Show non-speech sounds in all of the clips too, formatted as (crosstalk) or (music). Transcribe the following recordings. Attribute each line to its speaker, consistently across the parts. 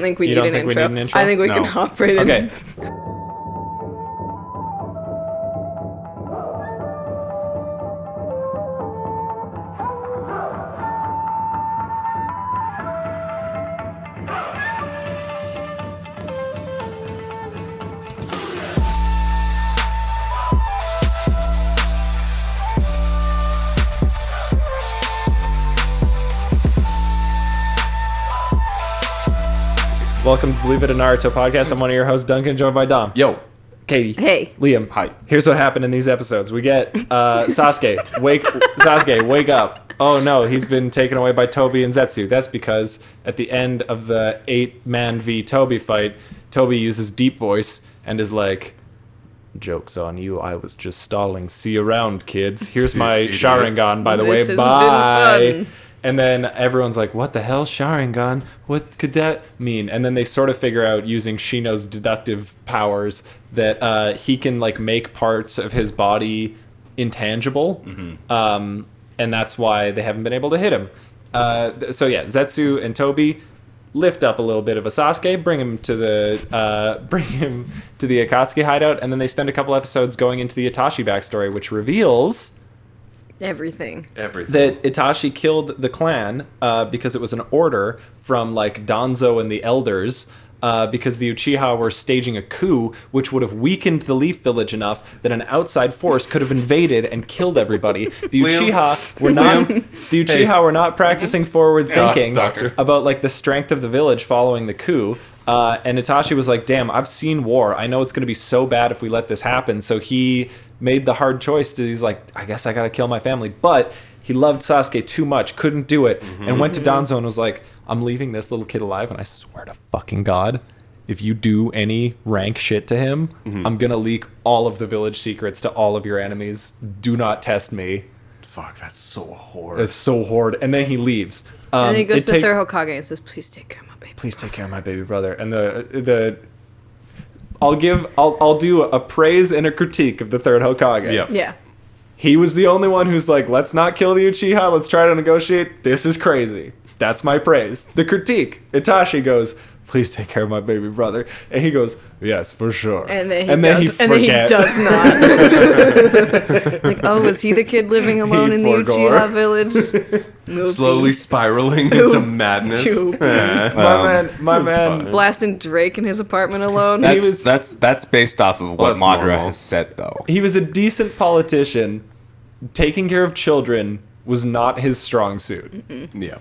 Speaker 1: think we need
Speaker 2: You don't
Speaker 1: an
Speaker 2: think we
Speaker 1: intro.
Speaker 2: need an intro?
Speaker 1: I think we
Speaker 2: No.
Speaker 1: can hop right in.
Speaker 2: Okay. Welcome to Believe It or Naruto podcast. I'm one of your hosts, Duncan, joined by Dom.
Speaker 3: Yo,
Speaker 2: Katie.
Speaker 1: Hey.
Speaker 2: Liam.
Speaker 3: Hi.
Speaker 2: Here's what happened in these episodes. We get
Speaker 1: (laughs)
Speaker 2: uh, Sasuke. wake Sasuke, wake up. Oh no, he's been taken away by Toby and Zetsu. That's because at the end of the eight man v Toby fight, Toby uses deep voice and is like Joke's on you. I was just stalling. See you around, kids. Here's
Speaker 3: See
Speaker 2: my
Speaker 3: you idiots.
Speaker 2: Sharingan, by the
Speaker 1: This has been
Speaker 2: way. Bye.
Speaker 1: fun.
Speaker 2: And then everyone's like, "What the hell, Sharingan? What could that mean?" And then they sort of figure out using Shino's deductive powers that uh, he can like make parts of his body intangible, um, and that's why they haven't been able to hit him. Uh, th- so yeah, Zetsu and Toby lift up a little bit of a Sasuke, bring him to the uh, (laughs) bring him to the Akatsuki hideout, and then they spend a couple episodes going into the Itachi backstory, which reveals
Speaker 1: Everything.
Speaker 3: everything.
Speaker 2: that Itachi killed the clan uh, because it was an order from like Danzo and the elders. Uh, because the Uchiha were staging a coup, which would have weakened the Leaf Village enough that an outside force could have invaded and killed everybody. The
Speaker 3: Liam.
Speaker 2: Uchiha were not
Speaker 3: Liam.
Speaker 2: the Uchiha were not practicing forward
Speaker 3: Yeah,
Speaker 2: thinking
Speaker 3: doctor.
Speaker 2: about like the strength of the village following the coup. Uh, and Itachi was like, "Damn, I've seen war. I know it's going to be so bad if we let this happen." So he made the hard choice. To, he's like, "I guess I got to kill my family," but he loved Sasuke too much, couldn't do it,
Speaker 3: Mm-hmm.
Speaker 2: and went to Danzo and was like, "I'm leaving this little kid alive, and I swear to fucking god." If you do any rank shit to him,
Speaker 3: Mm-hmm.
Speaker 2: I'm gonna leak all of the village secrets to all of your enemies. Do not test me.
Speaker 3: Fuck, that's so horrid.
Speaker 2: It's so horrid. And then he leaves. Um,
Speaker 1: and he goes
Speaker 2: it
Speaker 1: to
Speaker 2: take-
Speaker 1: Third Hokage and says, "Please take care of my baby."
Speaker 2: Please take care of my baby brother. And the the. I'll give. I'll I'll do a praise and a critique of the third Hokage.
Speaker 3: Yep.
Speaker 1: Yeah.
Speaker 2: He was the only one who's like, let's not kill the Uchiha. Let's try to negotiate. This is crazy. That's my praise. The critique. Itachi goes. Please take care of my baby brother. And he goes, yes, for sure.
Speaker 1: And then he does. and then he
Speaker 2: forget.
Speaker 1: does not.
Speaker 2: (laughs)
Speaker 1: like, oh, was he the kid living alone in the
Speaker 2: forgot.
Speaker 1: Uchiha (laughs) village? Nope.
Speaker 3: Slowly spiraling into madness.
Speaker 1: Poop.
Speaker 3: (laughs) Yeah.
Speaker 2: (laughs) My
Speaker 4: Um,
Speaker 2: man. My
Speaker 3: it's
Speaker 2: man.
Speaker 3: fine.
Speaker 1: blasting Drake in his apartment alone.
Speaker 2: That-
Speaker 4: That's,
Speaker 2: was-
Speaker 4: that's that's based off of what
Speaker 3: that's
Speaker 4: Madra
Speaker 3: normal.
Speaker 4: has said, though.
Speaker 2: he was a decent politician. Taking care of children was not his strong suit.
Speaker 3: Yeah.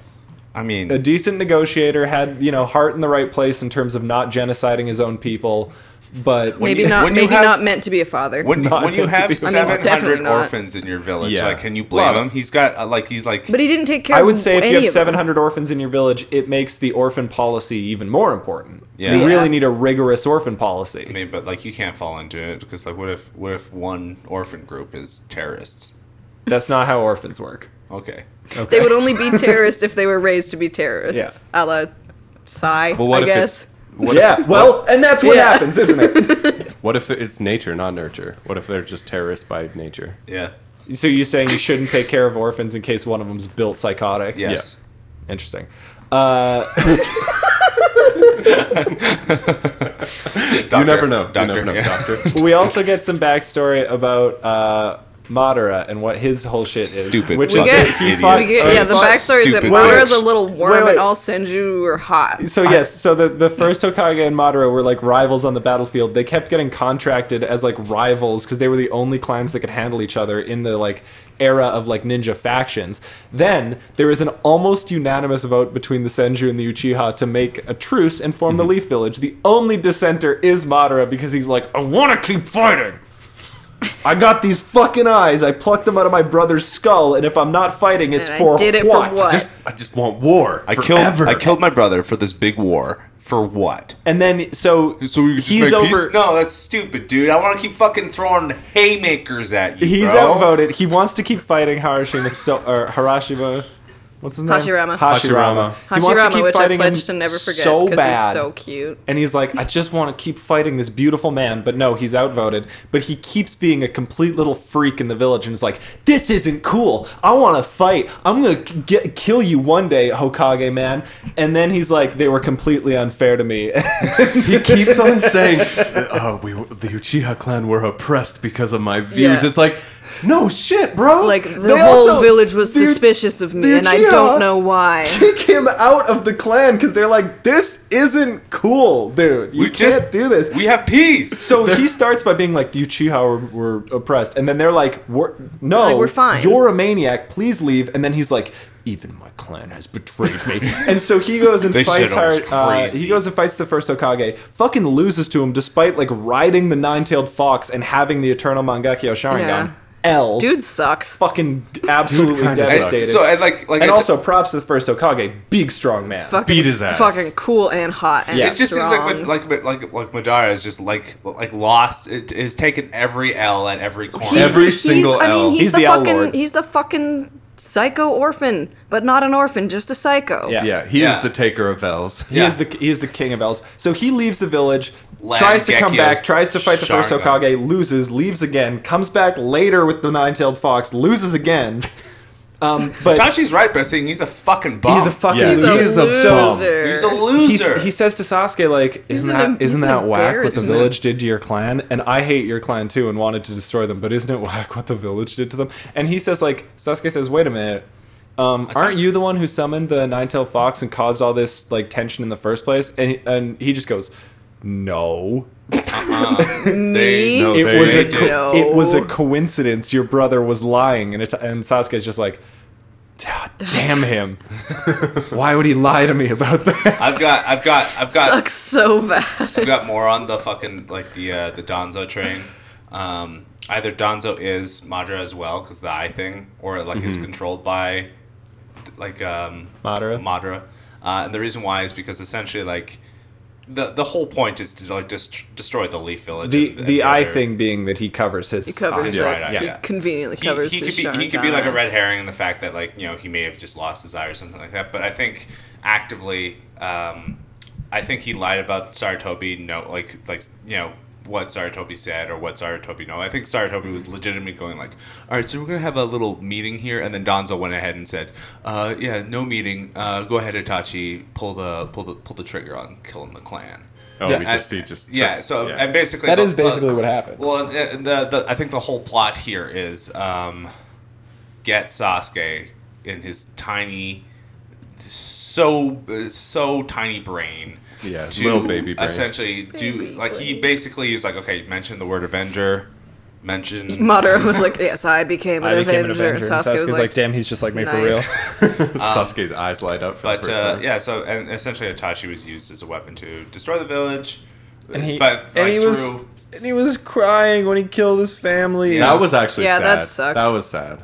Speaker 4: I mean,
Speaker 2: A decent negotiator had, you know, heart in the right place in terms of not genociding his own people, but
Speaker 1: maybe
Speaker 4: you-
Speaker 1: not.
Speaker 4: when you
Speaker 1: Maybe
Speaker 4: have-
Speaker 1: not meant to be a father.
Speaker 4: when,
Speaker 2: not
Speaker 4: when you
Speaker 2: meant to be
Speaker 4: have
Speaker 2: so. I
Speaker 1: mean,
Speaker 4: seven
Speaker 1: definitely
Speaker 4: hundred
Speaker 1: not.
Speaker 4: orphans in your village,
Speaker 3: Yeah.
Speaker 4: like, can you blame
Speaker 3: Well,
Speaker 4: him? He's got uh, like he's like
Speaker 1: but he didn't take care.
Speaker 2: I
Speaker 1: of
Speaker 2: would say if
Speaker 1: any
Speaker 2: you have
Speaker 1: of them.
Speaker 2: 700 orphans in your village, it makes the orphan policy even more important.
Speaker 4: Yeah.
Speaker 2: You
Speaker 4: Yeah.
Speaker 2: really need a rigorous orphan policy.
Speaker 4: I mean, but like you can't fall into it because like what if what if one orphan group is terrorists?
Speaker 2: That's not how orphans work.
Speaker 4: Okay,
Speaker 1: They would only be terrorists if they were raised to be terrorists.
Speaker 2: (laughs) Yeah.
Speaker 1: A la Psy,
Speaker 3: But what
Speaker 1: I
Speaker 3: if
Speaker 1: guess.
Speaker 3: it's what (laughs)
Speaker 2: yeah,
Speaker 3: If,
Speaker 2: well, and that's what
Speaker 1: Yeah.
Speaker 2: happens, isn't
Speaker 1: (laughs)
Speaker 2: it?
Speaker 3: what if it's nature, not nurture? What if they're just terrorists by nature?
Speaker 4: yeah,
Speaker 2: so you're saying you shouldn't take care of orphans in case one of them's built psychotic?
Speaker 4: yes,
Speaker 2: Interesting. Uh,
Speaker 4: Doctor,
Speaker 3: never know. You
Speaker 4: Doctor,
Speaker 3: never know.
Speaker 4: yeah. (laughs)
Speaker 3: Doctor.
Speaker 2: we also get some backstory about uh, Madara and what his whole shit is.
Speaker 4: Stupid
Speaker 2: Which
Speaker 1: We
Speaker 2: is
Speaker 4: fucking
Speaker 1: get,
Speaker 2: that he
Speaker 4: idiot.
Speaker 2: fought,
Speaker 1: we get,
Speaker 2: he
Speaker 1: yeah, the
Speaker 2: fought-
Speaker 1: backstory is that
Speaker 4: stupid
Speaker 1: Madara's
Speaker 2: bitch.
Speaker 1: a little worm
Speaker 2: Wait, wait.
Speaker 1: and all Senju are hot.
Speaker 2: So yes, so the, the first Hokage and Madara were like rivals on the battlefield. They kept getting contracted as like rivals because they were the only clans that could handle each other in the like era of like ninja factions. Then there is an almost unanimous vote between the Senju and the Uchiha to make a truce and form
Speaker 4: Mm-hmm.
Speaker 2: the Leaf Village. The only dissenter is Madara because he's like, I want to keep fighting. I got these fucking eyes. I plucked them out of my brother's skull, and if I'm not fighting, it's
Speaker 1: And I
Speaker 2: for
Speaker 1: did it for what?
Speaker 3: Just I just want war.
Speaker 4: I killed
Speaker 3: forever.
Speaker 4: I killed my brother for this big war for what?
Speaker 2: And then so
Speaker 4: So we just
Speaker 2: he's
Speaker 4: make
Speaker 2: over.
Speaker 4: peace? No, that's stupid, dude. I want to keep fucking throwing haymakers at you.
Speaker 2: He's
Speaker 4: bro.
Speaker 2: outvoted. He wants to keep fighting Harashima so or Harashima What's his name?
Speaker 1: Hashirama.
Speaker 2: Hashirama. He wants to
Speaker 1: Hashirama,
Speaker 2: keep
Speaker 1: which I
Speaker 2: fighting him
Speaker 1: pledged to never forget
Speaker 2: so
Speaker 1: because
Speaker 2: bad.
Speaker 1: he's so cute.
Speaker 2: And he's like, I just want to keep fighting this beautiful man, but no, he's outvoted. But he keeps being a complete little freak in the village, and is like, this isn't cool. I want to fight. I'm gonna k- get, kill you one day, Hokage man. And then he's like, they were completely unfair to me. (laughs)
Speaker 3: He keeps on saying, (laughs) "Oh, we were- the Uchiha clan were oppressed because of my views."
Speaker 1: Yeah.
Speaker 3: It's like, no shit, bro.
Speaker 1: Like the
Speaker 2: They
Speaker 1: whole
Speaker 2: also-
Speaker 1: village was
Speaker 2: they're-
Speaker 1: suspicious of me,
Speaker 2: they're
Speaker 1: and I
Speaker 2: Jia.
Speaker 1: don't know why.
Speaker 2: Kick him out of the clan because they're like, this isn't cool, dude. You
Speaker 4: we
Speaker 2: can't
Speaker 4: just
Speaker 2: do this.
Speaker 4: We have peace.
Speaker 2: So he starts by being like, the Uchiha were, were oppressed. And then they're like, we're, no,
Speaker 1: Like, "We're fine."
Speaker 2: you're a maniac. Please leave. And then he's like, even my clan has betrayed me.
Speaker 4: (laughs)
Speaker 2: and so he goes and
Speaker 4: This
Speaker 2: fights
Speaker 4: shit was
Speaker 2: her. Uh,
Speaker 4: crazy.
Speaker 2: he goes and fights the first Okage. Fucking loses to him despite like riding the nine-tailed fox and having the eternal Mangekyo Sharingan.
Speaker 1: Yeah.
Speaker 2: L.
Speaker 1: Dude sucks.
Speaker 2: Fucking absolutely
Speaker 3: kinda sucks.
Speaker 2: devastated.
Speaker 4: So and like like
Speaker 2: and
Speaker 4: I t-
Speaker 2: also props to the first Okage. Big strong man.
Speaker 1: Fucking,
Speaker 3: beat his ass.
Speaker 1: Fucking cool and hot and
Speaker 2: Yeah.
Speaker 4: It just seems like Ma-
Speaker 1: strong.
Speaker 4: like Ma- like like Madara is just like like lost. It is taken every L at every corner.
Speaker 1: He's-
Speaker 3: Every
Speaker 1: he's-
Speaker 3: single
Speaker 1: I mean,
Speaker 3: L.
Speaker 1: he's,
Speaker 2: He's
Speaker 1: the,
Speaker 2: the L
Speaker 1: fucking
Speaker 2: Lord.
Speaker 1: he's the fucking psycho orphan, but not an orphan, just a psycho.
Speaker 2: Yeah.
Speaker 3: yeah, he
Speaker 4: Yeah.
Speaker 3: is the taker of L's.
Speaker 2: He
Speaker 4: Yeah.
Speaker 2: is the he is the king of elves. So he leaves the village,
Speaker 4: Land
Speaker 2: tries to come
Speaker 4: Gekios
Speaker 2: back, tries to fight the first
Speaker 4: Sharingan.
Speaker 2: Okage, loses, leaves again, comes back later with the nine-tailed fox, loses again. Um, but
Speaker 4: Tachi's right by saying he's a fucking bum.
Speaker 2: he's a fucking
Speaker 3: Yeah,
Speaker 1: He's a
Speaker 2: he's a
Speaker 3: bum.
Speaker 1: loser.
Speaker 4: He's a
Speaker 2: he,
Speaker 4: loser.
Speaker 2: he says to Sasuke, like, isn't
Speaker 1: an em-
Speaker 2: that
Speaker 1: he's
Speaker 2: isn't
Speaker 1: an
Speaker 2: that whack what the
Speaker 1: embarrassment.
Speaker 2: village did to your clan? And I hate your clan too, and wanted to destroy them. But isn't it whack what the village did to them? And he says, like, Sasuke says, wait a minute, um, aren't you the one who summoned the nine-tailed fox and caused all this like tension in the first place? And and he just goes, no,
Speaker 1: Me?
Speaker 3: no,
Speaker 2: it
Speaker 3: They
Speaker 2: was a
Speaker 4: did.
Speaker 2: co- it was a coincidence. Your brother was lying, and it, and Sasuke's just like. "Ah, Damn
Speaker 1: (laughs)
Speaker 2: him! Why would he lie to me about that?
Speaker 4: I've got I've got I've got
Speaker 1: sucks so
Speaker 4: (laughs)
Speaker 1: bad.
Speaker 4: I've got more on the fucking like the uh, the Donzo train. Um, either Donzo is Madra as well because the eye thing, or like is controlled by like um,
Speaker 2: Mm-hmm. Madara.
Speaker 4: Madara, uh, and the reason why is because essentially like the the whole point is to like dest- destroy the Leaf Village.
Speaker 2: the
Speaker 4: and- and
Speaker 2: the eye
Speaker 4: other-
Speaker 2: thing being that he covers his
Speaker 1: He covers
Speaker 2: eye.
Speaker 1: the,
Speaker 4: right, right,
Speaker 1: he
Speaker 4: yeah.
Speaker 1: conveniently
Speaker 4: He,
Speaker 1: covers
Speaker 4: he
Speaker 1: his
Speaker 4: could be
Speaker 1: Sharingan.
Speaker 4: he could be like
Speaker 1: (laughs)
Speaker 4: a red herring in the fact that like you know he may have just lost his eye or something like that. But I think actively, um, I think he lied about Sarutobi. No, like like you know what Sarutobi said or what Sarutobi know. I think Sarutobi was legitimately going like, all right, so we're gonna have a little meeting here, and then Donzo went ahead and said, uh, yeah, no meeting. Uh, go ahead, Itachi, pull the pull the pull the trigger on killing the clan.
Speaker 3: Oh,
Speaker 2: Yeah,
Speaker 3: we just he just
Speaker 4: Yeah,
Speaker 3: took-
Speaker 4: so
Speaker 3: yeah.
Speaker 4: and basically
Speaker 2: That
Speaker 4: the-
Speaker 2: is basically
Speaker 4: the-
Speaker 2: what happened.
Speaker 4: Well, and- and the, the, I think the whole plot here is um, get Sasuke in his tiny, so so tiny brain.
Speaker 3: Yeah,
Speaker 4: to
Speaker 3: little baby brain.
Speaker 4: Essentially, do
Speaker 1: Baby
Speaker 4: like he
Speaker 1: brain.
Speaker 4: basically is like okay, mention the word Avenger,
Speaker 1: (laughs)
Speaker 4: mention
Speaker 1: Madara was like, yes, I became an,
Speaker 2: I became an
Speaker 1: Avenger.
Speaker 2: Avenger.
Speaker 1: And Sasuke was like,
Speaker 2: damn, he's just like me
Speaker 1: nice.
Speaker 2: for real.
Speaker 1: (laughs)
Speaker 3: (laughs) Sasuke's eyes light up for
Speaker 4: but
Speaker 3: the first
Speaker 4: uh,
Speaker 3: time.
Speaker 4: yeah. So and essentially, Itachi was used as a weapon to destroy the village.
Speaker 2: And he,
Speaker 4: but like,
Speaker 2: and he was
Speaker 4: through-
Speaker 2: and he was crying when he killed his family.
Speaker 4: Yeah.
Speaker 3: That was actually
Speaker 1: Yeah,
Speaker 3: sad.
Speaker 1: that sucked.
Speaker 3: That was sad.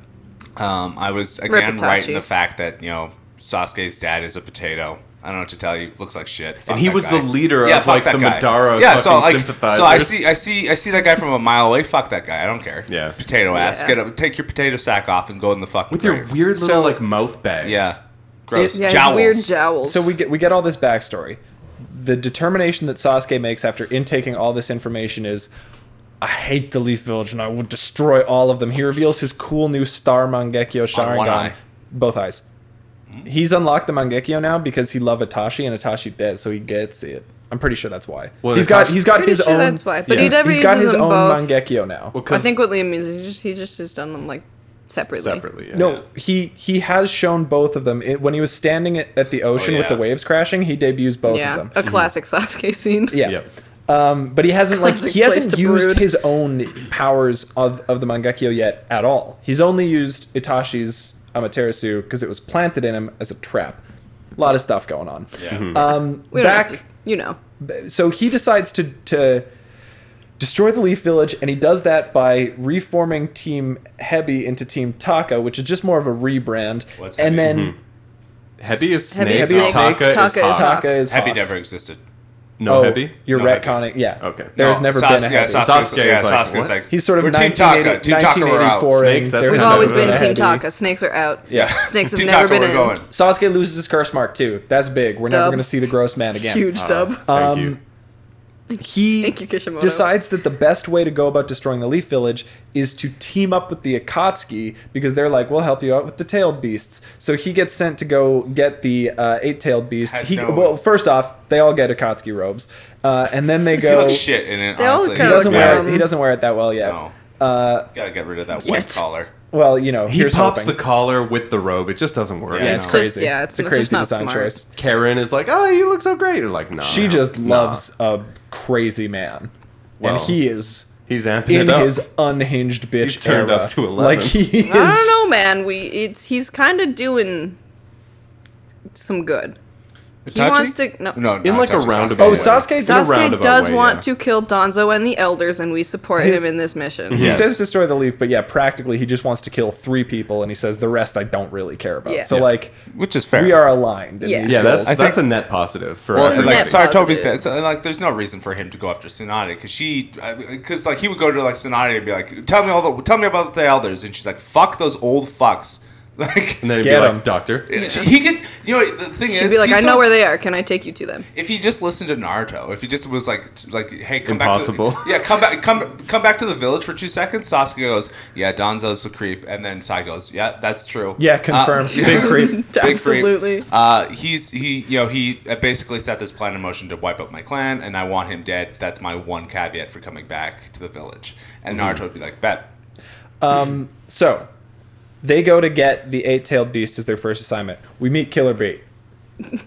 Speaker 4: Um, I was again
Speaker 1: Itachi.
Speaker 4: right in the fact that you know Sasuke's dad is a potato. I don't know what to tell you. Looks like shit. Fuck
Speaker 3: And he
Speaker 4: that
Speaker 3: was
Speaker 4: guy.
Speaker 3: the leader of,
Speaker 4: fuck
Speaker 3: like,
Speaker 4: that
Speaker 3: the Madara
Speaker 4: so
Speaker 3: fucking
Speaker 4: like, so I
Speaker 3: sympathizers.
Speaker 4: see, I see, I see that guy from a mile away. Fuck that guy. I don't care.
Speaker 3: Yeah.
Speaker 4: potato ass.
Speaker 1: Yeah.
Speaker 4: Get up, take your potato sack off and go in the fucking
Speaker 3: With your
Speaker 4: grave.
Speaker 3: weird little like mouth bags.
Speaker 4: yeah, gross
Speaker 1: yeah,
Speaker 4: jowls.
Speaker 1: his weird jowls.
Speaker 2: So we get we get all this backstory. The determination that Sasuke makes after intaking all this information is I hate the Leaf Village and I will destroy all of them. He reveals his cool new star Mangekyo
Speaker 4: On one
Speaker 2: Sharingan.
Speaker 4: eye.
Speaker 2: Both eyes.
Speaker 3: Hmm?
Speaker 2: He's unlocked the Mangekyo now because he loved Itachi and Itachi dead, so he gets it. I'm pretty sure that's why.
Speaker 3: Well,
Speaker 2: he's got
Speaker 3: Itachi-
Speaker 2: he's got
Speaker 1: Pretty
Speaker 2: his
Speaker 1: sure
Speaker 2: own
Speaker 1: that's why, but
Speaker 3: he
Speaker 2: he's-
Speaker 1: never
Speaker 2: he's got
Speaker 1: uses
Speaker 2: his
Speaker 1: them
Speaker 2: own
Speaker 1: both.
Speaker 2: Mangekyo now.
Speaker 3: Well, 'cause
Speaker 1: I think what Liam means is he just he just has done them like separately.
Speaker 3: separately. yeah.
Speaker 2: No, he he has shown both of them. It, when he was standing at, at the
Speaker 3: Oh,
Speaker 2: ocean with
Speaker 4: yeah.
Speaker 2: the waves crashing, he debuts both
Speaker 1: yeah,
Speaker 2: of them. Mm-hmm.
Speaker 1: a classic Sasuke scene.
Speaker 2: Yeah.
Speaker 3: Yep.
Speaker 2: Um, but he hasn't like
Speaker 1: Classic
Speaker 2: he hasn't
Speaker 1: place to
Speaker 2: used
Speaker 1: brood.
Speaker 2: his own powers of, of the Mangekyo yet at all. He's only used Itachi's Amaterasu because it was planted in him as a trap. A lot of stuff going on.
Speaker 4: Yeah.
Speaker 3: Mm-hmm.
Speaker 2: Um,
Speaker 1: we don't
Speaker 2: back
Speaker 1: have to, you
Speaker 2: (laughs)
Speaker 1: know.
Speaker 2: so he decides to to destroy the Leaf Village, and he does that by reforming Team Hebi into Team Taka, which is just more of a rebrand.
Speaker 4: What's
Speaker 2: and
Speaker 4: Hebi? Mm-hmm.
Speaker 2: then
Speaker 3: Heavy is
Speaker 1: Heavy
Speaker 3: snake.
Speaker 1: is
Speaker 2: Hebi is
Speaker 1: Snake,
Speaker 3: Taka,
Speaker 1: Taka
Speaker 3: is
Speaker 1: is
Speaker 3: hawk.
Speaker 2: Taka is
Speaker 4: Happy
Speaker 2: Hawk.
Speaker 4: never existed.
Speaker 3: No heavy?
Speaker 2: Oh, You're
Speaker 4: No heavy.
Speaker 2: retconning. Yeah.
Speaker 3: Okay.
Speaker 2: There's
Speaker 4: No,
Speaker 2: never
Speaker 4: Sas-
Speaker 2: been a
Speaker 4: yeah,
Speaker 2: heavy.
Speaker 4: Sasuke's,
Speaker 3: Sasuke
Speaker 4: yeah,
Speaker 3: is like,
Speaker 4: Sasuke's
Speaker 3: what?
Speaker 4: like
Speaker 2: He's sort of
Speaker 4: we're Team
Speaker 2: 1980
Speaker 4: Taka. Team Taka, we're out.
Speaker 2: 1984.
Speaker 3: Snakes, that's
Speaker 2: There's
Speaker 3: We've
Speaker 1: We've
Speaker 2: never
Speaker 1: always been
Speaker 2: a
Speaker 1: Team
Speaker 2: heavy.
Speaker 1: Taka. Snakes are out.
Speaker 2: Yeah.
Speaker 1: Snakes have
Speaker 4: (laughs) Team
Speaker 1: never
Speaker 4: Taka,
Speaker 1: been
Speaker 4: we're
Speaker 1: in.
Speaker 4: going.
Speaker 2: Sasuke loses his curse mark too. That's big. We're never
Speaker 1: Dub.
Speaker 2: going to see the gross man again.
Speaker 1: Huge dub.
Speaker 3: Thank
Speaker 2: Um,
Speaker 3: you.
Speaker 2: He
Speaker 1: Thank you, Kishimoto.
Speaker 2: decides that the best way to go about destroying the Leaf Village is to team up with the Akatsuki because they're like, we'll help you out with the tailed beasts. So he gets sent to go get the uh, eight-tailed beast.
Speaker 4: Had
Speaker 2: He
Speaker 4: no-
Speaker 2: well, first off, they all get Akatsuki robes, uh, and then
Speaker 4: (laughs)
Speaker 2: they
Speaker 4: He
Speaker 2: go.
Speaker 4: looks shit in it.
Speaker 1: They all
Speaker 4: Honestly,
Speaker 1: kinda
Speaker 2: He doesn't
Speaker 1: look
Speaker 2: wear
Speaker 1: dumb.
Speaker 2: it. He doesn't wear it that well yet.
Speaker 4: No.
Speaker 2: Uh,
Speaker 4: Gotta get rid of that
Speaker 1: Yet.
Speaker 4: white collar.
Speaker 2: well, you know,
Speaker 3: He
Speaker 2: here's
Speaker 3: pops
Speaker 2: hoping.
Speaker 3: the collar with the robe. It just doesn't work.
Speaker 4: Yeah,
Speaker 2: Yeah,
Speaker 4: you
Speaker 2: it's
Speaker 4: know.
Speaker 1: It's
Speaker 2: crazy.
Speaker 1: just- yeah, it's-
Speaker 2: it's, a
Speaker 1: it's
Speaker 2: crazy
Speaker 1: just not
Speaker 2: design
Speaker 1: smart.
Speaker 2: choice.
Speaker 3: Karen is like, "Oh, you look so great." You're like, "No."
Speaker 2: She just loves a crazy man,
Speaker 3: Well,
Speaker 2: and he is
Speaker 3: He's amping
Speaker 2: in
Speaker 3: it up.
Speaker 2: his unhinged bitch
Speaker 3: He's turned
Speaker 2: era.
Speaker 3: up to 11.
Speaker 2: Like he is.
Speaker 1: I don't know, man. We it's he's kind of doing some good. He wants to. No,
Speaker 4: No,
Speaker 3: In
Speaker 4: not
Speaker 3: like a
Speaker 4: Itachi,
Speaker 3: roundabout
Speaker 2: Oh,
Speaker 3: way.
Speaker 2: Sasuke's
Speaker 3: In a
Speaker 1: Sasuke
Speaker 3: roundabout
Speaker 1: does
Speaker 3: way,
Speaker 1: want
Speaker 3: yeah.
Speaker 1: to kill Donzo and the elders, and we support
Speaker 2: His-
Speaker 1: him in this mission.
Speaker 2: He
Speaker 3: Yes.
Speaker 2: says destroy the leaf, but yeah, practically he just wants to kill three people, and he says the rest I don't really care about.
Speaker 1: Yeah.
Speaker 2: So
Speaker 1: Yeah.
Speaker 2: like,
Speaker 4: which is fair.
Speaker 2: we are aligned. In
Speaker 1: Yeah.
Speaker 2: these
Speaker 3: Yeah, that's
Speaker 2: goals.
Speaker 3: that's a net positive for
Speaker 4: Well, and
Speaker 1: It's a
Speaker 3: everybody.
Speaker 1: net
Speaker 4: like Sarutobi's
Speaker 1: positive.
Speaker 4: dead, so, and like there's no reason for him to go after Tsunade because she, because like he would go to like Tsunade and be like, "Tell me all the, tell me about the elders," and she's like, "Fuck those old fucks." (laughs) Like
Speaker 3: and then he'd
Speaker 2: Get
Speaker 3: be like,
Speaker 2: him.
Speaker 3: "Doctor."
Speaker 4: he could, you know, the thing
Speaker 1: She'd
Speaker 4: is,
Speaker 1: be like,
Speaker 4: he's
Speaker 1: I
Speaker 4: so-
Speaker 1: know where they are. Can I take you to them?
Speaker 4: If he just listened to Naruto, if he just was like, t- like, hey, come
Speaker 3: Impossible.
Speaker 4: back, to the, (laughs) yeah, come back, come, come back to the village for two seconds. Sasuke goes, yeah, Danzo's a creep, and then Sai goes, yeah, that's true.
Speaker 2: yeah,
Speaker 4: Uh,
Speaker 2: confirmed.
Speaker 1: (laughs)
Speaker 2: Big creep.
Speaker 4: Big creep.
Speaker 1: Absolutely.
Speaker 4: Uh, he's he you know he basically set this plan in motion to wipe out my clan, and I want him dead. That's my one caveat for coming back to the village. And Naruto would be like, "Bet."
Speaker 2: Um, so they go to get the eight-tailed beast as their first assignment. We meet Killer Bee.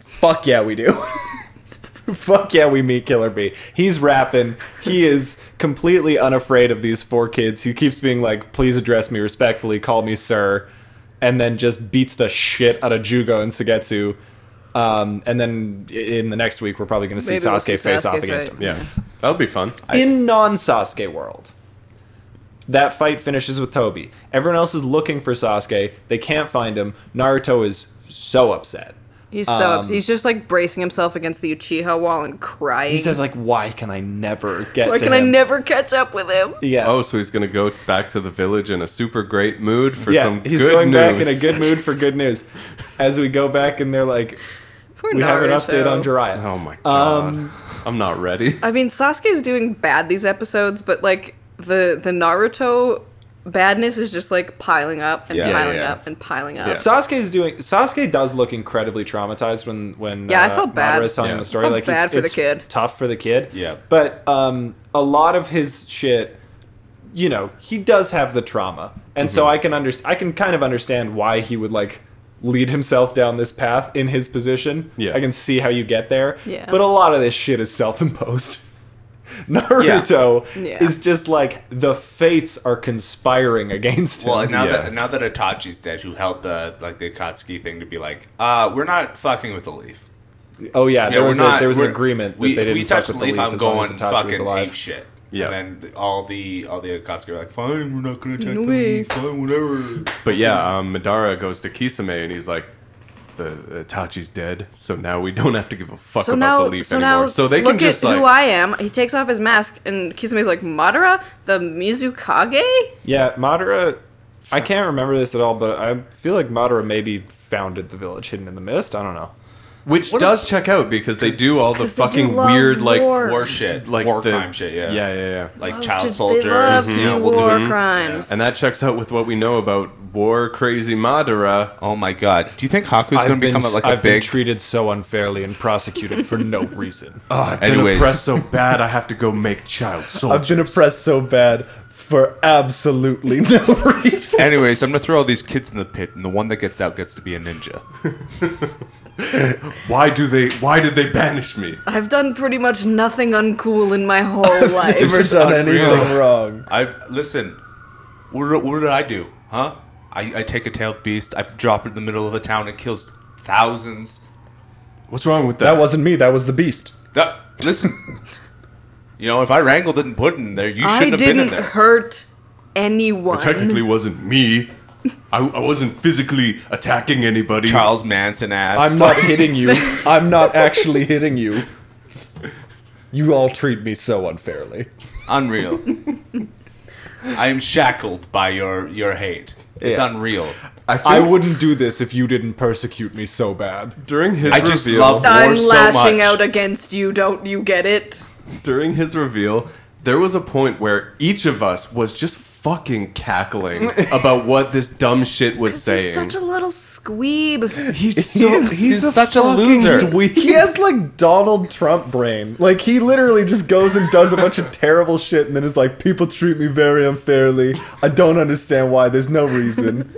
Speaker 2: Fuck yeah, we do. (laughs) Fuck yeah, we meet Killer Bee. He's rapping. He is completely unafraid of these four kids. He keeps being like, "Please address me respectfully. Call me sir," and then just beats the shit out of Jugo and Sugetsu. Um, and then i- in the next week, we're probably going to see
Speaker 1: Maybe we'll see
Speaker 2: Sasuke face off
Speaker 1: Sasuke
Speaker 2: against
Speaker 1: fight.
Speaker 2: him
Speaker 3: Yeah, that would be fun.
Speaker 2: in non Sasuke world, that fight finishes with Toby. Everyone else is looking for Sasuke. They can't find him. Naruto is so upset.
Speaker 1: He's so
Speaker 3: Um,
Speaker 1: ups- he's just like bracing himself against the Uchiha wall and crying.
Speaker 2: He says like, "Why can I never get?
Speaker 1: Why
Speaker 2: to
Speaker 1: can I
Speaker 2: him?"
Speaker 1: never catch up with him?
Speaker 2: Yeah.
Speaker 3: Oh, so he's gonna go t- back to the village in a super great mood for
Speaker 2: yeah.
Speaker 3: some
Speaker 2: he's
Speaker 3: good
Speaker 2: going
Speaker 3: news.
Speaker 2: back in a good mood for good news. As we go back, and they're like,
Speaker 1: Poor
Speaker 2: "We have an
Speaker 1: Naruto.
Speaker 2: update on Jiraiya."
Speaker 3: (laughs)
Speaker 2: Um,
Speaker 3: oh my god, I'm not ready.
Speaker 1: I mean, Sasuke's doing bad these episodes, but like the the Naruto badness is just like piling up and
Speaker 3: Yeah. Yeah,
Speaker 1: piling
Speaker 3: yeah.
Speaker 1: up and piling up.
Speaker 3: Yeah.
Speaker 2: Sasuke is doing. Sasuke does look incredibly traumatized when when uh,
Speaker 1: Yeah, I felt bad.
Speaker 2: Madara's telling him
Speaker 3: Yeah.
Speaker 2: the story.
Speaker 1: Felt
Speaker 2: like
Speaker 1: bad
Speaker 2: it's,
Speaker 1: for the
Speaker 2: it's
Speaker 1: kid.
Speaker 2: Tough for the kid.
Speaker 4: Yeah.
Speaker 2: But um, a lot of his shit, you know, he does have the trauma, and so I can under I can kind of understand why he would like lead himself down this path in his position.
Speaker 3: Yeah.
Speaker 2: I can see how you get there.
Speaker 1: Yeah.
Speaker 2: But a lot of this shit is self imposed. (laughs) Naruto
Speaker 1: Yeah.
Speaker 2: is just like the fates are conspiring against him.
Speaker 4: Well, and now
Speaker 3: Yeah.
Speaker 4: that now that Itachi's dead, who held the like the Akatsuki thing to be like, "Uh, we're not fucking with the leaf."
Speaker 2: Oh yeah, there
Speaker 4: we're
Speaker 2: was a,
Speaker 4: not-
Speaker 2: there was an
Speaker 4: we're-
Speaker 2: agreement that
Speaker 4: we,
Speaker 2: they
Speaker 4: if
Speaker 2: didn't
Speaker 4: we
Speaker 2: touch
Speaker 4: touch
Speaker 2: with
Speaker 4: the leaf. I'm going
Speaker 2: as long as Itachi was
Speaker 4: fucking
Speaker 2: alive.
Speaker 4: ape shit.
Speaker 3: Yeah.
Speaker 4: And then all the all the Akatsuki are like, "Fine, we're not gonna attack
Speaker 1: No
Speaker 4: the
Speaker 1: way.
Speaker 4: leaf. Fine, whatever."
Speaker 3: But yeah, um, Madara goes to Kisame and he's like, "The the Itachi's dead, so now we don't have to give a fuck
Speaker 1: So
Speaker 3: about
Speaker 1: now,
Speaker 3: the leaf
Speaker 1: so
Speaker 3: anymore."
Speaker 1: now,
Speaker 3: so they
Speaker 1: look
Speaker 3: can just
Speaker 1: at
Speaker 3: like,
Speaker 1: who I am. He takes off his mask, and Kisame's like, "Madara, the Mizukage."
Speaker 2: Yeah, Madara. I can't remember this at all, but I feel like Madara maybe founded the village hidden in the mist. I don't know.
Speaker 3: which does check out because they do all the
Speaker 1: 'cause they do
Speaker 3: fucking
Speaker 1: love
Speaker 3: weird like
Speaker 1: war.
Speaker 4: War shit,
Speaker 3: like
Speaker 4: like
Speaker 3: the-
Speaker 4: wartime shit. Yeah, Mm-hmm.
Speaker 3: yeah, yeah, yeah.
Speaker 4: Like
Speaker 1: Love to-
Speaker 4: child
Speaker 1: Oh, they
Speaker 4: soldiers.
Speaker 1: love
Speaker 4: You
Speaker 1: to
Speaker 4: know,
Speaker 1: do
Speaker 4: we'll do
Speaker 1: war
Speaker 4: it.
Speaker 1: crimes.
Speaker 3: And that checks out with what we know about war crazy Madara.
Speaker 4: Oh my god! Do you think Haku's going to become like a big?
Speaker 2: treated so unfairly and prosecuted for
Speaker 4: (laughs)
Speaker 2: no reason.
Speaker 3: I've
Speaker 4: been Anyways. oppressed
Speaker 3: so bad I have to go
Speaker 1: (laughs)
Speaker 3: make child
Speaker 2: I've been oppressed so bad for absolutely no reason.
Speaker 4: (laughs) Anyways, I'm going to throw all these kids in the pit, and the one that gets out gets to be a ninja.
Speaker 3: Why do they? Why did they banish me?
Speaker 1: I've done pretty much nothing uncool in my whole life.
Speaker 2: Never
Speaker 4: just
Speaker 2: done
Speaker 4: unreal.
Speaker 2: anything wrong.
Speaker 4: I've listen. What, did- what did I do? Huh? I, I take a tailed beast. I drop it in the middle of a town. It kills thousands.
Speaker 3: What's wrong with
Speaker 2: That wasn't me. That was the beast.
Speaker 4: That, listen. (laughs) you know, if I wrangled it and put it in there, you
Speaker 1: I
Speaker 4: shouldn't have been in
Speaker 1: didn't
Speaker 4: there. (laughs)
Speaker 1: hurt anyone.
Speaker 3: technically wasn't me. I, I wasn't physically attacking anybody.
Speaker 4: Charles Manson ass.
Speaker 2: I'm not hitting you. I'm not actually hitting you. You all treat me so unfairly.
Speaker 4: (laughs) Unreal. I am shackled by your your hate. It's
Speaker 2: Yeah.
Speaker 4: unreal.
Speaker 3: I, think
Speaker 2: I wouldn't do this if you didn't persecute me so bad.
Speaker 3: during his
Speaker 4: I
Speaker 3: reveal.
Speaker 4: just love that.
Speaker 1: I'm
Speaker 4: so
Speaker 1: lashing
Speaker 4: much.
Speaker 1: out against you. Don't you get it?
Speaker 3: during his reveal, there was a point where each of us was just fucking cackling about what this dumb shit was
Speaker 1: He's
Speaker 3: saying.
Speaker 1: such a little squeeb.
Speaker 3: he's
Speaker 2: so- he's a fucking
Speaker 3: dweeb.
Speaker 2: He has like Donald Trump brain. Like he literally just goes and does a bunch of terrible shit and then is like, people treat me very unfairly. I don't understand why. There's no reason.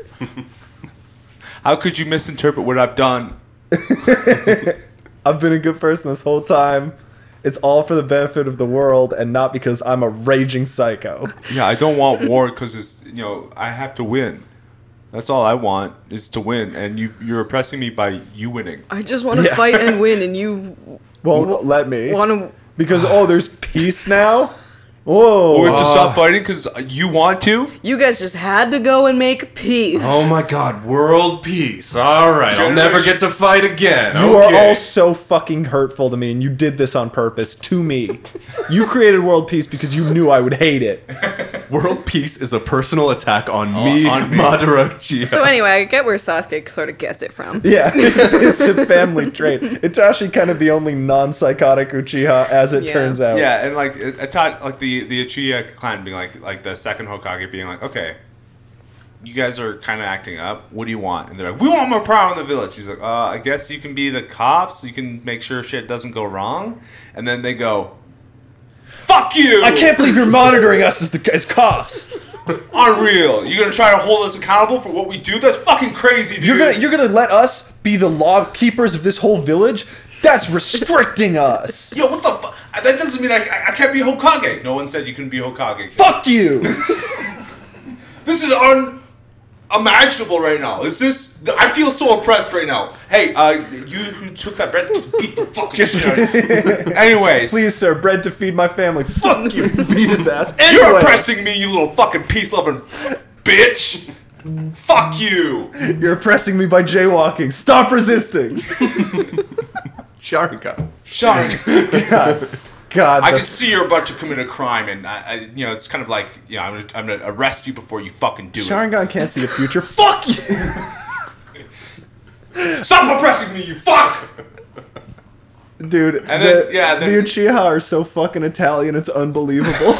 Speaker 4: How could you misinterpret what I've done?
Speaker 2: I've been a good person this whole time. It's all for the benefit of the world and not because I'm a raging psycho.
Speaker 4: Yeah, I don't want war because it's you know I have to win. That's all I want is to win, and you you're oppressing me by you winning.
Speaker 1: I just want to
Speaker 2: Yeah.
Speaker 1: fight and win, and you
Speaker 2: Won't let me.
Speaker 1: want to.
Speaker 2: Because, oh, there's peace now? Whoa.
Speaker 4: We have
Speaker 3: Ah.
Speaker 4: to stop fighting because you want to.
Speaker 1: You guys just had to go and make peace.
Speaker 3: Oh my god, world peace. All right, I'll never
Speaker 4: Generation-
Speaker 3: get to fight again.
Speaker 2: You
Speaker 3: okay.
Speaker 2: are all so fucking hurtful to me, and you did this on purpose to me. you created world peace because you knew I would hate it.
Speaker 3: World peace is a personal attack on me,
Speaker 4: on me.
Speaker 3: Madara
Speaker 1: So anyway, I get where Sasuke sort of gets it from.
Speaker 2: Yeah, (laughs) it's, it's a family trait. Itachi kind of the only non-psychotic Uchiha, as it
Speaker 1: Yeah.
Speaker 2: turns out.
Speaker 4: Yeah, and like it, it taught like the the Uchiha clan being like like the second Hokage being like, okay, you guys are kind of acting up. What do you want? And they're like, we want more power in the village. He's like, uh, I guess you can be the cops. You can make sure shit doesn't go wrong. And then they go, fuck you!
Speaker 2: I can't believe you're monitoring us as the as cops.
Speaker 4: Unreal. You're gonna try to hold us accountable for what we do? That's fucking crazy, dude.
Speaker 2: You're gonna you're gonna let us be the law keepers of this whole village. That's restricting us.
Speaker 4: Yo, what the fuck? That doesn't mean I, I, I can't be Hokage. No one said you couldn't be Hokage.
Speaker 2: Fuck you.
Speaker 4: This is unimaginable right now. Is this? I feel so oppressed right now. Hey, uh, you who took that bread, just beat the fucking
Speaker 2: Just-
Speaker 4: shit out
Speaker 2: (laughs)
Speaker 4: of me. Anyways,
Speaker 2: Please, sir, bread to feed my family. Fuck you. Beat his ass.
Speaker 4: you're
Speaker 2: Anyway,
Speaker 4: oppressing me, you little fucking peace loving bitch. Fuck you.
Speaker 2: You're oppressing me by jaywalking. Stop resisting.
Speaker 3: Charinga.
Speaker 4: Sean,
Speaker 2: God,
Speaker 4: I
Speaker 2: the
Speaker 4: can see you're about to commit a crime, and I, I you know, it's kind of like, you know, I'm gonna, I'm gonna arrest you before you fucking do
Speaker 2: Sharingan can't see the
Speaker 4: (laughs)
Speaker 2: future. Fuck you.
Speaker 4: it. Stop oppressing me, you fuck.
Speaker 2: Dude,
Speaker 4: And
Speaker 2: the,
Speaker 4: then- yeah,
Speaker 2: the
Speaker 4: then-
Speaker 2: Uchiha are so fucking Italian, it's
Speaker 4: (laughs)
Speaker 2: unbelievable.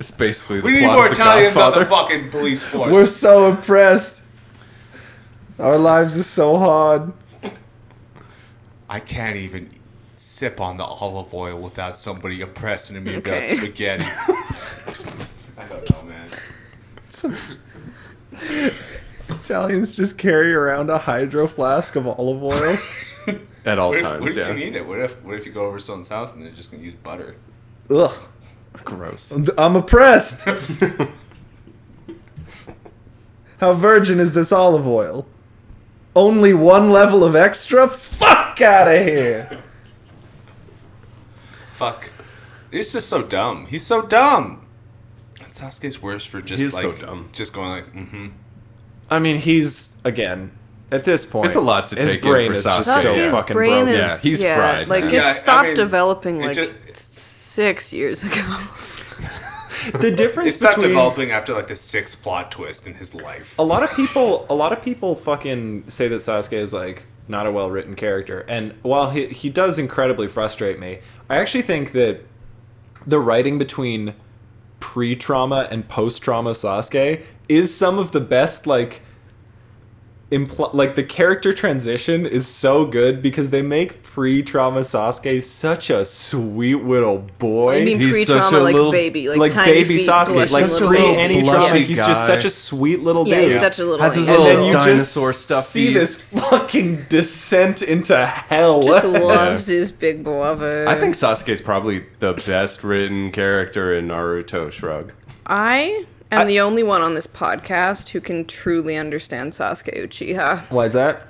Speaker 3: It's basically the
Speaker 4: We need
Speaker 3: plot
Speaker 4: more
Speaker 3: of the
Speaker 4: Italians on the
Speaker 3: Godfather.
Speaker 4: fucking police force.
Speaker 2: We're so impressed. Our lives are so hard.
Speaker 4: I can't even sip on the olive oil without somebody oppressing me
Speaker 1: Okay.
Speaker 3: (laughs)
Speaker 4: about spaghetti. I don't know, man.
Speaker 2: Italians just carry around a hydro flask of olive
Speaker 4: (laughs)
Speaker 2: oil.
Speaker 3: at all
Speaker 4: What if,
Speaker 3: times.
Speaker 4: what if
Speaker 3: yeah,
Speaker 4: you need it? What if what if you go over to someone's house and they're just gonna use butter?
Speaker 2: Ugh.
Speaker 3: gross.
Speaker 2: I'm
Speaker 4: (laughs)
Speaker 2: oppressed. How virgin is this olive oil? Only one level of extra? Fuck out of here.
Speaker 4: Fuck. He's just so dumb. He's so dumb. And Sasuke's worse for just
Speaker 3: He is
Speaker 4: like
Speaker 3: so dumb.
Speaker 4: just going like, mm-hmm.
Speaker 2: I mean, he's again at this point.
Speaker 3: It's a lot to his take in brain for is just Sasuke. so
Speaker 1: Sasuke's
Speaker 3: fucking
Speaker 1: brain is
Speaker 3: broke. Yeah, he's fried,
Speaker 1: Like
Speaker 3: man.
Speaker 1: it
Speaker 4: Yeah, I
Speaker 1: stopped
Speaker 4: mean,
Speaker 1: developing
Speaker 4: it
Speaker 1: like
Speaker 4: just-
Speaker 1: six years ago.
Speaker 2: (laughs) The difference
Speaker 4: It's not developing after like the sixth plot twist in his life.
Speaker 2: a lot of people a lot of people fucking say that Sasuke is like not a well-written character and while he he does incredibly frustrate me I actually think that the writing between pre-trauma and post-trauma Sasuke is some of the best like impl- like the character transition is so good because they make pre-trauma Sasuke such a sweet little boy
Speaker 1: I mean
Speaker 3: he's
Speaker 1: pre
Speaker 3: such
Speaker 1: trauma
Speaker 3: a
Speaker 1: like
Speaker 3: little-
Speaker 1: baby, like,
Speaker 2: like
Speaker 1: tiny
Speaker 2: baby
Speaker 1: feet,
Speaker 2: Sasuke,
Speaker 1: blushing
Speaker 2: like
Speaker 1: little
Speaker 2: pre
Speaker 1: baby.
Speaker 2: any
Speaker 3: baby.
Speaker 2: trauma.
Speaker 3: Blushy
Speaker 2: He's just
Speaker 3: guy.
Speaker 2: such a sweet little
Speaker 1: Yeah,
Speaker 2: dude.
Speaker 1: he's such a little
Speaker 3: Has his
Speaker 1: angel.
Speaker 3: little-
Speaker 2: and then you
Speaker 3: dinosaur
Speaker 2: just
Speaker 3: stuff
Speaker 2: see
Speaker 3: he's-
Speaker 2: this fucking descent into
Speaker 1: (laughs)
Speaker 2: hell.
Speaker 1: (laughs) just loves his big brother.
Speaker 3: I think Sasuke's probably the best written character in Naruto. Shrug.
Speaker 1: I am the only one on this podcast who can truly understand Sasuke Uchiha.
Speaker 2: Why is that?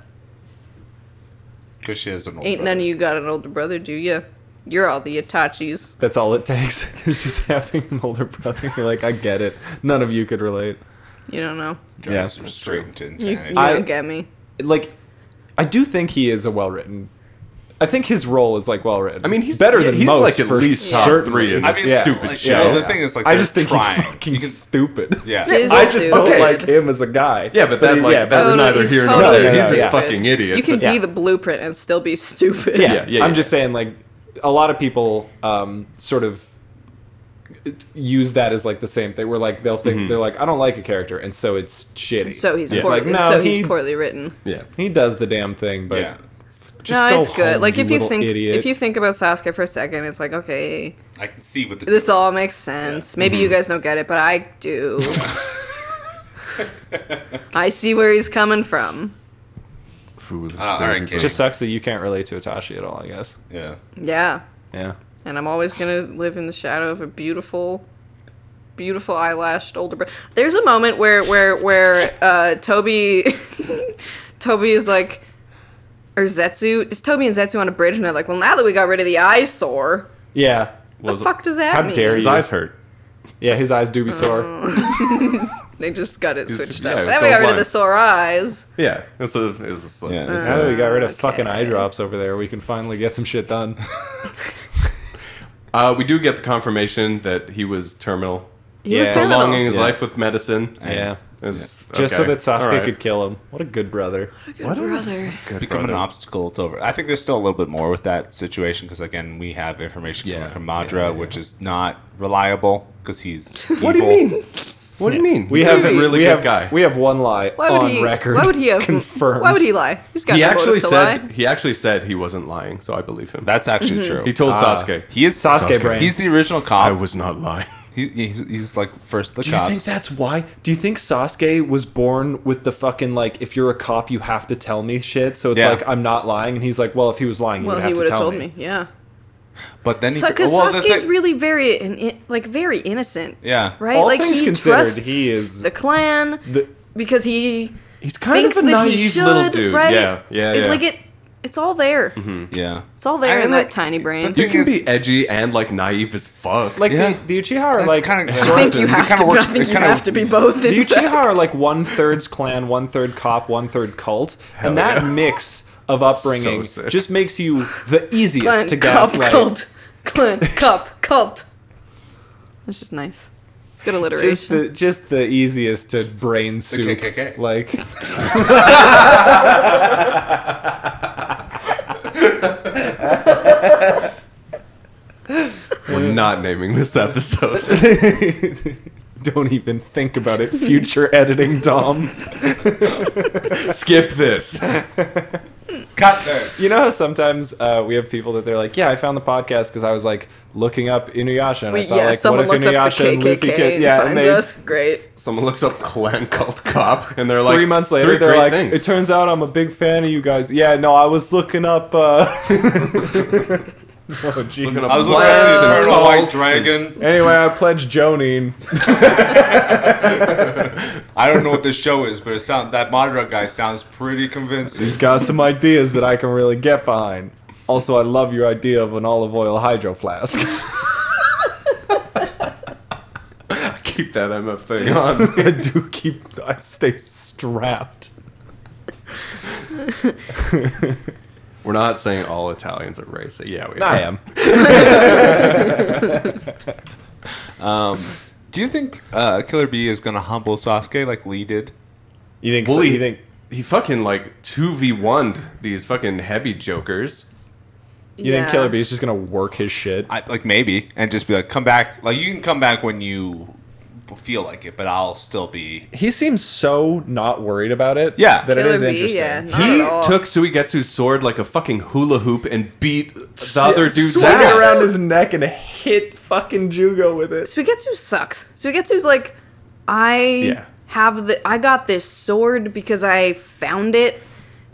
Speaker 4: Because she has an old
Speaker 1: Ain't none of you got an older brother, do you? You're all the Itachis.
Speaker 2: That's all it takes. (laughs) Is just having an older brother. (laughs) You're like, I get it. None of you could relate.
Speaker 1: You don't know.
Speaker 4: drives
Speaker 2: Yeah.
Speaker 4: her straight into
Speaker 1: You,
Speaker 4: insanity.
Speaker 1: you
Speaker 2: I-
Speaker 1: don't get me.
Speaker 2: Like, I do think he is a well written. I think his role is like well written.
Speaker 3: I mean, he's
Speaker 2: better
Speaker 3: yeah,
Speaker 2: than
Speaker 3: he's
Speaker 2: most.
Speaker 3: like at
Speaker 2: for
Speaker 3: least top
Speaker 2: certain.
Speaker 3: three in
Speaker 4: I
Speaker 3: this
Speaker 4: mean,
Speaker 3: stupid
Speaker 4: like,
Speaker 3: show.
Speaker 4: yeah, the thing is, like,
Speaker 2: I
Speaker 4: they're
Speaker 2: just think
Speaker 4: trying.
Speaker 2: he's fucking
Speaker 4: You can-
Speaker 2: stupid.
Speaker 4: Yeah.
Speaker 1: He's
Speaker 2: I just don't
Speaker 1: stupid.
Speaker 2: like him as a guy.
Speaker 3: Yeah, but that,
Speaker 2: he-
Speaker 3: like, that's
Speaker 1: Totally-
Speaker 3: neither
Speaker 1: he's
Speaker 3: here nor
Speaker 1: totally
Speaker 2: there. He's a
Speaker 1: stupid.
Speaker 3: fucking idiot,
Speaker 1: You can
Speaker 3: but-
Speaker 2: Yeah.
Speaker 1: be the blueprint and still be (laughs) stupid.
Speaker 2: yeah,
Speaker 3: Yeah, yeah,
Speaker 2: I'm
Speaker 3: yeah.
Speaker 2: just saying, like, a lot of people um, sort of use that as like the same thing. Where like they'll
Speaker 3: Mm-hmm.
Speaker 2: think they're like, I don't like a character, and so it's shitty.
Speaker 1: So he's
Speaker 2: Yeah. It's
Speaker 1: poorly.
Speaker 2: like, no,
Speaker 1: so
Speaker 2: he,
Speaker 1: he's poorly written.
Speaker 3: Yeah.
Speaker 2: he does the damn thing, but
Speaker 4: Yeah.
Speaker 2: just
Speaker 1: no,
Speaker 2: go
Speaker 1: it's good.
Speaker 2: home,
Speaker 1: Like if you
Speaker 2: little
Speaker 1: think
Speaker 2: idiot.
Speaker 1: if you think about Sasuke for a second, it's like okay,
Speaker 4: I can see what the
Speaker 1: this all makes sense. Maybe
Speaker 2: Mm-hmm.
Speaker 1: you guys don't get it, but I
Speaker 2: (laughs)
Speaker 1: do. I see where he's coming from.
Speaker 3: Foolish.
Speaker 4: Ah, all
Speaker 3: baby
Speaker 4: right,
Speaker 3: brain.
Speaker 2: it just sucks that you can't relate to Itachi at all. I guess.
Speaker 4: Yeah.
Speaker 1: Yeah,
Speaker 2: Yeah.
Speaker 1: and I'm always gonna live in the shadow of a beautiful, beautiful eyelashed older. Bro- There's a moment where where where uh, Toby, (laughs) Toby is like, or Zetsu is Toby and Zetsu on a bridge, and they're like, well, now that we got rid of the eyesore,
Speaker 2: Yeah.
Speaker 1: the fuck does that
Speaker 2: how
Speaker 1: mean?
Speaker 2: dare
Speaker 3: His
Speaker 2: you.
Speaker 3: eyes hurt.
Speaker 2: Yeah. His eyes do be
Speaker 1: Mm,
Speaker 2: sore.
Speaker 1: They just got it
Speaker 3: He's-
Speaker 1: switched
Speaker 3: yeah,
Speaker 1: up.
Speaker 3: he's
Speaker 1: Then we got rid of
Speaker 3: going
Speaker 1: the
Speaker 3: blind.
Speaker 1: sore eyes.
Speaker 3: Yeah. It's a, it's just like,
Speaker 4: Yeah.
Speaker 2: Now that we got rid of fucking
Speaker 1: okay.
Speaker 2: eye drops over there, we can finally get some shit done.
Speaker 3: Uh, we do get the confirmation that he was terminal,
Speaker 1: He was
Speaker 2: Yeah.
Speaker 1: terminal.
Speaker 3: prolonging his
Speaker 2: Yeah.
Speaker 3: life with medicine.
Speaker 2: yeah.
Speaker 3: Is-
Speaker 2: (laughs) Just so
Speaker 3: okay,
Speaker 2: that Sasuke
Speaker 3: all right.
Speaker 2: could kill him. What a good brother.
Speaker 1: Good brother.
Speaker 3: Good
Speaker 4: become
Speaker 3: brother.
Speaker 4: an obstacle to over. I think there's still a little bit more with that situation because again, we have information
Speaker 3: Yeah.
Speaker 4: coming from Madra, which is not reliable
Speaker 1: (laughs)
Speaker 4: because he's.
Speaker 3: What do you
Speaker 4: evil.
Speaker 3: mean? What do you mean?
Speaker 2: We
Speaker 3: He's
Speaker 2: have
Speaker 3: a
Speaker 2: we
Speaker 3: really good
Speaker 2: have,
Speaker 3: guy.
Speaker 2: We have one lie
Speaker 1: Why would
Speaker 2: on
Speaker 1: he?
Speaker 2: record.
Speaker 1: Why would
Speaker 2: (laughs)
Speaker 1: he have?
Speaker 2: confirmed?
Speaker 1: Why would he lie? He's got
Speaker 3: he
Speaker 1: no
Speaker 3: actually
Speaker 1: motive to
Speaker 3: said
Speaker 1: lie.
Speaker 3: he actually said he wasn't lying, so I believe him.
Speaker 4: That's actually
Speaker 1: Mm-hmm.
Speaker 4: true.
Speaker 3: he told
Speaker 2: Ah.
Speaker 3: Sasuke.
Speaker 4: he is
Speaker 2: Sasuke brain.
Speaker 4: He's the original cop.
Speaker 3: I was not lying.
Speaker 4: he's, he's, he's like first the
Speaker 2: Do you
Speaker 4: cops.
Speaker 2: think that's why? Do you think Sasuke was born with the fucking like, if you're a cop, you have to tell me shit? So it's
Speaker 4: Yeah.
Speaker 2: like I'm not lying, and he's like, well, if he was lying, he
Speaker 1: Well,
Speaker 2: would
Speaker 1: he
Speaker 2: have
Speaker 1: would
Speaker 2: to
Speaker 1: have
Speaker 2: tell
Speaker 1: told
Speaker 2: me.
Speaker 1: me. Yeah.
Speaker 4: but then he
Speaker 1: Because
Speaker 4: well, the
Speaker 1: Sasuke's
Speaker 4: thing-
Speaker 1: really very, in, in- like very innocent.
Speaker 4: Yeah.
Speaker 1: Right.
Speaker 2: All
Speaker 1: like
Speaker 2: things
Speaker 1: he
Speaker 2: considered,
Speaker 1: trusts
Speaker 2: he is-
Speaker 1: the clan
Speaker 2: The-
Speaker 1: because he
Speaker 3: He's kind
Speaker 1: thinks
Speaker 3: of a
Speaker 1: that he
Speaker 3: naive
Speaker 1: should.
Speaker 3: little dude.
Speaker 1: Right.
Speaker 3: Yeah, yeah,
Speaker 1: It's
Speaker 3: yeah.
Speaker 1: like it. It's all there.
Speaker 4: Yeah.
Speaker 1: It's all there in
Speaker 4: I mean,
Speaker 1: that
Speaker 4: like,
Speaker 1: tiny brain.
Speaker 4: the
Speaker 3: you
Speaker 4: thing
Speaker 3: can
Speaker 4: is-
Speaker 3: be edgy and like naive as fuck.
Speaker 2: like
Speaker 4: Yeah.
Speaker 2: the, the Uchiha are
Speaker 4: That's
Speaker 2: like
Speaker 4: kinda-
Speaker 2: sort
Speaker 3: (laughs)
Speaker 4: I
Speaker 1: I
Speaker 2: of-
Speaker 1: think
Speaker 4: It
Speaker 1: you have
Speaker 4: kinda
Speaker 1: to.
Speaker 4: works-
Speaker 1: I think
Speaker 4: it
Speaker 1: you
Speaker 4: kinda-
Speaker 1: have to be both.
Speaker 2: the
Speaker 1: in (laughs)
Speaker 2: Uchiha
Speaker 1: fact.
Speaker 2: are like one third clan, one third cop, one third cult, and
Speaker 3: Hell
Speaker 2: that
Speaker 3: yeah.
Speaker 2: mix of upbringing
Speaker 3: So sick.
Speaker 2: just makes you
Speaker 1: (laughs)
Speaker 2: the easiest
Speaker 1: Clint,
Speaker 2: to
Speaker 1: cup, (laughs)
Speaker 2: gaslight.
Speaker 1: cult. Clint, cup, cult. That's just nice. It's good alliteration.
Speaker 2: Just the just the easiest to brain soup.
Speaker 4: KKK.
Speaker 2: Like
Speaker 3: We're not naming this episode.
Speaker 2: (laughs) don't even think about it. Future editing, Dom.
Speaker 3: Skip this.
Speaker 4: Cut this.
Speaker 2: You know how sometimes uh, we have people that they're like, "Yeah, I found the podcast because I was like looking up Inuyasha and I
Speaker 1: Wait,
Speaker 2: saw
Speaker 1: yeah,
Speaker 2: like what
Speaker 1: someone
Speaker 2: if
Speaker 1: looks up the
Speaker 2: Inuyasha and
Speaker 1: KKK
Speaker 2: Luffy
Speaker 1: and
Speaker 2: kid, yeah, and
Speaker 1: finds
Speaker 2: they
Speaker 1: us. Great.
Speaker 3: Someone looks up clan cult cop and they're like
Speaker 2: three months later
Speaker 3: "Three
Speaker 2: they're
Speaker 3: great
Speaker 2: like,
Speaker 3: things."
Speaker 2: "It turns out I'm a big fan of you guys." Yeah, no, I was looking up. Uh... (laughs) oh,
Speaker 3: Looking
Speaker 2: Jesus.
Speaker 3: up
Speaker 4: I was looking at
Speaker 3: plans
Speaker 4: the
Speaker 3: and
Speaker 4: Eternal White
Speaker 3: cults and-
Speaker 4: Dragon.
Speaker 2: Anyway, I pledged Jonine.
Speaker 4: I don't know what this show is, but it sound that Madra guy sounds pretty convincing.
Speaker 2: He's got some ideas that I can really get behind. Also, I love your idea of an olive oil hydro flask.
Speaker 3: (laughs) Keep that MF thing on.
Speaker 2: (laughs) I do keep. I stay strapped.
Speaker 3: (laughs) We're not saying all Italians are racist. Yeah, we
Speaker 2: I
Speaker 3: are.
Speaker 2: am.
Speaker 4: Do you think uh, Killer B is gonna humble Sasuke like Lee did?
Speaker 2: You think?
Speaker 3: Well,
Speaker 2: so,
Speaker 3: he-
Speaker 2: you think?
Speaker 3: He fucking like two v one these fucking heavy jokers.
Speaker 2: You
Speaker 1: Yeah.
Speaker 2: think Killer B is just gonna work his shit?
Speaker 4: I, like maybe, and just be like, come back. Like you can come back when you feel like it, but I'll still be.
Speaker 2: He seems so not worried about it.
Speaker 4: Yeah.
Speaker 2: that it
Speaker 1: Killer
Speaker 2: is
Speaker 1: B,
Speaker 2: interesting.
Speaker 1: yeah. Not
Speaker 3: He
Speaker 1: at all.
Speaker 3: took Suigetsu's sword like a fucking hula hoop and beat the other dude's
Speaker 2: swung it
Speaker 3: ass.
Speaker 2: around his neck and hit fucking Jugo with it.
Speaker 1: Suigetsu sucks. Suigetsu's like, I
Speaker 3: Yeah.
Speaker 1: have the I got this sword because I found it.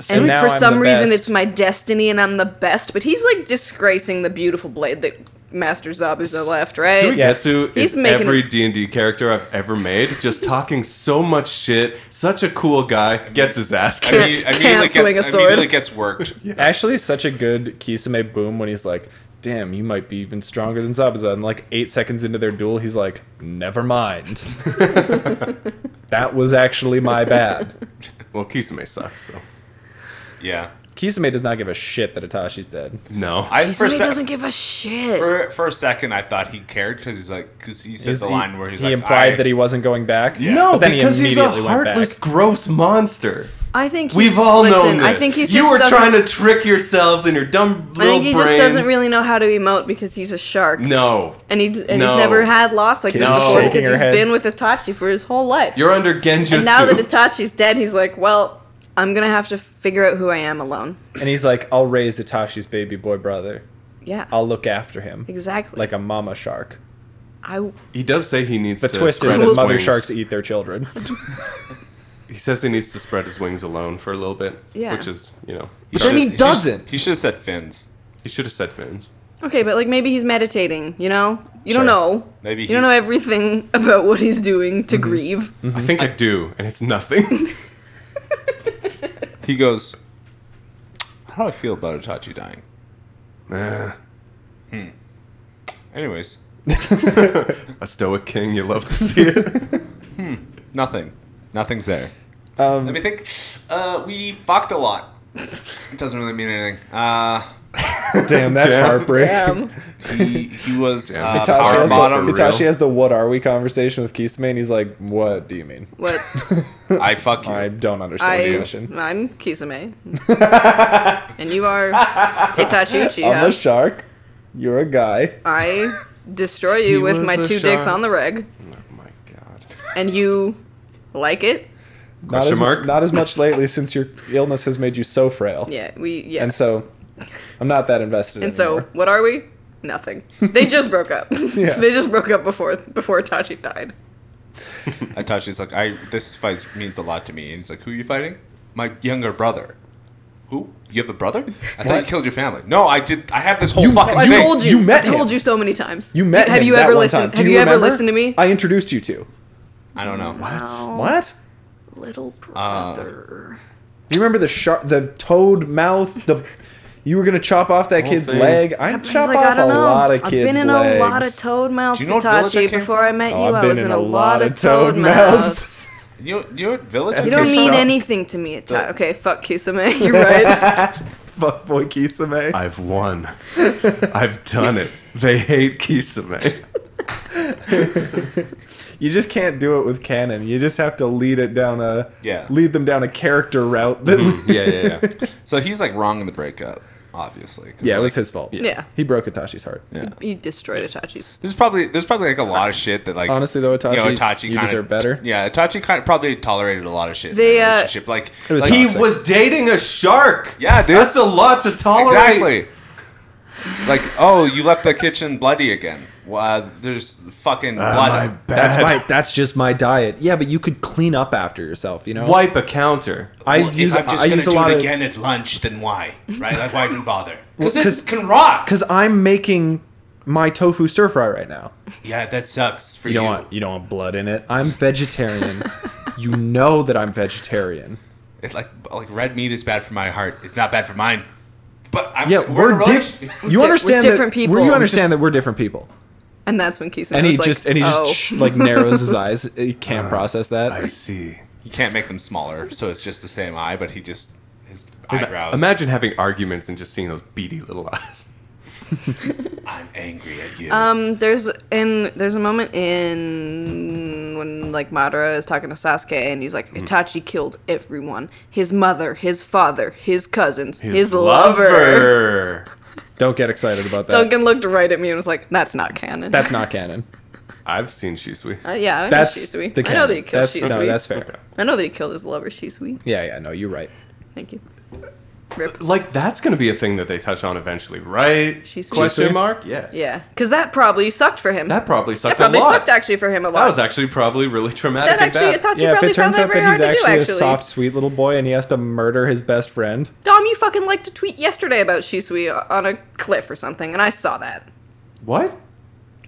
Speaker 2: And
Speaker 1: And
Speaker 2: now
Speaker 1: for
Speaker 2: I'm
Speaker 1: some
Speaker 2: the
Speaker 1: reason
Speaker 2: best.
Speaker 1: it's my destiny and I'm the best, but he's like disgracing the beautiful blade that Master Zabuza left, right?
Speaker 3: Suigetsu
Speaker 1: He's
Speaker 3: is
Speaker 1: making-
Speaker 3: every D and D character I've ever made. Just talking so much shit. Such a cool guy. Gets his ass
Speaker 4: I
Speaker 3: kicked.
Speaker 4: mean, immediately
Speaker 1: can't swing a
Speaker 4: gets
Speaker 1: sword.
Speaker 4: immediately gets (laughs) worked.
Speaker 2: Actually, such a good Kisame boom when he's like, "Damn, you might be even stronger than Zabuza." And like eight seconds into their duel, he's like, "Never (laughs) mind." that was actually my bad.
Speaker 3: Well, Kisame sucks. So
Speaker 4: Yeah.
Speaker 2: Kisame does not give a shit that Itashi's dead.
Speaker 3: No.
Speaker 4: I for a,
Speaker 1: Kisame
Speaker 4: sec-
Speaker 1: doesn't give a shit.
Speaker 4: for, for a second I thought he cared because he's like because he says
Speaker 2: He's-
Speaker 4: the line where he's
Speaker 2: he
Speaker 4: like
Speaker 2: implied
Speaker 4: I-
Speaker 2: that he wasn't going back.
Speaker 4: Yeah.
Speaker 3: No,
Speaker 2: but then
Speaker 3: because
Speaker 2: he
Speaker 3: he's a
Speaker 2: immediately went back.
Speaker 3: heartless, gross monster.
Speaker 1: I think he's,
Speaker 3: We've all
Speaker 1: listen,
Speaker 3: known this.
Speaker 1: I think he's
Speaker 3: you
Speaker 1: just
Speaker 3: were
Speaker 1: doesn't-
Speaker 3: trying to trick yourselves and your dumb
Speaker 1: I
Speaker 3: little
Speaker 1: think he
Speaker 3: brains.
Speaker 1: just doesn't really know how to emote because he's a shark.
Speaker 3: No,
Speaker 1: And, he, and he's
Speaker 3: No.
Speaker 1: never had loss like this
Speaker 3: No.
Speaker 1: before
Speaker 3: Shaking
Speaker 1: because
Speaker 2: her
Speaker 1: he's
Speaker 2: head.
Speaker 1: been with Itachi for his whole life.
Speaker 3: you're under Genjutsu.
Speaker 1: and now that Itachi's dead, he's like, well, I'm going to have to figure out who I am alone.
Speaker 2: and he's like, "I'll raise Itashi's baby boy brother.
Speaker 1: Yeah.
Speaker 2: I'll look after him
Speaker 1: exactly.
Speaker 2: like a mama shark."
Speaker 1: I
Speaker 3: he does say he needs
Speaker 2: The
Speaker 3: to
Speaker 2: twist is
Speaker 3: spread
Speaker 2: that
Speaker 3: his
Speaker 2: mother
Speaker 3: wings.
Speaker 2: sharks eat their
Speaker 3: (laughs)
Speaker 2: children.
Speaker 3: He says he needs to spread his wings alone for a little bit.
Speaker 1: Yeah.
Speaker 3: Which is, you know,
Speaker 2: But then
Speaker 4: should-
Speaker 2: he
Speaker 4: should-
Speaker 2: doesn't.
Speaker 4: He should have said fins.
Speaker 3: he should have said fins.
Speaker 1: Okay, but like maybe he's meditating, you know? You
Speaker 2: Sure.
Speaker 1: don't
Speaker 2: Mm-hmm.
Speaker 1: know.
Speaker 4: Maybe
Speaker 1: you don't know
Speaker 4: he's-
Speaker 1: everything (laughs) about what he's doing to
Speaker 2: (laughs)
Speaker 1: grieve.
Speaker 3: I think I do, and it's nothing. (laughs)
Speaker 4: He goes, How do I feel about Itachi dying?
Speaker 3: Eh,
Speaker 4: Anyways,
Speaker 3: a stoic king, you love to see it. Oh
Speaker 4: nothing. Nothing's there.
Speaker 2: Um,
Speaker 4: Let me think. Uh, we fucked a lot. It doesn't really mean anything. Uh,
Speaker 2: Damn, that's
Speaker 3: Damn.
Speaker 2: heartbreak. (laughs)
Speaker 1: Damn.
Speaker 4: he, he was
Speaker 3: Damn. Itachi
Speaker 4: uh,
Speaker 2: Natasha
Speaker 4: power
Speaker 2: has,
Speaker 4: bottom.
Speaker 2: the,
Speaker 3: for real.
Speaker 2: Natasha has the what are we conversation with Kisame, and he's like, what do you mean?
Speaker 1: What
Speaker 4: I fuck
Speaker 2: (laughs)
Speaker 4: you.
Speaker 2: I don't understand the
Speaker 1: I
Speaker 2: question.
Speaker 1: I'm
Speaker 2: (laughs)
Speaker 1: Kisame. and you are Itachi
Speaker 2: I'm a
Speaker 1: Uchiha.
Speaker 2: shark. You're a guy.
Speaker 1: I destroy
Speaker 3: He
Speaker 1: you with
Speaker 3: was
Speaker 1: my
Speaker 3: a
Speaker 1: two dicks
Speaker 3: shark.
Speaker 1: on the reg
Speaker 3: oh my god.
Speaker 1: and you like it?
Speaker 2: Not
Speaker 3: Question
Speaker 2: as,
Speaker 3: mark?
Speaker 2: not as much lately since your illness has made you so frail.
Speaker 1: Yeah, we yeah.
Speaker 2: And so I'm not that invested
Speaker 1: And so,
Speaker 2: anymore.
Speaker 1: what are we? Nothing. They just broke up.
Speaker 2: (laughs)
Speaker 1: (laughs)
Speaker 2: Yeah.
Speaker 1: They just broke up before before Itachi died.
Speaker 4: Itachi's like, I this fight means a lot to me. And he's like, Who are you fighting? My younger brother. Who? You have a brother? I thought
Speaker 2: What?
Speaker 4: you killed your family. No, I did. I have this whole
Speaker 2: You-
Speaker 4: fucking
Speaker 2: I
Speaker 1: I
Speaker 4: thing.
Speaker 1: told you.
Speaker 2: you met
Speaker 1: I told
Speaker 2: him.
Speaker 1: you so many times.
Speaker 2: You met
Speaker 1: Have
Speaker 2: him
Speaker 1: you
Speaker 2: that
Speaker 1: ever
Speaker 2: one
Speaker 1: listened?
Speaker 2: time. Do
Speaker 1: Have you, ever
Speaker 2: remember?
Speaker 1: listened to me?
Speaker 2: I introduced you to.
Speaker 4: I don't know.
Speaker 1: Wow.
Speaker 2: What?
Speaker 1: Little brother.
Speaker 2: You remember the shark, the toad mouth, the you were gonna chop off that kid's
Speaker 3: thing.
Speaker 2: leg. I
Speaker 1: He's
Speaker 2: chop
Speaker 1: like,
Speaker 2: off
Speaker 1: I don't
Speaker 2: a
Speaker 1: know.
Speaker 2: lot of
Speaker 1: I've
Speaker 2: kids'
Speaker 1: been in
Speaker 2: legs.
Speaker 1: a lot of toad mouths,
Speaker 4: Do you know what village I
Speaker 1: Itachi.
Speaker 4: came
Speaker 1: Before I met
Speaker 2: Oh,
Speaker 1: you,
Speaker 2: I've
Speaker 1: I
Speaker 2: been
Speaker 1: was
Speaker 2: in
Speaker 1: in a
Speaker 2: a lot
Speaker 1: lot
Speaker 2: of
Speaker 1: of toad
Speaker 2: toad mouths. (laughs)
Speaker 1: mouths.
Speaker 4: You know, you know what village I
Speaker 1: (laughs) You
Speaker 2: That's
Speaker 1: don't
Speaker 2: a
Speaker 4: came
Speaker 1: mean
Speaker 2: shock.
Speaker 1: anything to me, Itachi. Okay, fuck Kisame. (laughs)
Speaker 2: (laughs)
Speaker 1: You're right.
Speaker 2: Fuck boy Kisame.
Speaker 3: I've won. I've done it. They hate Kisame.
Speaker 2: You just can't do it with canon. You just have to lead it down a
Speaker 4: Yeah.
Speaker 2: lead them down a character route. That,
Speaker 3: yeah, yeah, yeah.
Speaker 4: So he's like wrong in the breakup, obviously.
Speaker 2: (laughs)
Speaker 4: 'Cause,
Speaker 2: yeah, it
Speaker 4: like,
Speaker 2: was his fault.
Speaker 1: Yeah.
Speaker 2: he broke Itachi's heart.
Speaker 4: Yeah.
Speaker 1: He destroyed Itachi's.
Speaker 4: There's probably there's probably like a lot of shit that like
Speaker 2: Honestly, though, Itachi,
Speaker 4: you know Itachi
Speaker 2: you
Speaker 4: kinda,
Speaker 2: deserve better.
Speaker 4: Yeah, Itachi kind of probably tolerated a lot of shit. in
Speaker 1: They,
Speaker 4: their
Speaker 1: uh,
Speaker 4: relationship. like,
Speaker 2: It was
Speaker 4: like
Speaker 3: He
Speaker 2: Toxic.
Speaker 3: was dating a shark.
Speaker 4: Yeah, dude.
Speaker 3: That's a lot to tolerate.
Speaker 4: exactly. like, oh, you left the kitchen bloody again. Wow, there's fucking
Speaker 3: Uh,
Speaker 4: blood.
Speaker 3: my bad.
Speaker 2: That's my that's just my diet. Yeah, but you could clean up after yourself. You know,
Speaker 3: wipe a counter.
Speaker 2: I
Speaker 4: Well, if
Speaker 2: use
Speaker 4: I'm just
Speaker 2: I
Speaker 4: gonna
Speaker 2: use a
Speaker 4: do
Speaker 2: lot
Speaker 4: it
Speaker 2: of
Speaker 4: again at lunch. Then why? Right? Like, why even bother?
Speaker 2: (laughs)
Speaker 4: Because
Speaker 2: Well, 'cause-
Speaker 4: it can rock.
Speaker 2: because I'm making my tofu stir fry right now.
Speaker 4: Yeah, that sucks for
Speaker 2: You
Speaker 4: you.
Speaker 2: don't want you don't want blood in it.
Speaker 1: (laughs)
Speaker 2: I'm vegetarian. you know that I'm vegetarian.
Speaker 4: It's like like red meat is bad for my heart. It's not bad for mine. But I'm
Speaker 2: Yeah,
Speaker 4: s-
Speaker 2: we're,
Speaker 4: in a (laughs)
Speaker 2: different.
Speaker 4: relationship.
Speaker 2: You
Speaker 1: we're
Speaker 2: understand
Speaker 1: different
Speaker 2: that,
Speaker 1: people.
Speaker 2: You
Speaker 1: We're
Speaker 2: understand
Speaker 1: just-
Speaker 2: that we're different people.
Speaker 1: And that's when Kisame
Speaker 2: and he
Speaker 1: was like,
Speaker 2: just and he
Speaker 1: oh.
Speaker 2: just sh- like
Speaker 1: (laughs)
Speaker 2: narrows his eyes. He can't
Speaker 4: Uh,
Speaker 2: process that.
Speaker 3: see.
Speaker 4: You can't make them smaller, so it's just the same eye, but he just his eyebrows.
Speaker 3: Imagine having arguments and just seeing those beady little eyes.
Speaker 4: I'm angry at you.
Speaker 1: Um, there's in there's a moment in when like Madara is talking to Sasuke and he's
Speaker 2: Mm-hmm.
Speaker 1: like Itachi killed everyone his mother his father his cousins his,
Speaker 2: (laughs)
Speaker 1: lover.
Speaker 2: Don't get excited about that.
Speaker 1: Duncan looked right at me and was like that's not canon.
Speaker 2: that's not canon.
Speaker 3: I've seen Shisui.
Speaker 1: (laughs) Uh, yeah, I know
Speaker 2: That's
Speaker 1: Shisui.
Speaker 2: the
Speaker 1: I
Speaker 2: canon.
Speaker 1: know that he killed
Speaker 2: that's,
Speaker 1: Shisui.
Speaker 2: No, that's fair.
Speaker 1: I know that he killed his lover Shisui.
Speaker 2: Yeah, yeah. No, you're right.
Speaker 1: Thank you. Rip.
Speaker 3: Like that's going to be a thing that they touch on eventually, right?
Speaker 1: Shisui.
Speaker 3: Question
Speaker 2: Shisui?
Speaker 3: mark? Yeah.
Speaker 1: Yeah, because that probably sucked for him.
Speaker 3: That probably
Speaker 1: That
Speaker 3: sucked
Speaker 1: probably
Speaker 3: a lot.
Speaker 1: sucked actually for him a lot.
Speaker 3: that was actually probably really traumatic
Speaker 1: That actually
Speaker 3: and bad.
Speaker 1: Itachi
Speaker 2: yeah, if
Speaker 1: probably
Speaker 2: it turns
Speaker 1: found
Speaker 2: out
Speaker 1: that very hard
Speaker 2: that he's
Speaker 1: to do
Speaker 2: actually a
Speaker 1: actually.
Speaker 2: soft, sweet little boy and he has to murder his best friend,
Speaker 1: Dom, you fucking liked a tweet yesterday about Shisui on a cliff or something, and I saw that.
Speaker 3: what?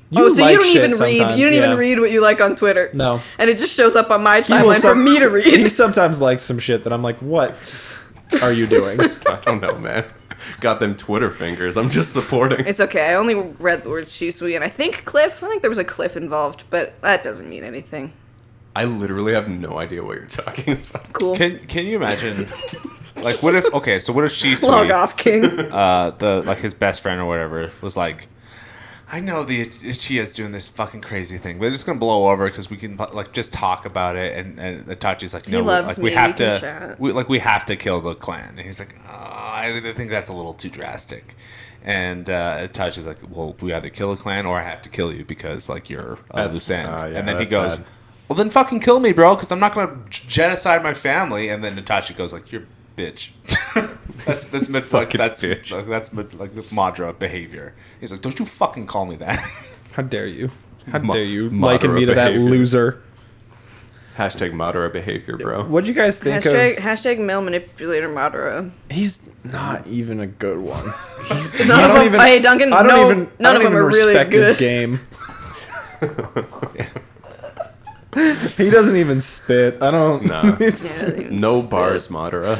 Speaker 2: you
Speaker 1: oh, so
Speaker 2: like
Speaker 1: you don't
Speaker 2: shit
Speaker 1: even read.
Speaker 2: sometime.
Speaker 1: You don't
Speaker 2: Yeah.
Speaker 1: even read what you like on Twitter.
Speaker 2: No.
Speaker 1: And it just shows up on my
Speaker 2: He will
Speaker 1: timeline for
Speaker 2: some- (laughs)
Speaker 1: me to read.
Speaker 2: He sometimes likes some shit that I'm like, what are you doing?
Speaker 3: I don't know, man. (laughs) Got them Twitter fingers. I'm just supporting.
Speaker 1: It's okay. I only read the word Shisui, and I think cliff. I think there was a cliff involved, but that doesn't mean anything.
Speaker 3: I literally have no idea what you're talking about.
Speaker 1: Cool.
Speaker 4: can can you imagine? Like, what if? Okay, so what
Speaker 1: (laughs)
Speaker 4: if she
Speaker 1: Log
Speaker 4: sweetie,
Speaker 1: off,
Speaker 4: (laughs)
Speaker 1: King.
Speaker 4: uh, the like his best friend or whatever was like, I know the Ichiya's doing this fucking crazy thing, but it's gonna blow over because we can like just talk about it. And and Itachi's like, no,
Speaker 1: loves
Speaker 4: like
Speaker 1: me,
Speaker 4: we have
Speaker 1: we can
Speaker 4: to,
Speaker 1: chat."
Speaker 4: we, like we have to kill the clan. And he's like, oh, I think that's a little too drastic. And uh, Itachi's like, well, we either kill the clan or I have to kill you because like you're a
Speaker 2: That's-
Speaker 4: loose end.
Speaker 2: ah, yeah,
Speaker 4: and then he
Speaker 2: that's
Speaker 4: goes.
Speaker 2: sad.
Speaker 4: Well then, fucking kill me, bro, because I'm not gonna g- genocide my family. And then Natasha goes like, "You're a bitch." (laughs) that's that's mid like,
Speaker 3: Fucking
Speaker 4: that's
Speaker 3: bitch.
Speaker 4: like, that's mid, like Madra behavior. He's like, "Don't you fucking call me that." (laughs)
Speaker 2: How dare you? How
Speaker 3: Mo-
Speaker 2: dare you liken me
Speaker 3: moderate
Speaker 2: to that
Speaker 3: behavior.
Speaker 2: loser?
Speaker 3: Hashtag moderate behavior, bro.
Speaker 2: What do you guys think
Speaker 1: Hashtag,
Speaker 2: of?
Speaker 1: hashtag male manipulator Madara.
Speaker 2: He's not even a good
Speaker 1: (laughs)
Speaker 2: one.
Speaker 1: None
Speaker 2: I
Speaker 1: of
Speaker 2: don't
Speaker 1: them,
Speaker 2: even-
Speaker 1: hey, Duncan,
Speaker 2: I don't
Speaker 1: no,
Speaker 2: even.
Speaker 1: none
Speaker 2: I
Speaker 1: of them
Speaker 2: don't even
Speaker 1: are really
Speaker 2: respect
Speaker 1: good.
Speaker 2: his
Speaker 1: (laughs)
Speaker 3: (laughs)
Speaker 2: game. he doesn't even spit. I don't.
Speaker 3: Nah.
Speaker 2: (laughs) It's-
Speaker 3: No bars,
Speaker 1: (laughs)
Speaker 3: Madara.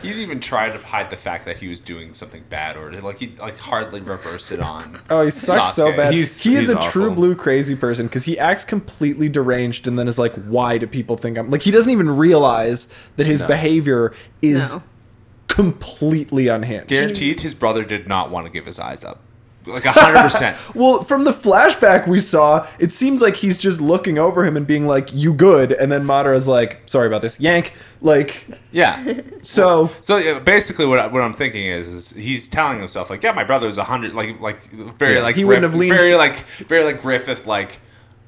Speaker 4: he didn't even try to hide the fact that he was doing something bad, or like he like hardly reversed it on.
Speaker 2: Oh, he sucks so
Speaker 4: Sasuke.
Speaker 2: bad.
Speaker 3: He's-
Speaker 2: he is
Speaker 3: he's
Speaker 2: a true
Speaker 3: awful.
Speaker 2: blue crazy person because he acts completely deranged and then is like, "Why do people think I'm like?" He doesn't even realize that his behavior is
Speaker 1: No.
Speaker 2: completely unhinged.
Speaker 4: Guaranteed, his brother did not want to give his eyes up, like hundred percent.
Speaker 2: Well, from the flashback we saw, it seems like he's just looking over him and being like, "You good?" And then Madara's like, "Sorry about this, yank." Like,
Speaker 4: Yeah,
Speaker 2: so
Speaker 4: So yeah, basically, what I- what I'm thinking is, is he's telling himself like, yeah, my brother was a hundred, like like very
Speaker 2: Yeah,
Speaker 4: like
Speaker 2: he wouldn't have leaned
Speaker 4: very
Speaker 2: s-
Speaker 4: like very like Griffith, like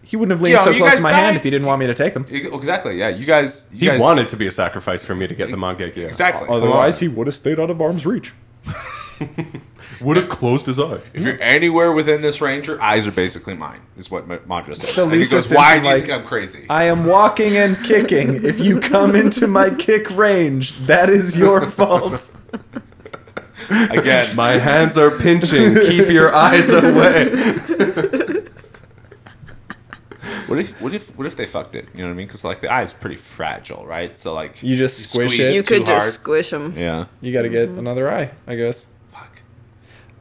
Speaker 2: he wouldn't have leaned
Speaker 4: Yo,
Speaker 2: so
Speaker 4: you
Speaker 2: close to
Speaker 4: guys
Speaker 2: my hand
Speaker 4: died?
Speaker 2: if he didn't want me to take him.
Speaker 4: exactly, yeah. You guys, you
Speaker 3: He
Speaker 4: guys
Speaker 3: wanted to be a sacrifice for me to get the Mangekyo.
Speaker 4: exactly.
Speaker 2: Otherwise, he would have stayed out of arm's reach.
Speaker 3: Would have closed his eye.
Speaker 4: If you're anywhere within this range, your eyes are basically mine. Is what Ma- Madra says.
Speaker 2: The
Speaker 4: And he
Speaker 2: Lisa
Speaker 4: goes, "Why
Speaker 2: Simpson,
Speaker 4: do you
Speaker 2: like-
Speaker 4: think I'm crazy?"
Speaker 2: I (laughs) am walking and kicking. If you come into my kick range, that is your fault.
Speaker 4: Again,
Speaker 3: My hands are pinching.
Speaker 4: (laughs)
Speaker 3: Keep your eyes away.
Speaker 4: what if what if what if they fucked it? You know what I mean? Because like the eye's pretty fragile, right? So like
Speaker 2: You just squish
Speaker 4: squeeze
Speaker 2: it.
Speaker 1: You
Speaker 4: too
Speaker 1: could
Speaker 4: hard.
Speaker 1: just squish him.
Speaker 4: yeah.
Speaker 2: You got to get another eye, I guess.
Speaker 4: Fuck.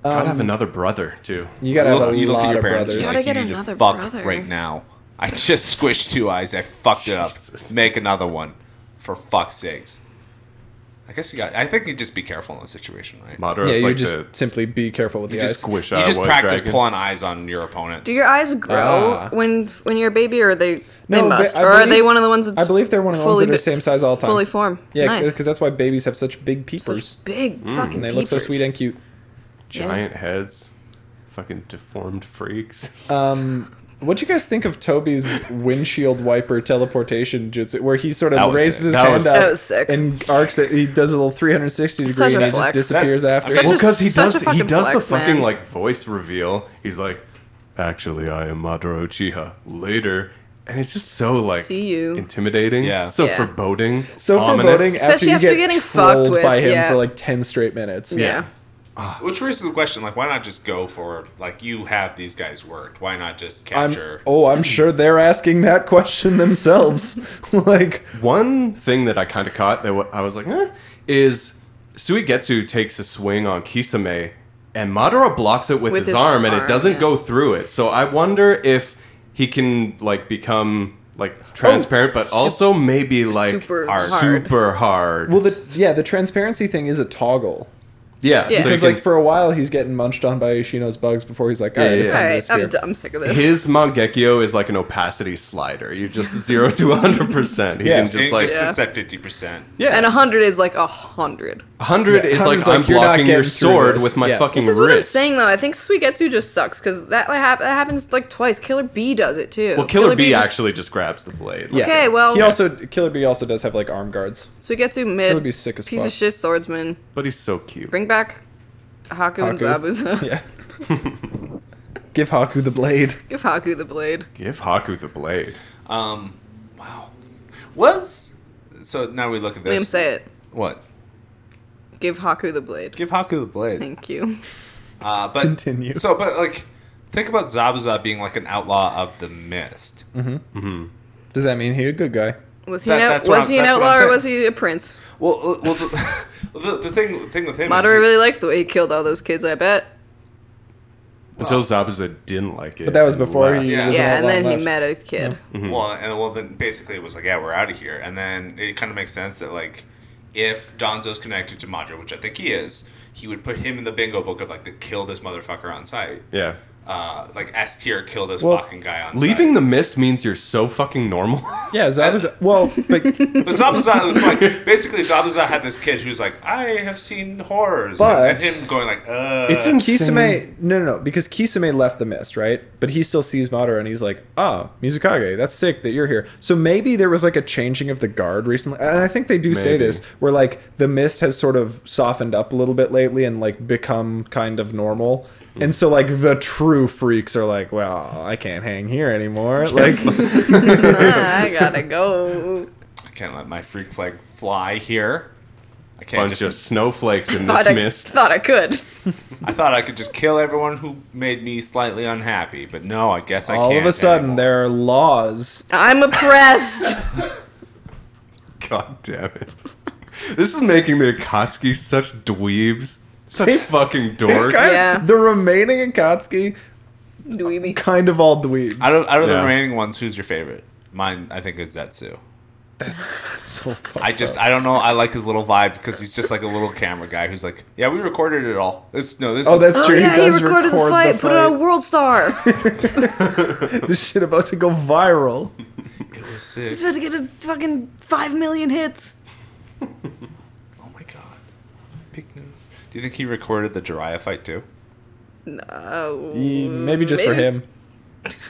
Speaker 3: Gotta have another brother too.
Speaker 2: Um, You got to
Speaker 4: Look-
Speaker 2: have a
Speaker 4: Um, you look at
Speaker 2: lot
Speaker 4: your
Speaker 2: of
Speaker 4: parents.
Speaker 2: brothers.
Speaker 4: You're
Speaker 1: You
Speaker 4: like,
Speaker 1: gotta
Speaker 4: you
Speaker 1: get
Speaker 4: need to
Speaker 1: another
Speaker 4: fuck
Speaker 1: brother."
Speaker 4: right now. I (laughs) just squished two eyes. I fucked it up. Make another one, for fuck's sakes. I guess you got. I think you just be careful in that situation, right?
Speaker 3: Madara's
Speaker 2: Yeah, you
Speaker 3: like
Speaker 2: just
Speaker 3: the
Speaker 2: simply be careful with the eyes.
Speaker 4: just
Speaker 3: squish
Speaker 4: you
Speaker 3: eye
Speaker 4: just
Speaker 3: white
Speaker 4: practice
Speaker 3: dragon.
Speaker 4: pulling eyes on your opponents.
Speaker 1: Do your eyes grow
Speaker 2: Ah.
Speaker 1: when when you're a baby, or they they
Speaker 2: No, but
Speaker 1: must,
Speaker 2: I
Speaker 1: or are they
Speaker 2: believe-
Speaker 1: one of the ones? That's
Speaker 2: I believe they're one of the ones
Speaker 1: fully
Speaker 2: that are
Speaker 1: bi-
Speaker 2: same size all the time.
Speaker 1: Fully formed.
Speaker 2: Yeah,
Speaker 1: nice.
Speaker 2: because that's why babies have such big peepers.
Speaker 1: Such big fucking.
Speaker 2: and they look so
Speaker 1: peepers.
Speaker 2: sweet and cute.
Speaker 3: Mm. giant heads, fucking deformed (laughs) freaks.
Speaker 2: Um, what do you guys think of Toby's windshield wiper teleportation jutsu, where he sort
Speaker 3: That
Speaker 2: of
Speaker 3: was
Speaker 2: raises
Speaker 3: sick.
Speaker 2: his
Speaker 3: That
Speaker 2: hand
Speaker 3: was
Speaker 2: up
Speaker 1: sick. That was sick.
Speaker 2: and arcs it? He does a little 360 degree
Speaker 1: Such a
Speaker 2: and he just
Speaker 1: flex.
Speaker 2: disappears after.
Speaker 1: Such
Speaker 3: well,
Speaker 1: a-
Speaker 3: because he
Speaker 1: such a
Speaker 3: does he
Speaker 1: fucking
Speaker 3: does
Speaker 1: flex,
Speaker 3: the fucking
Speaker 1: man.
Speaker 3: like voice reveal. He's like, actually, I am Madara Uchiha. Later. And it's just so like
Speaker 1: See you.
Speaker 3: intimidating,
Speaker 4: Yeah.
Speaker 3: so
Speaker 1: Yeah.
Speaker 3: foreboding,
Speaker 2: so
Speaker 3: ominous.
Speaker 2: foreboding after
Speaker 1: Especially
Speaker 2: you
Speaker 1: after
Speaker 2: get
Speaker 1: getting fucked
Speaker 2: trolled
Speaker 1: with,
Speaker 2: by him
Speaker 1: yeah.
Speaker 2: for like 10 straight minutes.
Speaker 1: Yeah.
Speaker 4: Which raises the question, like, why not just go for like you have these guys worked? Why not just
Speaker 2: I'm,
Speaker 4: capture?
Speaker 2: oh, I'm sure they're asking that
Speaker 1: (laughs)
Speaker 2: question themselves. (laughs) like,
Speaker 3: One thing that I kind of caught that wa- I was like, eh, is Suigetsu takes a swing on Kisame, and Madara blocks it with,
Speaker 1: With
Speaker 3: his,
Speaker 1: his
Speaker 3: arm, and it
Speaker 1: arm,
Speaker 3: doesn't
Speaker 1: yeah.
Speaker 3: go through it. So I wonder if he can like become like
Speaker 2: Oh,
Speaker 3: transparent, but also maybe like
Speaker 1: super
Speaker 3: hard.
Speaker 1: hard.
Speaker 3: super hard.
Speaker 2: well, the yeah, the transparency thing is a toggle.
Speaker 1: Yeah.
Speaker 3: yeah, so you
Speaker 2: Because
Speaker 3: can-
Speaker 2: like for a while he's getting munched on by Ishino's bugs before he's like, all right,
Speaker 3: yeah,
Speaker 2: it's
Speaker 3: yeah.
Speaker 1: All
Speaker 2: time
Speaker 1: right,
Speaker 2: to
Speaker 1: I'm, d-
Speaker 2: disappear.
Speaker 1: I'm sick of this.
Speaker 3: his Mangekyo is like an opacity slider.
Speaker 1: (laughs)
Speaker 3: You just zero to hundred percent. He
Speaker 2: Yeah.
Speaker 3: can
Speaker 4: It
Speaker 3: just like
Speaker 4: just
Speaker 1: Yeah.
Speaker 4: sits at fifty percent.
Speaker 3: yeah.
Speaker 1: and a hundred is like a hundred.
Speaker 3: hundred
Speaker 2: Yeah,
Speaker 3: is like
Speaker 2: 100's like,
Speaker 3: I'm
Speaker 2: you're not
Speaker 3: blocking your
Speaker 2: getting through
Speaker 3: sword
Speaker 2: this.
Speaker 3: with my
Speaker 2: Yeah.
Speaker 3: fucking
Speaker 1: This is
Speaker 3: wrist.
Speaker 1: what I'm saying though. I think Suigetsu just sucks because that, like, hap- that happens like twice. Killer B does it too.
Speaker 3: Well, Killer, B,
Speaker 1: just-
Speaker 3: actually just grabs the blade.
Speaker 2: Yeah.
Speaker 1: Okay, well-
Speaker 2: he also Killer B also does have like arm guards. (laughs)
Speaker 1: Suigetsu mid.
Speaker 2: Killer Bee's sick as
Speaker 1: piece
Speaker 2: fuck.
Speaker 1: of shit swordsman.
Speaker 3: But he's so cute.
Speaker 1: Bring back Haku, and
Speaker 2: Haku.
Speaker 1: Zabuza.
Speaker 2: (laughs)
Speaker 3: (laughs)
Speaker 2: Yeah. Give Haku the blade.
Speaker 1: Give Haku the blade.
Speaker 3: Give Haku the blade.
Speaker 4: Um, wow. Was so now we look at
Speaker 1: Liam,
Speaker 4: this.
Speaker 1: say it.
Speaker 4: What?
Speaker 1: Give Haku the blade.
Speaker 4: Give Haku the blade.
Speaker 1: Thank you.
Speaker 4: Uh, but
Speaker 2: Continue.
Speaker 4: So, but like, think about Zabuza being like an outlaw of the mist.
Speaker 2: Does that mean he's a good guy?
Speaker 1: Was he
Speaker 4: That-
Speaker 1: an out-
Speaker 4: that's what
Speaker 1: was
Speaker 4: I'm-
Speaker 1: he an
Speaker 4: that's what I'm
Speaker 1: outlaw or
Speaker 4: saying.
Speaker 1: was he a prince?
Speaker 4: Well, uh, well, the, (laughs) the, the thing the thing with him.
Speaker 1: Madara
Speaker 4: is
Speaker 1: really liked the way he killed all those kids. I bet.
Speaker 3: Until Zabuza didn't like it.
Speaker 2: But that was
Speaker 3: and
Speaker 2: before
Speaker 3: left.
Speaker 2: he
Speaker 4: Yeah.
Speaker 2: was
Speaker 1: yeah,
Speaker 2: an
Speaker 1: and
Speaker 2: outlaw
Speaker 1: then
Speaker 2: left.
Speaker 1: he met a kid.
Speaker 4: well, and well, then basically it was like, yeah, we're out of here, and then it kind of makes sense that like if Donzo's connected to Madra, which I think he is, he would put him in the bingo book of like the kill this motherfucker on site.
Speaker 3: Yeah.
Speaker 4: Uh, like S tier kill this
Speaker 2: Well,
Speaker 4: fucking guy on
Speaker 3: Leaving
Speaker 4: site.
Speaker 3: the mist means you're so fucking normal.
Speaker 2: Yeah, Zabuza. Well,
Speaker 1: (laughs)
Speaker 2: but
Speaker 4: But Zabuza was like basically Zabuza had this kid who's like, I have seen horrors.
Speaker 2: But-
Speaker 4: and him going like, uh
Speaker 3: (laughs) It's in-
Speaker 2: Kisame, no, no, no, because Kisame left the mist, right? But he still sees Madara, and he's like, "Ah, Mizukage, that's sick that you're here." So maybe there was like a changing of the guard recently, and I think they do say
Speaker 3: Maybe.
Speaker 2: this, where like the mist has sort of softened up a little bit lately and like become kind of normal,
Speaker 4: Hmm.
Speaker 2: and so like the true freaks are like, "Well, I can't hang here
Speaker 4: (laughs)
Speaker 2: anymore." Like,
Speaker 1: Ah, I gotta go.
Speaker 4: I can't let my freak flag fly here. I can't
Speaker 3: Bunch of
Speaker 4: just
Speaker 3: snowflakes in
Speaker 1: Thought
Speaker 3: this
Speaker 1: I,
Speaker 3: mist. (laughs)
Speaker 1: thought I could.
Speaker 4: I thought I could just kill everyone who made me slightly unhappy, but no, I guess I
Speaker 2: all
Speaker 4: can't.
Speaker 2: of a sudden,
Speaker 4: anymore.
Speaker 2: there are laws.
Speaker 1: I'm oppressed.
Speaker 3: God damn it. This is making the Akatsuki such dweebs. Such
Speaker 2: (laughs)
Speaker 3: fucking dorks.
Speaker 2: Kind of-
Speaker 1: Yeah.
Speaker 2: The remaining Akatsuki,
Speaker 1: Dweeby.
Speaker 2: kind of all dweebs.
Speaker 4: Out of, out of
Speaker 3: Yeah.
Speaker 4: the remaining ones, who's your favorite? Mine, I think, is Zetsu.
Speaker 2: (laughs) so fucked
Speaker 4: I just,
Speaker 2: up.
Speaker 4: I don't know. I like his little vibe because he's just like a little camera guy who's like, yeah, we recorded it all. This, no, this.
Speaker 2: Oh, that's
Speaker 1: Oh
Speaker 2: true.
Speaker 1: yeah,
Speaker 2: he
Speaker 1: he
Speaker 2: does
Speaker 1: recorded
Speaker 2: record
Speaker 1: the fight, put it on World Star.
Speaker 2: this shit about to go viral.
Speaker 4: It was sick.
Speaker 1: He's about to get a fucking five million hits.
Speaker 4: Oh my god. Big news. Do you think he recorded the Jiraiya fight too?
Speaker 1: No.
Speaker 2: Maybe just for him.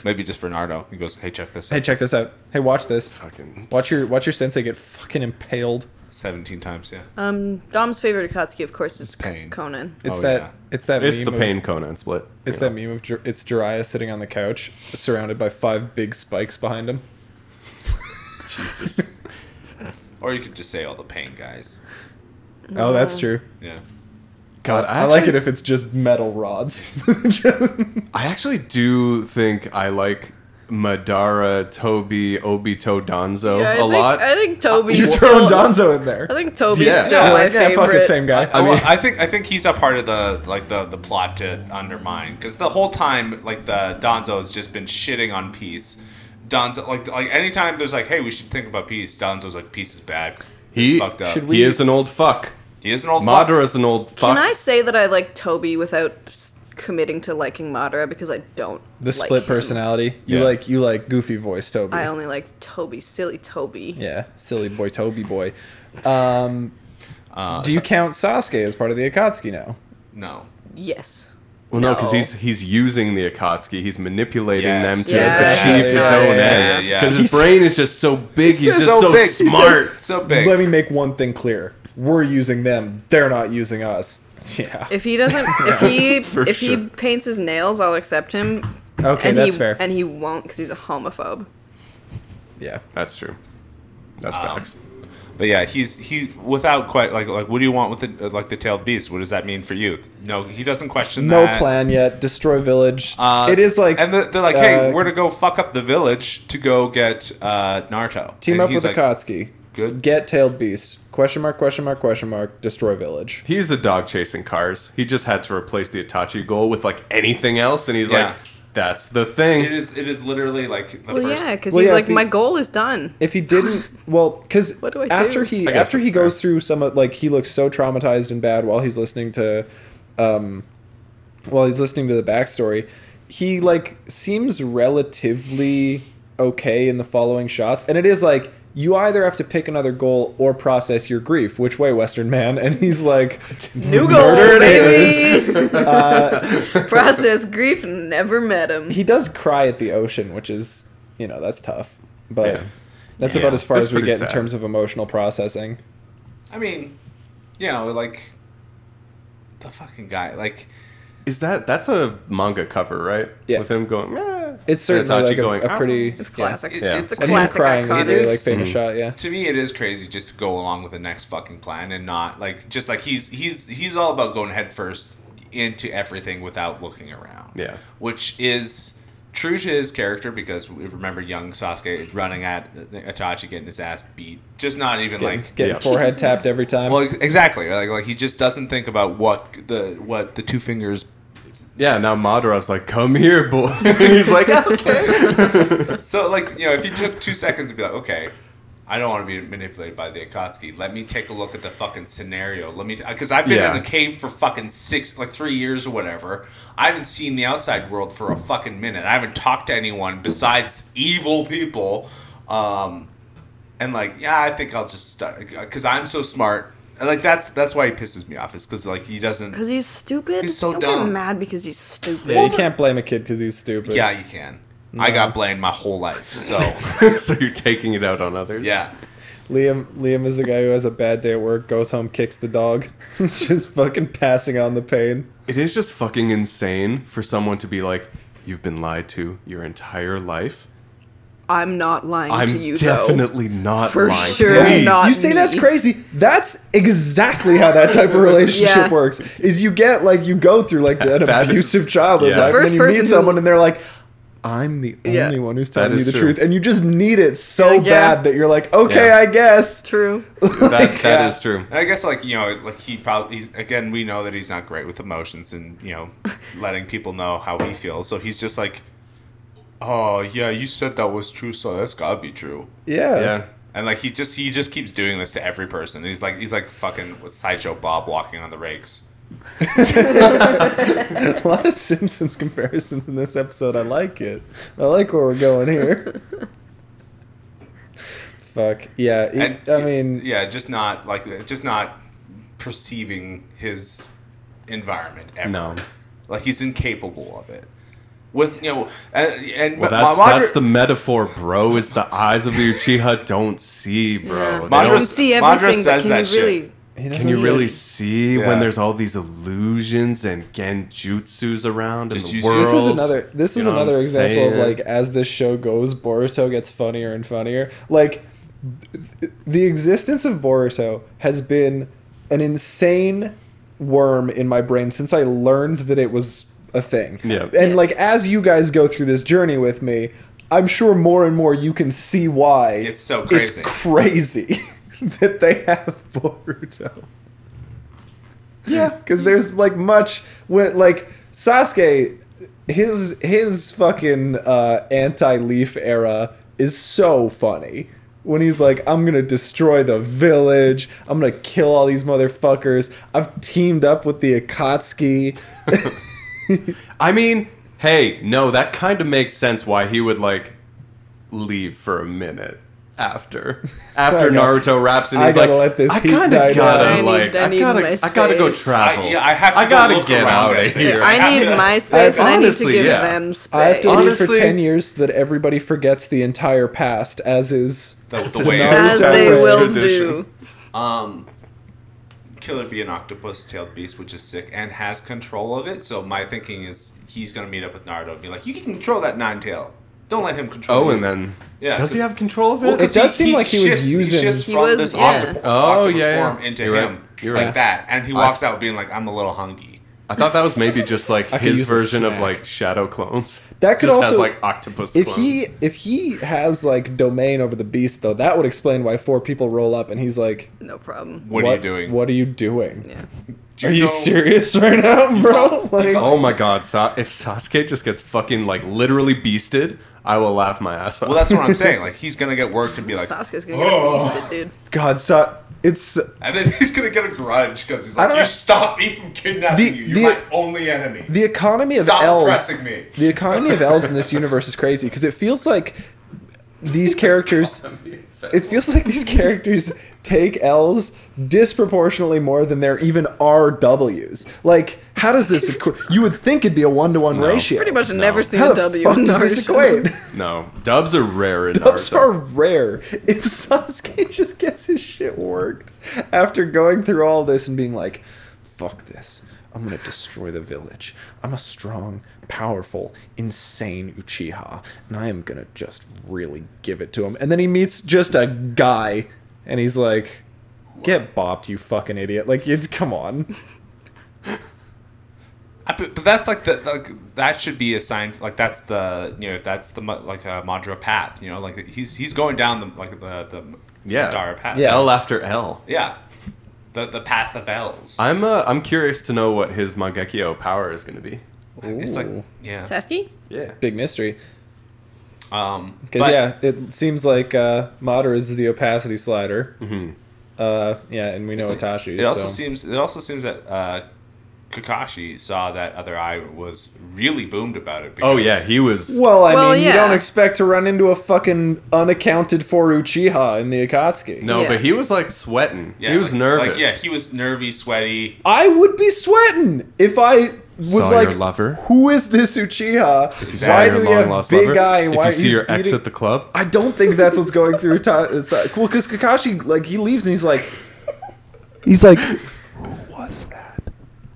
Speaker 4: Maybe just for Nardo. He goes, hey, check this
Speaker 2: Hey,
Speaker 4: out.
Speaker 2: check this out. Hey, watch this.
Speaker 3: Fucking
Speaker 2: Watch your watch your sensei get fucking impaled.
Speaker 4: Seventeen times, yeah.
Speaker 2: Uh,
Speaker 1: Um, Dom's favorite Akatsuki, of course, is
Speaker 4: Pain.
Speaker 1: Conan.
Speaker 2: It's
Speaker 4: Oh,
Speaker 2: that
Speaker 4: yeah.
Speaker 2: it's that
Speaker 3: It's the
Speaker 2: meme
Speaker 3: pain
Speaker 2: Of,
Speaker 3: Conan split.
Speaker 2: it's
Speaker 3: you
Speaker 2: that
Speaker 3: know.
Speaker 2: meme of Jir- it's Jiraiya sitting on the couch, surrounded by five big spikes behind him.
Speaker 3: Jesus.
Speaker 4: Or you could just say all the pain guys.
Speaker 2: Oh, that's true.
Speaker 4: Yeah.
Speaker 3: God, I,
Speaker 2: I like it
Speaker 3: actually-
Speaker 2: if it's just metal rods. (laughs) Just-
Speaker 3: I actually do think I like Madara, Toby, Obito, Donzo
Speaker 1: Yeah, I
Speaker 3: a
Speaker 1: think,
Speaker 3: lot.
Speaker 1: I think
Speaker 2: (laughs)
Speaker 1: Toby's
Speaker 2: You're
Speaker 1: still,
Speaker 2: throwing Donzo in there.
Speaker 1: I think Toby's
Speaker 3: Yeah.
Speaker 1: still
Speaker 3: Yeah,
Speaker 1: my
Speaker 2: yeah, fuck
Speaker 1: favorite.
Speaker 2: it, same guy.
Speaker 4: I,
Speaker 3: I mean-
Speaker 4: (laughs) well, I think I think he's a part of the like the the plot to undermine because the whole time like the Donzo has just been shitting on peace. Donzo like like anytime there's like hey we should think about peace. Donzo's like peace is bad. It's
Speaker 3: he,
Speaker 4: fucked up.
Speaker 2: should we-
Speaker 3: he is an old fuck.
Speaker 4: he is an old fuck.
Speaker 3: Madara's an old fuck.
Speaker 1: Can I say that I like Toby without s- committing to liking Madara because I don't.
Speaker 2: the
Speaker 1: like
Speaker 2: split
Speaker 1: him.
Speaker 2: personality. You
Speaker 3: Yeah.
Speaker 2: like you like goofy voice Toby.
Speaker 1: I only like Toby, silly Toby.
Speaker 2: Yeah, silly boy Toby
Speaker 4: (laughs)
Speaker 2: boy. Um, do you count Sasuke as part of the Akatsuki now?
Speaker 4: Uh, No.
Speaker 1: Yes.
Speaker 3: Well, no, because
Speaker 1: No.
Speaker 3: he's he's using the Akatsuki. He's manipulating
Speaker 4: Yes.
Speaker 3: them to
Speaker 1: Yes.
Speaker 3: achieve his
Speaker 1: Yes.
Speaker 3: own
Speaker 1: Yeah,
Speaker 3: ends.
Speaker 4: yeah, yeah.
Speaker 3: Because his
Speaker 2: He's-
Speaker 3: brain is just so big. He's,
Speaker 2: says
Speaker 3: just
Speaker 2: so
Speaker 3: so,
Speaker 2: big. He
Speaker 3: smart.
Speaker 4: So big.
Speaker 2: Let me make one thing clear: we're using them; they're not using us. (laughs) Yeah.
Speaker 1: If he
Speaker 2: (laughs)
Speaker 1: doesn't, if he
Speaker 3: For
Speaker 1: if he
Speaker 3: sure.
Speaker 1: paints his nails, I'll accept him.
Speaker 2: okay,
Speaker 1: and
Speaker 2: that's
Speaker 1: he,
Speaker 2: fair.
Speaker 1: And he won't because he's a homophobe.
Speaker 2: yeah.
Speaker 3: That's true. That's facts.
Speaker 4: But yeah, he's he without quite like like what do you want with the like the tailed beast? What does that mean for you? No, he doesn't question
Speaker 2: No
Speaker 4: that.
Speaker 2: plan yet. Destroy village.
Speaker 4: Uh,
Speaker 2: it is like
Speaker 4: and they're, they're like, hey,
Speaker 2: uh,
Speaker 4: we're to go fuck up the village to go get uh, Naruto.
Speaker 2: team
Speaker 4: And
Speaker 2: up
Speaker 4: he's
Speaker 2: with
Speaker 4: like,
Speaker 2: Akatsuki.
Speaker 4: good.
Speaker 2: Get tailed beast. Question mark? Question mark? Question mark? Destroy village.
Speaker 3: He's a dog chasing cars. He just had to replace the Itachi goal with like anything else, and he's
Speaker 4: Yeah.
Speaker 3: like, "That's the thing."
Speaker 4: It is. It is literally like the
Speaker 1: Well,
Speaker 4: first.
Speaker 1: yeah, because
Speaker 2: Well,
Speaker 1: he's
Speaker 2: yeah,
Speaker 1: like,
Speaker 2: if he-
Speaker 1: my goal is done.
Speaker 2: if he didn't well because
Speaker 1: (laughs) What do I
Speaker 2: after
Speaker 1: do?
Speaker 2: he
Speaker 3: I guess
Speaker 2: after he
Speaker 3: that's
Speaker 2: goes through some of like he looks so traumatized and bad while he's listening to um while he's listening to the backstory he like seems relatively okay in the following shots and it is like you either have to pick another goal or process your grief which way western man (laughs) and he's like
Speaker 1: New goal,
Speaker 2: murder it is.
Speaker 1: (laughs)
Speaker 2: Uh,
Speaker 1: baby. (laughs)
Speaker 3: (laughs)
Speaker 1: Process grief never met him.
Speaker 2: he does cry at the ocean which is you know that's tough but
Speaker 3: Yeah.
Speaker 2: that's
Speaker 4: Yeah.
Speaker 2: about as far
Speaker 3: That's
Speaker 2: as we
Speaker 3: pretty
Speaker 2: get in
Speaker 3: sad.
Speaker 2: terms of emotional processing
Speaker 4: I mean, you know, like the fucking guy. Like
Speaker 3: Is that that's a manga cover, right?
Speaker 2: Yeah.
Speaker 3: With him going, "Meh,"
Speaker 2: It's
Speaker 3: and
Speaker 2: certainly
Speaker 3: Itachi
Speaker 2: like a,
Speaker 3: going, "Oh,
Speaker 2: a pretty.
Speaker 1: It's classic.
Speaker 4: it-
Speaker 3: Yeah.
Speaker 1: It's a
Speaker 2: And
Speaker 4: And him
Speaker 2: him
Speaker 1: classic
Speaker 2: crying is a
Speaker 1: icon.
Speaker 4: It
Speaker 2: really
Speaker 4: is-
Speaker 2: like famous
Speaker 3: Mm.
Speaker 2: shot. Yeah.
Speaker 4: to me, it is crazy just to go along with the next fucking plan and not like just like he's he's he's all about going headfirst into everything without looking around.
Speaker 3: Yeah.
Speaker 4: which is true to his character because we remember young Sasuke running at Itachi getting his ass beat. Just not even
Speaker 2: Getting,
Speaker 4: like
Speaker 2: getting
Speaker 3: Yeah.
Speaker 2: forehead tapped every time.
Speaker 4: Well, ex- exactly. Like, like he just doesn't think about what the what the two fingers.
Speaker 3: "Yeah." Now Madara's like, "Come here, boy," (laughs)
Speaker 1: (laughs)
Speaker 3: and he's like, "Okay."
Speaker 4: So like you know, if he took two seconds to be like, okay, I don't want to be manipulated by the Akatsuki. Let me take a look at the fucking scenario. Let me, because I've been
Speaker 3: Yeah.
Speaker 4: in a cave for fucking six, like three years or whatever. I haven't seen the outside world for a fucking minute. I haven't talked to anyone besides evil people. Um, and like, yeah, I think I'll just start because I'm so smart. And, Like that's that's why he pisses me off. Is because like he doesn't.
Speaker 1: Because he's stupid.
Speaker 4: He's so
Speaker 1: Don't
Speaker 4: dumb.
Speaker 1: Get mad because he's stupid.
Speaker 2: Yeah, you can't blame a kid because he's stupid.
Speaker 4: Yeah, you can. I got blamed my whole life. So
Speaker 3: (laughs) so you're taking it out on others.
Speaker 4: yeah,
Speaker 2: Liam Liam is the guy who has a bad day at work, goes home, kicks the dog. (laughs) It's just fucking passing on the pain.
Speaker 3: It is just fucking insane for someone to be like, you've been lied to your entire life.
Speaker 1: I'm not lying to
Speaker 3: I'm
Speaker 1: you though.
Speaker 3: definitely not
Speaker 1: For
Speaker 3: lying.
Speaker 1: sure
Speaker 3: Please.
Speaker 1: not.
Speaker 2: you say that's
Speaker 1: me.
Speaker 2: crazy. That's exactly how
Speaker 1: (laughs)
Speaker 2: that type of relationship
Speaker 1: Yeah.
Speaker 2: works. Is you get like you go through like an
Speaker 3: That
Speaker 2: abusive
Speaker 3: is-
Speaker 2: childhood
Speaker 3: yeah.
Speaker 2: life,
Speaker 1: First
Speaker 2: and then you
Speaker 1: person
Speaker 2: meet
Speaker 1: who-
Speaker 2: someone and they're like, "I'm the only
Speaker 1: Yeah.
Speaker 2: one who's
Speaker 3: That
Speaker 2: telling you
Speaker 3: is
Speaker 2: the
Speaker 3: true.
Speaker 2: truth," and you just need it so
Speaker 1: You're like, yeah.
Speaker 2: bad that you're like, "Okay,
Speaker 3: Yeah.
Speaker 2: I guess." (laughs)
Speaker 1: True. (laughs)
Speaker 3: That, that
Speaker 2: Yeah.
Speaker 3: is true.
Speaker 4: and I guess like you know, like he probably he's again. We know that he's not great with emotions and
Speaker 2: (laughs)
Speaker 4: you know, letting people know how he feels. So he's just like, oh yeah, you said that was true, so that's gotta be true.
Speaker 2: Yeah.
Speaker 3: Yeah.
Speaker 4: And like he just he just keeps doing this to every person. He's like he's like fucking with sideshow Bob walking on the rakes.
Speaker 2: (laughs) a lot of Simpsons comparisons in this episode. I like it. I like where we're going
Speaker 1: (laughs)
Speaker 2: here. Fuck yeah! it-
Speaker 4: And,
Speaker 2: I mean,
Speaker 4: yeah, just not like just not perceiving his environment ever.
Speaker 3: No.
Speaker 4: like he's incapable of it. With you know, and, and
Speaker 3: Well,
Speaker 4: Ma-
Speaker 3: that's,
Speaker 4: Madra-
Speaker 3: that's the metaphor, bro. Is the eyes of the Uchiha don't see,
Speaker 1: Yeah.
Speaker 3: bro. They
Speaker 1: You
Speaker 4: Madras-
Speaker 1: can
Speaker 3: don't-
Speaker 1: see
Speaker 4: Madras
Speaker 1: everything,
Speaker 4: says
Speaker 1: but can
Speaker 4: that
Speaker 1: you really?
Speaker 4: shit.
Speaker 2: he
Speaker 3: can
Speaker 2: doesn't
Speaker 3: you
Speaker 2: get
Speaker 3: really
Speaker 2: it.
Speaker 3: see
Speaker 4: Yeah.
Speaker 3: when there's all these illusions and genjutsus around
Speaker 4: Just
Speaker 3: in
Speaker 4: use-
Speaker 3: the world?
Speaker 4: This
Speaker 2: This is another. This
Speaker 3: You
Speaker 2: is
Speaker 3: know what I'm
Speaker 2: another example of
Speaker 3: saying?
Speaker 2: like as this show goes, Boruto gets funnier and funnier. Like th- the existence of Boruto has been an insane worm in my brain since I learned that it was a thing.
Speaker 3: Yeah.
Speaker 2: And
Speaker 1: Yeah.
Speaker 2: like as you guys go through this journey with me, I'm sure more and more you can see why
Speaker 4: It's so
Speaker 2: it's
Speaker 4: crazy.
Speaker 2: crazy (laughs) that they have Boruto. Yeah, because there's like much when like Sasuke, his his fucking uh, anti Leaf era is so funny. When he's like, I'm gonna destroy the village. I'm gonna kill all these motherfuckers. I've teamed up with the
Speaker 4: (laughs)
Speaker 2: Akatsuki.
Speaker 3: I mean, hey, no, that kind of makes sense why he would like leave for a minute after after
Speaker 2: I know.
Speaker 3: Naruto wraps and
Speaker 2: I
Speaker 3: he's
Speaker 2: gotta
Speaker 3: like,
Speaker 2: let this
Speaker 3: I
Speaker 2: heat
Speaker 3: kind
Speaker 2: die
Speaker 3: of gotta
Speaker 2: down.
Speaker 1: I need-
Speaker 3: like,
Speaker 1: I
Speaker 3: I,
Speaker 1: need my
Speaker 3: gotta, I gotta go
Speaker 1: space.
Speaker 3: travel.
Speaker 4: I- yeah, I have to go
Speaker 3: gotta
Speaker 4: look
Speaker 3: get
Speaker 4: around
Speaker 3: out
Speaker 4: at
Speaker 3: of
Speaker 4: things.
Speaker 3: here.
Speaker 4: I
Speaker 1: I
Speaker 4: have
Speaker 1: need
Speaker 4: to-
Speaker 1: my space, and I need to
Speaker 3: Honestly,
Speaker 1: give
Speaker 3: yeah.
Speaker 1: them space.
Speaker 2: I have to wait for
Speaker 3: Honestly-
Speaker 2: ten years so that everybody forgets the entire past, as is
Speaker 4: The- the
Speaker 2: is
Speaker 4: way-
Speaker 1: as
Speaker 2: Naruto's
Speaker 1: they
Speaker 3: Naruto's
Speaker 1: will
Speaker 3: tradition.
Speaker 1: do.
Speaker 4: Um, Killer be an octopus-tailed beast, which is sick and has control of it. So my thinking is he's gonna meet up with Naruto and be like, "You can control that nine tail. Don't let him control."
Speaker 3: Oh,
Speaker 4: you."
Speaker 3: and then
Speaker 4: Yeah,
Speaker 3: does he
Speaker 4: 'cause-
Speaker 3: have control of it?
Speaker 4: Well, 'cause
Speaker 2: It does seem like he was
Speaker 4: shifts-
Speaker 2: using-
Speaker 4: He shifts
Speaker 1: He
Speaker 4: from
Speaker 1: was-
Speaker 4: this
Speaker 1: yeah.
Speaker 4: octopus,
Speaker 3: Oh,
Speaker 4: octopus
Speaker 3: yeah, yeah.
Speaker 4: form into
Speaker 3: You're
Speaker 4: him,
Speaker 3: right. You're
Speaker 4: like
Speaker 3: right.
Speaker 4: that, and he walks out being like, "I'm a little hungry."
Speaker 3: I thought that was maybe
Speaker 2: (laughs)
Speaker 3: just like
Speaker 2: could
Speaker 3: his
Speaker 2: use a
Speaker 3: version of
Speaker 2: snack.
Speaker 3: like shadow clones.
Speaker 2: That could
Speaker 3: just has
Speaker 2: also-
Speaker 3: like octopus.
Speaker 2: If
Speaker 3: clones.
Speaker 2: he if he has like domain over the beast though, that would explain why four people roll up and he's like,
Speaker 1: No problem.
Speaker 4: What, are you doing?
Speaker 2: What are you doing?
Speaker 1: Yeah.
Speaker 4: Do
Speaker 2: are you (laughs)
Speaker 4: know-
Speaker 2: serious right now, bro?
Speaker 4: call- you
Speaker 2: Like,
Speaker 4: call-
Speaker 3: oh my god, Sa- if Sasuke just gets fucking like literally beasted, I will laugh my ass off.
Speaker 4: Well, that's what I'm saying. Like he's gonna get worked and be like,
Speaker 1: Sasuke's gonna get
Speaker 4: Oh.
Speaker 1: roasted, dude.
Speaker 2: God, so it's
Speaker 4: and then he's gonna get a grudge because he's
Speaker 2: I
Speaker 4: like,
Speaker 2: don't
Speaker 4: "You
Speaker 2: know-
Speaker 4: stopped me from kidnapping
Speaker 2: The-
Speaker 4: you. You're
Speaker 2: the-
Speaker 4: my only enemy."
Speaker 2: the economy of
Speaker 4: Stop
Speaker 2: L's.
Speaker 4: oppressing me.
Speaker 2: The economy of L's in this universe is crazy because it feels like these
Speaker 4: (laughs)
Speaker 2: characters. It feels like these characters take L's disproportionately more than there even are W's. Like, how does
Speaker 4: (laughs)
Speaker 2: this equ- You would think it'd be a one to one
Speaker 3: No.
Speaker 2: ratio.
Speaker 1: Pretty much
Speaker 3: No.
Speaker 1: never seen
Speaker 2: How
Speaker 1: a
Speaker 2: the
Speaker 1: W
Speaker 2: fuck
Speaker 1: in
Speaker 2: does this
Speaker 1: Naruto.
Speaker 2: equate?
Speaker 3: (laughs)
Speaker 2: (laughs)
Speaker 3: no, dubs are rare in
Speaker 2: Dubs
Speaker 3: Naruto.
Speaker 2: are rare. If Sasuke (laughs) just gets his shit worked after going through all this and being like, fuck this. I'm gonna destroy the village. I'm a strong, powerful, insane Uchiha, and I am gonna just really give it to him. And then he meets just a guy, and he's like, "Get bopped, you fucking idiot!" Like, it's come on.
Speaker 4: I, but, but that's like the like that should be a sign. Like that's the you know that's the mu- like a Madra path. You know, like he's he's going down the like the the
Speaker 3: yeah,
Speaker 4: Madara path.
Speaker 2: Yeah.
Speaker 3: L after L.
Speaker 4: yeah, the the path of L's.
Speaker 3: I'm uh, I'm curious to know what his Mangekyo power is going to be.
Speaker 4: it's like
Speaker 2: Ooh.
Speaker 4: yeah.
Speaker 1: Sasuke?
Speaker 3: Yeah.
Speaker 2: big mystery.
Speaker 3: Um,
Speaker 2: Because
Speaker 3: but-
Speaker 2: yeah, it seems like uh, Mater is the opacity slider.
Speaker 3: Mm-hmm.
Speaker 2: Uh, yeah, and we know
Speaker 4: It's-
Speaker 2: Itachi.
Speaker 4: It also
Speaker 2: so.
Speaker 4: seems it also seems that uh, Kakashi saw that other eye was really boomed about it. Because
Speaker 3: Oh yeah, he was.
Speaker 2: well, I
Speaker 1: Well,
Speaker 2: mean, you
Speaker 1: yeah.
Speaker 2: don't expect to run into a fucking unaccounted for Uchiha in the Akatsuki.
Speaker 3: No,
Speaker 1: Yeah.
Speaker 3: but he was like sweating.
Speaker 4: Yeah,
Speaker 3: he was
Speaker 4: like-
Speaker 3: nervous.
Speaker 4: Like yeah, he was nervy, sweaty.
Speaker 2: I would be sweating if I was
Speaker 3: Saw your
Speaker 2: like,
Speaker 3: lover?
Speaker 2: "Who is this Uchiha?
Speaker 3: Is
Speaker 2: Why
Speaker 3: that your
Speaker 2: do you have
Speaker 3: long-lost
Speaker 2: big
Speaker 3: lover?
Speaker 2: eye? And
Speaker 3: if
Speaker 2: why
Speaker 3: you see
Speaker 2: he's
Speaker 3: your ex
Speaker 2: beating-
Speaker 3: at the club,
Speaker 2: I don't think that's what's going through. Ta- it's, uh, well, because Kakashi, like, he leaves and he's like, he's like,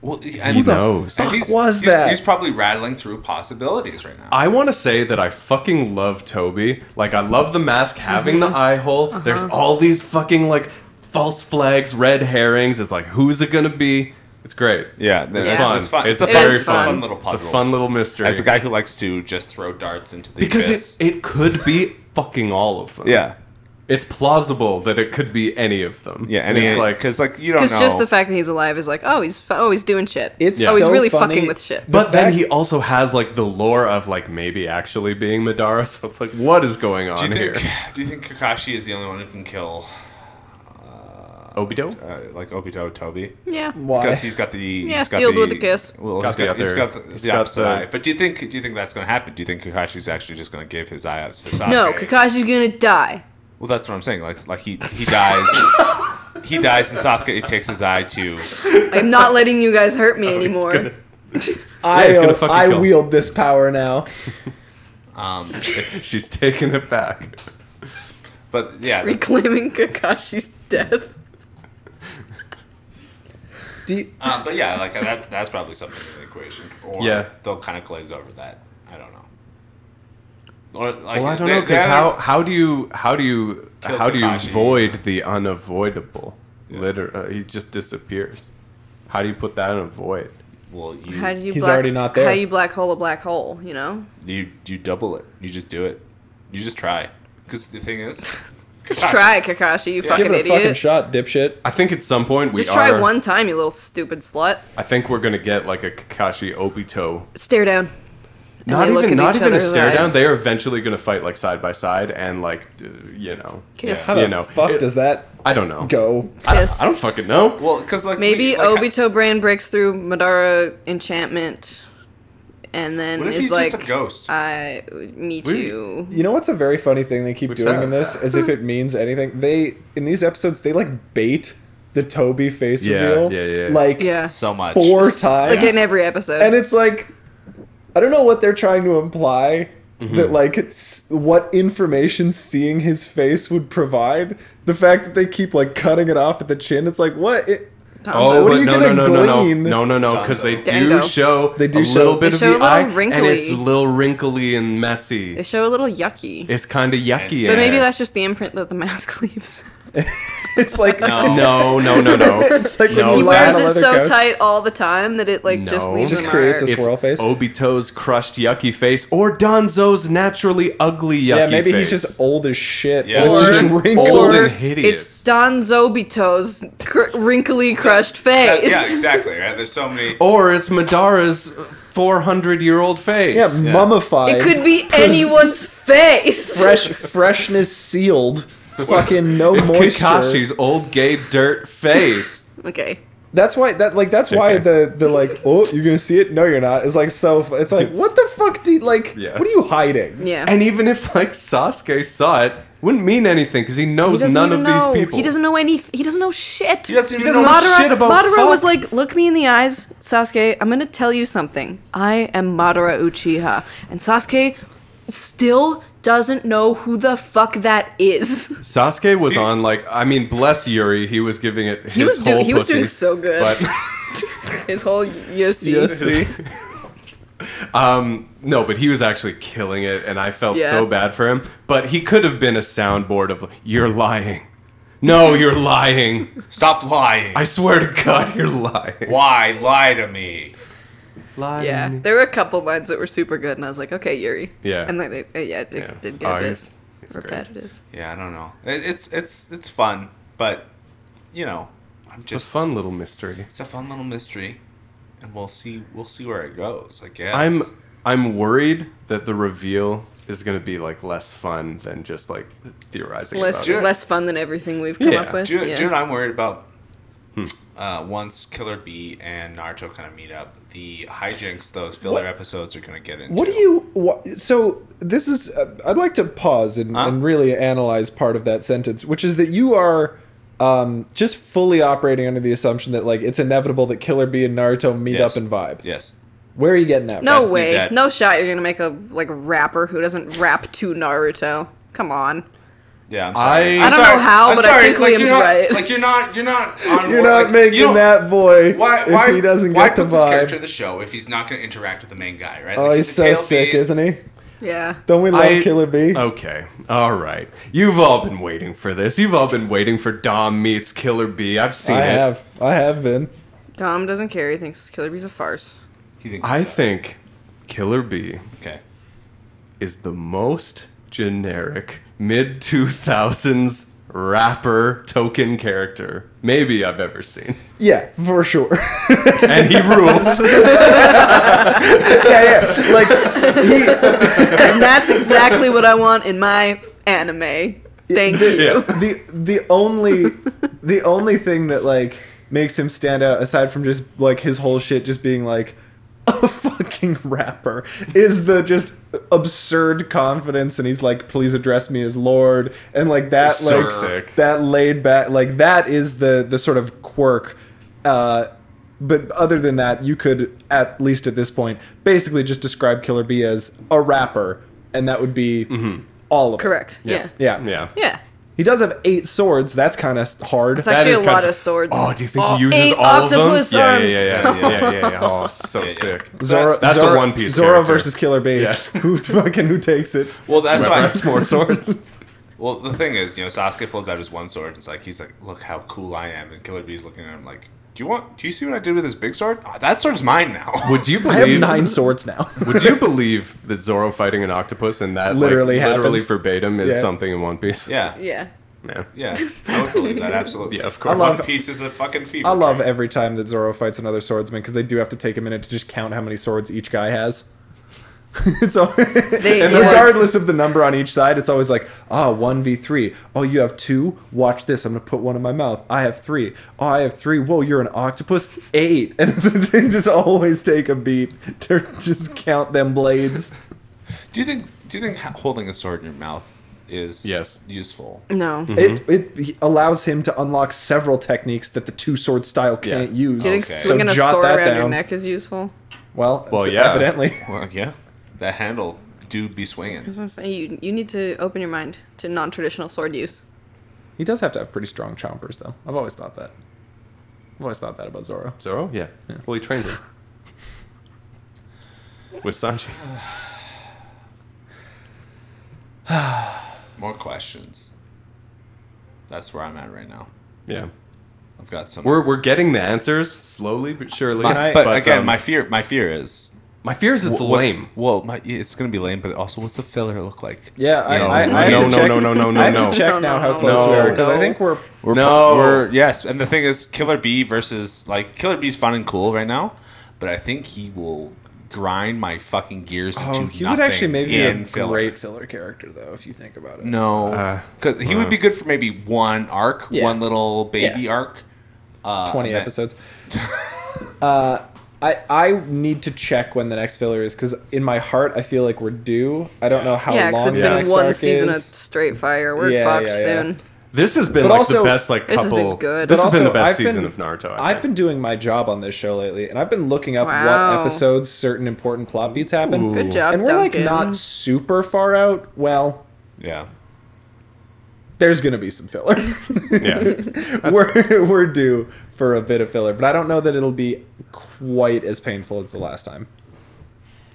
Speaker 4: Well,
Speaker 3: he knows.
Speaker 2: fuck was
Speaker 4: he's,
Speaker 2: that?
Speaker 4: He's probably rattling through possibilities right now.
Speaker 3: I want to say that I fucking love Toby. Like I love the mask having the eye hole. There's all these fucking like false flags, red herrings. It's like who's it gonna be? It's great.
Speaker 4: yeah,
Speaker 3: It's
Speaker 1: Yeah.
Speaker 3: fun.
Speaker 4: It's fun.
Speaker 3: It's a
Speaker 1: It
Speaker 3: very
Speaker 1: is fun.
Speaker 3: fun.
Speaker 4: It's a fun little
Speaker 3: It's
Speaker 4: puzzle.
Speaker 3: a fun little mystery.
Speaker 4: As a guy who likes to just throw darts into the
Speaker 3: because
Speaker 4: abyss.
Speaker 3: it, it could be fucking all of them.
Speaker 4: yeah.
Speaker 3: It's plausible that it could be any of them.
Speaker 4: Yeah, and
Speaker 3: it's like
Speaker 4: because like you don't know.
Speaker 1: Because just the fact that he's alive is like, oh, he's fu- oh, he's doing shit.
Speaker 2: It's
Speaker 1: oh, he's
Speaker 2: so
Speaker 1: really
Speaker 2: funny.
Speaker 1: fucking with shit.
Speaker 3: But then
Speaker 2: fact-
Speaker 3: he also has like the lore of like maybe actually being Madara, (laughs) so it's like what is going on
Speaker 4: do you
Speaker 3: here?
Speaker 4: think (laughs) do you think Kakashi is the only one who can kill
Speaker 3: Obito?
Speaker 4: uh, like Obito Toby?
Speaker 1: Yeah.
Speaker 2: why?
Speaker 4: Because he's got the yeah
Speaker 1: sealed with a kiss.
Speaker 4: Well,
Speaker 3: Got
Speaker 4: he's got,
Speaker 3: the
Speaker 4: he's
Speaker 3: other-
Speaker 4: got the,
Speaker 3: he's
Speaker 4: the
Speaker 3: got
Speaker 4: opposite
Speaker 3: the-
Speaker 4: eye. But do you think do you think that's going to happen? Do you think Kakashi's actually just going to give his eye up to Sasuke?
Speaker 1: No, Kakashi's gonna die.
Speaker 4: Well, that's what I'm saying. Like like he
Speaker 1: (laughs)
Speaker 4: he dies. He dies and Sasuke takes his eye to.
Speaker 1: I'm not letting you guys
Speaker 4: (laughs)
Speaker 1: hurt me
Speaker 4: Oh,
Speaker 3: he's
Speaker 1: anymore.
Speaker 3: gonna-
Speaker 2: I,
Speaker 3: he's gonna
Speaker 2: uh,
Speaker 3: fucking
Speaker 2: I
Speaker 3: kill him.
Speaker 2: wield this power now.
Speaker 4: Um,
Speaker 3: (laughs) She's taking it back.
Speaker 4: but yeah, that's-
Speaker 1: Reclaiming Kakashi's death.
Speaker 2: Do you-
Speaker 4: um, but yeah, like that that's probably something in the equation. Or
Speaker 3: Yeah.
Speaker 4: they'll kind of glaze over that. I don't know. Or like,
Speaker 3: Well, I don't
Speaker 4: they-
Speaker 3: know
Speaker 4: they
Speaker 3: because
Speaker 4: either-
Speaker 3: how how do you how do you
Speaker 4: Kill
Speaker 3: how do you
Speaker 4: Kakashi.
Speaker 3: void the unavoidable?
Speaker 4: Yeah.
Speaker 3: Liter- uh, he just disappears. How do you put that in a void?
Speaker 4: Well, you
Speaker 1: How do you
Speaker 2: He's
Speaker 1: black,
Speaker 2: already not there.
Speaker 1: How you black hole a black hole? You know.
Speaker 4: you you double it. You just do it. You just try. Because the thing is,
Speaker 1: (laughs)
Speaker 4: (laughs)
Speaker 1: Just try it, Kakashi. You fucking
Speaker 2: give it a fucking
Speaker 1: idiot.
Speaker 2: shot, dipshit.
Speaker 3: I think at some point we
Speaker 1: Just try
Speaker 3: are-
Speaker 1: one time, you little stupid slut.
Speaker 3: I think we're gonna get like a Kakashi Obito.
Speaker 1: Stare down. And
Speaker 3: Not
Speaker 1: they look
Speaker 3: even
Speaker 1: at
Speaker 3: not
Speaker 1: each
Speaker 3: even a
Speaker 1: other's
Speaker 3: stare
Speaker 1: eyes.
Speaker 3: down. They are eventually gonna fight like side by side and like uh, you know.
Speaker 1: kiss.
Speaker 2: How
Speaker 3: You
Speaker 2: the
Speaker 3: know,
Speaker 2: fuck
Speaker 3: it-
Speaker 2: does that
Speaker 3: I don't know.
Speaker 2: go?
Speaker 1: Kiss.
Speaker 3: I don't fucking know.
Speaker 4: well, because like
Speaker 1: Maybe
Speaker 4: we- like,
Speaker 1: Obito brain breaks through Madara enchantment, and then
Speaker 4: What if
Speaker 1: is
Speaker 4: he's
Speaker 1: like, uh,
Speaker 4: just a ghost?
Speaker 1: "I meet
Speaker 3: We-
Speaker 1: you."
Speaker 2: You know what's a very funny thing they keep
Speaker 3: What's
Speaker 2: doing
Speaker 3: that?
Speaker 2: in this, as if it means anything. They in these episodes they like bait the Toby face
Speaker 3: Yeah,
Speaker 2: reveal,
Speaker 3: yeah, yeah.
Speaker 2: like
Speaker 1: Yeah.
Speaker 4: so much.
Speaker 2: four times,
Speaker 1: Like in every episode.
Speaker 2: and it's like I don't know what they're trying to imply
Speaker 3: Mm-hmm.
Speaker 2: that like s- what information seeing his face would provide. The fact that they keep like cutting it off at the chin, it's like what. It,
Speaker 1: Tom's
Speaker 3: Oh,
Speaker 1: like,
Speaker 2: what
Speaker 3: but
Speaker 2: are you
Speaker 3: no,
Speaker 2: gonna
Speaker 3: no, no, no,
Speaker 2: glean?
Speaker 3: no, no, no, no, because they do
Speaker 1: Dango.
Speaker 3: show
Speaker 2: They do
Speaker 3: a
Speaker 2: show-
Speaker 3: little bit
Speaker 1: They
Speaker 3: of
Speaker 1: show a
Speaker 3: the
Speaker 1: little
Speaker 3: eye, and
Speaker 1: wrinkly.
Speaker 3: it's a little wrinkly and
Speaker 1: They
Speaker 3: messy.
Speaker 1: show a little yucky.
Speaker 3: It's kind of yucky.
Speaker 1: But maybe
Speaker 3: eh?
Speaker 1: that's just the imprint that the mask (laughs) leaves.
Speaker 2: It's like
Speaker 4: No.
Speaker 3: (laughs) no, no, no,
Speaker 2: (laughs)
Speaker 3: no.
Speaker 2: It's like when
Speaker 3: no,
Speaker 1: he
Speaker 2: you
Speaker 1: wears
Speaker 2: that-
Speaker 1: it
Speaker 2: leather
Speaker 1: so
Speaker 2: coat?
Speaker 1: tight all the time that it like just
Speaker 3: No.
Speaker 1: leaves
Speaker 3: Just
Speaker 1: a
Speaker 2: creates a
Speaker 1: mark.
Speaker 2: s- Squirrel face?
Speaker 3: Obito's crushed yucky face, or Donzo's naturally ugly yucky
Speaker 2: yeah, maybe
Speaker 3: face.
Speaker 2: he's just old as shit.
Speaker 4: Yeah.
Speaker 2: and it's
Speaker 1: Or-
Speaker 2: just
Speaker 3: Old and
Speaker 2: wrinkles.
Speaker 3: hideous.
Speaker 1: It's Don Zobito's cr- wrinkly crushed
Speaker 4: That-
Speaker 1: face.
Speaker 4: yeah, exactly. Right. There's so many.
Speaker 3: Or it's Madara's 400 year old face.
Speaker 2: Yeah, mummified.
Speaker 1: It could be anyone's face.
Speaker 2: (laughs) fresh freshness sealed. Fucking no
Speaker 3: It's
Speaker 2: moisture.
Speaker 3: Kakashi's old gay
Speaker 2: (laughs)
Speaker 3: dirt face.
Speaker 1: Okay.
Speaker 2: That's why that like that's why the the like oh you're gonna see it no you're not is like so fu- it's like
Speaker 3: It's-
Speaker 2: what the fuck do you, like
Speaker 3: Yeah.
Speaker 2: what are you hiding
Speaker 1: Yeah.
Speaker 3: and even if, like, Sasuke saw it, wouldn't mean anything because he
Speaker 1: He
Speaker 3: knows
Speaker 1: doesn't
Speaker 3: none of
Speaker 1: even know.
Speaker 3: these people.
Speaker 1: He doesn't know any. He doesn't know shit.
Speaker 4: He doesn't
Speaker 3: He
Speaker 4: even
Speaker 3: doesn't
Speaker 4: know.
Speaker 3: know
Speaker 1: Madara,
Speaker 3: shit about
Speaker 1: Madara
Speaker 3: fuck.
Speaker 1: was like, "Look me in the eyes, Sasuke. I'm gonna tell you something. I am Madara Uchiha." And Sasuke still doesn't know who the fuck that is. (laughs)
Speaker 3: Sasuke was on like I mean, bless Yuri, he was giving it. His
Speaker 1: He was
Speaker 3: whole
Speaker 1: doing. He was
Speaker 3: pussy,
Speaker 1: doing so good. (laughs)
Speaker 3: But
Speaker 1: His whole Yossi.
Speaker 2: yes see?
Speaker 3: (laughs) um, no, but he was actually killing it, and I felt
Speaker 1: Yeah.
Speaker 3: so bad for him. But he could have been a soundboard of "You're lying." No, you're lying.
Speaker 4: Stop lying.
Speaker 3: I swear to God, you're lying.
Speaker 4: Why lie to me?
Speaker 3: Lying.
Speaker 1: Yeah, there were a couple lines that were super good, and I was like, okay, Yuri.
Speaker 3: Yeah.
Speaker 1: And then it, uh, yeah, it did,
Speaker 3: Yeah.
Speaker 1: did get
Speaker 3: Oh,
Speaker 1: a
Speaker 3: he's-
Speaker 1: bit
Speaker 3: he's great.
Speaker 1: repetitive.
Speaker 4: Yeah, I don't know. It, it's it's it's fun, but you know, I'm
Speaker 3: It's
Speaker 4: just
Speaker 3: a fun little mystery.
Speaker 4: It's a fun little mystery, and we'll see we'll see where it goes. I guess
Speaker 3: I'm I'm worried that the reveal is going to be like less fun than just like theorizing
Speaker 1: less
Speaker 3: about
Speaker 4: do
Speaker 3: it.
Speaker 4: it.
Speaker 1: less fun than everything we've come
Speaker 3: Yeah.
Speaker 1: up with.
Speaker 4: Do, you-
Speaker 1: yeah.
Speaker 4: do you know what I'm worried about?
Speaker 2: Hmm.
Speaker 4: Uh, once Killer Bee and Naruto kind of meet up, the hijinks those filler
Speaker 2: What-
Speaker 4: episodes are going to get into.
Speaker 2: What do you? What, so this is. Uh, I'd like to pause and,
Speaker 4: Uh-huh.
Speaker 2: and really analyze part of that sentence, which is that you are um, just fully operating under the assumption that like it's inevitable that Killer Bee and Naruto meet
Speaker 4: Yes.
Speaker 2: up and vibe.
Speaker 4: Yes.
Speaker 2: Where are you getting that?
Speaker 1: no
Speaker 4: Best
Speaker 1: way,
Speaker 4: new dad.
Speaker 1: no shot. You're gonna make a like rapper who doesn't rap to Naruto. Come on.
Speaker 4: Yeah, I'm
Speaker 3: I-
Speaker 4: sorry.
Speaker 3: I
Speaker 4: I'm
Speaker 1: don't
Speaker 4: sorry.
Speaker 1: know how,
Speaker 4: I'm
Speaker 1: but I
Speaker 4: sorry.
Speaker 1: think
Speaker 4: like,
Speaker 1: Liam's
Speaker 4: you're not,
Speaker 1: right.
Speaker 4: Like you're not,
Speaker 2: (laughs)
Speaker 4: you're not. On
Speaker 2: from? You're
Speaker 4: board-
Speaker 2: not
Speaker 4: like,
Speaker 2: making
Speaker 4: you don't-
Speaker 2: that boy
Speaker 4: (laughs) Why,
Speaker 2: if
Speaker 4: why,
Speaker 2: he doesn't
Speaker 4: why
Speaker 2: get the
Speaker 4: put this character
Speaker 2: vibe.
Speaker 4: in the show if he's not going to interact with the main guy, right?
Speaker 2: Oh, he's so sick, isn't he?
Speaker 1: Yeah.
Speaker 2: Don't we love
Speaker 3: I-
Speaker 2: Killer Bee?
Speaker 3: Okay, all right. You've all been waiting for this. You've all been waiting for Dom meets Killer Bee. I've seen
Speaker 2: I
Speaker 3: it.
Speaker 2: have. I have been.
Speaker 1: Dom doesn't care. He thinks Killer Bee's a farce.
Speaker 4: He thinks
Speaker 3: I
Speaker 4: it sucks.
Speaker 3: think Killer Bee
Speaker 4: Okay.
Speaker 3: is the most generic mid 2000s rapper token character maybe I've ever seen.
Speaker 2: Yeah, for sure. (laughs)
Speaker 3: And he rules.
Speaker 2: yeah, yeah. Like
Speaker 1: and that's exactly what I want in my anime. Thank you.
Speaker 3: Yeah.
Speaker 2: the the only the only thing that like makes him stand out aside from just like his whole shit just being like (laughs) a fucking rapper is the just absurd confidence and he's like please address me as lord and like that
Speaker 3: It's so
Speaker 2: like
Speaker 3: sick.
Speaker 2: that laid back like that is the the sort of quirk uh but other than that you could at least at this point basically just describe killer b as a rapper and that would be all of it.
Speaker 1: Correct. Yeah.
Speaker 2: yeah
Speaker 3: Yeah.
Speaker 1: Yeah.
Speaker 2: he does have eight swords. That's kind of hard.
Speaker 1: It's actually
Speaker 3: is
Speaker 1: a lot
Speaker 3: kinda-
Speaker 1: of swords.
Speaker 3: Oh, do you think
Speaker 1: All-
Speaker 3: he uses
Speaker 1: eight
Speaker 3: all
Speaker 1: octopus
Speaker 3: of them?
Speaker 1: arms.
Speaker 3: Yeah, yeah, yeah, yeah, yeah, yeah, yeah. Oh,
Speaker 1: (laughs)
Speaker 3: so
Speaker 4: Yeah, yeah.
Speaker 3: sick.
Speaker 2: Zoro,
Speaker 3: that's a
Speaker 2: Zoro-
Speaker 3: One Piece
Speaker 2: Zoro
Speaker 3: character.
Speaker 2: versus Killer Bee.
Speaker 3: Yeah.
Speaker 2: (laughs) who fucking who takes it?
Speaker 4: Well, that's
Speaker 3: Whoever
Speaker 4: why.
Speaker 3: has
Speaker 4: (laughs)
Speaker 3: more swords.
Speaker 4: Well, the thing is, you know, Sasuke pulls out his one sword and it's like, he's like, look how cool I am. And Killer Bee's looking at him like, do you want, do you see what I did with this big sword? Ah, that sword's mine now.
Speaker 3: (laughs) Would you
Speaker 2: I have
Speaker 3: believe
Speaker 2: nine swords
Speaker 3: (laughs)
Speaker 2: now.
Speaker 3: Would you believe that Zoro fighting an octopus and that
Speaker 2: Literally
Speaker 3: like, literally
Speaker 2: happens.
Speaker 3: verbatim is
Speaker 2: Yeah.
Speaker 3: something in One Piece?
Speaker 4: (laughs) yeah. yeah.
Speaker 1: Yeah.
Speaker 3: Yeah.
Speaker 4: I would believe that, absolutely.
Speaker 3: Yeah, of course. I
Speaker 2: love-
Speaker 4: One Piece is a fucking fever.
Speaker 2: I love
Speaker 4: dream.
Speaker 2: every time that Zoro fights another swordsman because they do have to take a minute to just count how many swords each guy has. (laughs) it's all,
Speaker 1: They-
Speaker 2: and
Speaker 1: yeah.
Speaker 2: regardless of the number on each side, it's always like, ah, one v three. Oh, you have two. Watch this. I'm gonna put one in my mouth. I have three. Oh, I have three. Whoa, you're an octopus. Eight, (laughs) and they just always take a beat to just count them blades.
Speaker 4: Do you think, do you think ha- holding a sword in your mouth is
Speaker 3: Yes.
Speaker 4: useful?
Speaker 3: Mm-hmm.
Speaker 1: No.
Speaker 2: It
Speaker 4: Mm-hmm.
Speaker 2: it he- allows him to unlock several techniques that the two sword style can't use.
Speaker 1: Do you think
Speaker 4: Okay.
Speaker 1: swinging a sword around your neck is useful?
Speaker 2: Well,
Speaker 3: Well,
Speaker 2: d-
Speaker 3: yeah.
Speaker 2: evidently. (laughs)
Speaker 4: Well, yeah. That handle do
Speaker 1: I
Speaker 4: be swinging.
Speaker 1: was gonna say you you need to open your mind to non-traditional sword use.
Speaker 2: He does have to have pretty strong chompers, though. I've always thought that. I've always thought that about Zoro.
Speaker 3: Zoro? Yeah. Well, he trains him. With Sanji.
Speaker 4: More questions. That's where I'm at right now.
Speaker 3: Yeah.
Speaker 4: I've got some.
Speaker 3: We're, we're getting the answers slowly but surely.
Speaker 2: Can I-
Speaker 4: but, again,
Speaker 3: um,
Speaker 4: my fear, my fear is
Speaker 3: my fear is it's
Speaker 4: Wh- what-
Speaker 3: lame.
Speaker 4: Well, my, it's gonna be lame, but also, what's the filler look like?
Speaker 2: Yeah, I,
Speaker 4: No,
Speaker 2: I, I
Speaker 4: no,
Speaker 2: have
Speaker 4: no,
Speaker 2: to
Speaker 3: no,
Speaker 2: check,
Speaker 3: no, no, no,
Speaker 2: I have
Speaker 3: no,
Speaker 2: to
Speaker 3: no.
Speaker 2: check
Speaker 1: No,
Speaker 2: now
Speaker 1: no,
Speaker 2: how
Speaker 1: no,
Speaker 2: close we
Speaker 3: no.
Speaker 2: are because I
Speaker 1: No.
Speaker 2: think we're.
Speaker 4: We're
Speaker 3: No.
Speaker 4: we're, yes, and the thing is, Killer B versus like Killer B's fun and cool right now, but I think he will grind my fucking gears into
Speaker 2: Oh,
Speaker 4: nothing.
Speaker 2: he would actually maybe be a
Speaker 4: in filler.
Speaker 2: great filler character, though, if you think about it.
Speaker 4: No,
Speaker 3: Uh,
Speaker 4: because he would be good for maybe one arc,
Speaker 2: Yeah.
Speaker 4: one little baby
Speaker 2: Yeah.
Speaker 4: arc. Uh,
Speaker 2: 20
Speaker 4: and then-
Speaker 2: episodes. uh, I I need to check when the next filler is because in my heart I feel like we're due. I don't know how
Speaker 1: yeah, because
Speaker 2: long.
Speaker 1: it's
Speaker 2: the
Speaker 1: been
Speaker 2: next
Speaker 1: one
Speaker 2: arc
Speaker 1: season of
Speaker 2: is.
Speaker 1: straight fire. We're
Speaker 2: Yeah,
Speaker 1: fucked
Speaker 2: yeah, yeah.
Speaker 1: soon.
Speaker 3: This has been
Speaker 2: But
Speaker 3: like
Speaker 2: also-
Speaker 3: the best like
Speaker 1: This
Speaker 3: couple.
Speaker 1: has been good.
Speaker 3: This
Speaker 2: But
Speaker 3: has been the
Speaker 2: also,
Speaker 3: best
Speaker 2: I've been-
Speaker 3: season of Naruto. I
Speaker 2: I've
Speaker 3: think.
Speaker 2: been doing my job on this show lately, and I've been looking up
Speaker 1: Wow.
Speaker 2: what episodes certain important plot beats happen.
Speaker 1: Good job,
Speaker 2: and we're like
Speaker 1: Duncan.
Speaker 2: not super far out. Well,
Speaker 4: Yeah,
Speaker 2: there's gonna be
Speaker 1: (laughs)
Speaker 2: some filler. (laughs)
Speaker 3: Yeah.
Speaker 2: we're we're due for a bit of filler, but I don't know that it'll be quite as painful as the last time.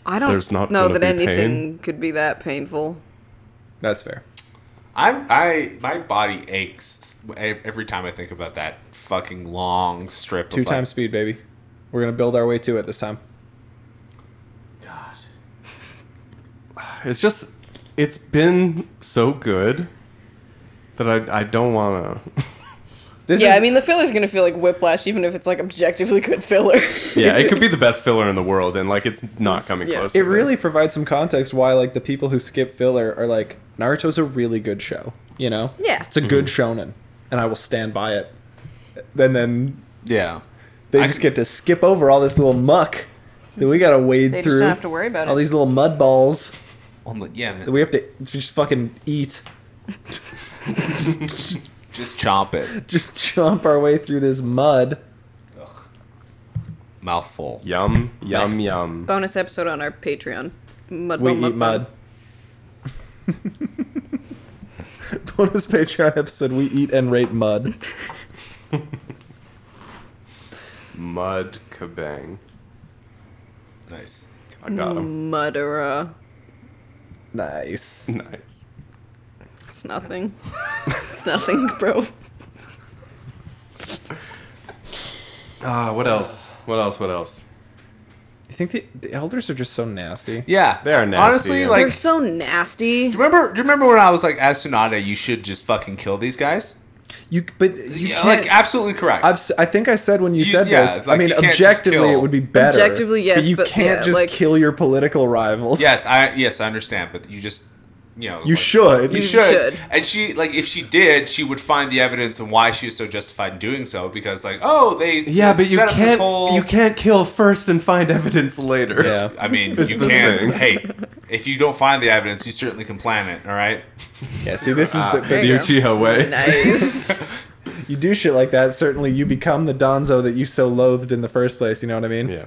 Speaker 1: I don't
Speaker 3: There's not
Speaker 1: know
Speaker 3: gonna
Speaker 1: that
Speaker 3: be
Speaker 1: anything
Speaker 3: pain.
Speaker 1: could be that painful.
Speaker 2: That's fair.
Speaker 4: I'm I my body aches e, every time I think about that fucking long strip.
Speaker 2: Two
Speaker 4: of like,
Speaker 2: times speed, baby. We're gonna build our way to it this time.
Speaker 4: God.
Speaker 3: It's just it's been so good that I I don't wanna
Speaker 2: This
Speaker 1: yeah,
Speaker 2: is,
Speaker 1: I mean the filler's gonna feel like whiplash, even if it's like objectively good filler. (laughs)
Speaker 3: Yeah, it could be the best filler in the world, and like it's not coming
Speaker 1: yeah.
Speaker 3: close. to
Speaker 2: it really
Speaker 3: this.
Speaker 2: provides some context why like the people who skip filler are like Naruto's a really good show, you know?
Speaker 1: Yeah.
Speaker 2: It's a good shonen and I will stand by it. And then
Speaker 4: Yeah.
Speaker 2: they
Speaker 4: I
Speaker 2: just
Speaker 4: can-
Speaker 2: get to skip over all this little muck that we got to wade
Speaker 1: They
Speaker 2: through.
Speaker 1: just don't have to worry about
Speaker 2: all
Speaker 1: it.
Speaker 2: these little mud balls
Speaker 4: Only, yeah,
Speaker 2: that
Speaker 4: man.
Speaker 2: we have to just fucking eat.
Speaker 4: just chomp it.
Speaker 2: Just (laughs) chomp our way through this mud.
Speaker 4: Mouthful.
Speaker 3: yum yum yum.
Speaker 1: Bonus episode on our Patreon. Mud
Speaker 2: we
Speaker 1: Bum
Speaker 2: eat
Speaker 1: Mukbang.
Speaker 2: mud. (laughs) Bonus Patreon episode: We eat and rate mud.
Speaker 3: Mud kabang.
Speaker 4: Nice.
Speaker 3: I
Speaker 1: Mm.
Speaker 3: got him. (laughs)
Speaker 1: Mudderer.
Speaker 2: Nice.
Speaker 3: Nice.
Speaker 1: It's
Speaker 2: (laughs)
Speaker 1: nothing. it's nothing, bro.
Speaker 3: Ah, what else? What else? What else?
Speaker 2: You think the, the elders are just so nasty?
Speaker 4: Yeah,
Speaker 3: They are nasty,
Speaker 4: Honestly,
Speaker 3: yeah.
Speaker 1: They're
Speaker 4: like,
Speaker 1: so nasty.
Speaker 2: (laughs)
Speaker 4: do you remember? Do you remember when I was like, as Tsunade, you should just fucking kill these guys?
Speaker 2: You, but you
Speaker 4: yeah,
Speaker 2: can't.
Speaker 4: like absolutely correct.
Speaker 2: I've, si think I said when you,
Speaker 4: You-
Speaker 2: said
Speaker 4: yeah,
Speaker 2: this. I
Speaker 4: like,
Speaker 2: mean,
Speaker 4: you can't just
Speaker 2: objectively, it
Speaker 4: kill-
Speaker 2: would be better.
Speaker 1: Objectively, yes,
Speaker 2: But you
Speaker 1: but
Speaker 2: can't
Speaker 1: yeah,
Speaker 2: just
Speaker 1: like-
Speaker 2: kill your political rivals.
Speaker 4: yes, I yes I understand, but you just you know
Speaker 2: You
Speaker 4: like,
Speaker 2: should.
Speaker 4: You
Speaker 1: You
Speaker 4: should.
Speaker 1: should.
Speaker 4: And she like if she did, she would find the evidence and why she was so justified in doing so because like oh they
Speaker 3: Yeah, but you
Speaker 4: set up this
Speaker 3: can't.
Speaker 4: whole-
Speaker 3: You can't kill first and find evidence later.
Speaker 2: Yeah.
Speaker 4: I mean
Speaker 3: It's
Speaker 4: you
Speaker 3: the
Speaker 4: can
Speaker 3: thing.
Speaker 4: hey if you don't find the evidence you certainly can plan it all right
Speaker 2: Yeah, see, this is
Speaker 4: Ah,
Speaker 2: the,
Speaker 3: The
Speaker 1: There you go.
Speaker 3: Uchiha
Speaker 1: (laughs)
Speaker 3: way.
Speaker 1: Nice.
Speaker 2: you do shit like that. Certainly, you become the Donzo that you so loathed in the first place. You know what I mean?
Speaker 3: Yeah.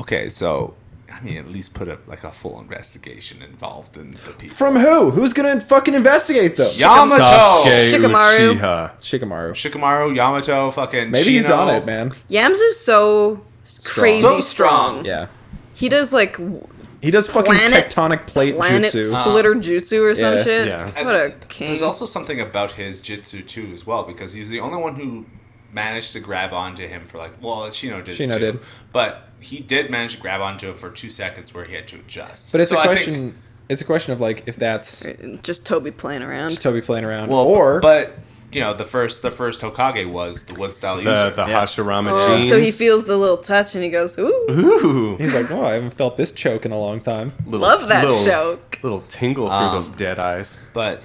Speaker 4: okay so I mean at least put up like a full investigation involved in the people
Speaker 2: From who? Who's gonna fucking investigate those?
Speaker 4: Yamato
Speaker 3: Sasuke
Speaker 1: Shikamaru.
Speaker 3: Uchiha.
Speaker 2: Shikamaru.
Speaker 4: Shikamaru Yamato fucking
Speaker 2: Maybe he's
Speaker 4: Shino.
Speaker 2: on it, man.
Speaker 1: Yams is so crazy
Speaker 4: So
Speaker 1: strong.
Speaker 4: strong.
Speaker 2: Yeah.
Speaker 1: He does like w-
Speaker 2: He does fucking
Speaker 1: Planet-
Speaker 2: tectonic plate
Speaker 1: planet
Speaker 2: jutsu.
Speaker 1: splitter jutsu or some
Speaker 2: Yeah,
Speaker 1: shit.
Speaker 3: yeah.
Speaker 1: What a
Speaker 4: And
Speaker 1: king.
Speaker 4: Ah. There's also something about his jitsu too, as well, because he was the only one who managed to grab onto him for like, well, Chino did.
Speaker 2: Shino
Speaker 4: too,
Speaker 2: did.
Speaker 4: but he did manage to grab onto him for two seconds where he had to adjust.
Speaker 2: But it's
Speaker 4: So
Speaker 2: a
Speaker 4: I think-
Speaker 2: question. it's a question of like if that's
Speaker 1: Uh, Just Toby playing around.
Speaker 2: Toby playing around,
Speaker 4: well,
Speaker 2: or
Speaker 4: but you know, the first the first Hokage was the wood style
Speaker 3: The
Speaker 4: user.
Speaker 3: the
Speaker 2: Yeah.
Speaker 3: Hashirama
Speaker 1: Oh,
Speaker 3: jeans.
Speaker 1: so he feels the little touch and he goes, ooh,
Speaker 3: Ooh,
Speaker 2: he's like, oh, I haven't felt this choke in a long time.
Speaker 3: little,
Speaker 1: love that
Speaker 3: little,
Speaker 1: joke.
Speaker 3: Little tingle through
Speaker 4: Um,
Speaker 3: those dead eyes.
Speaker 4: but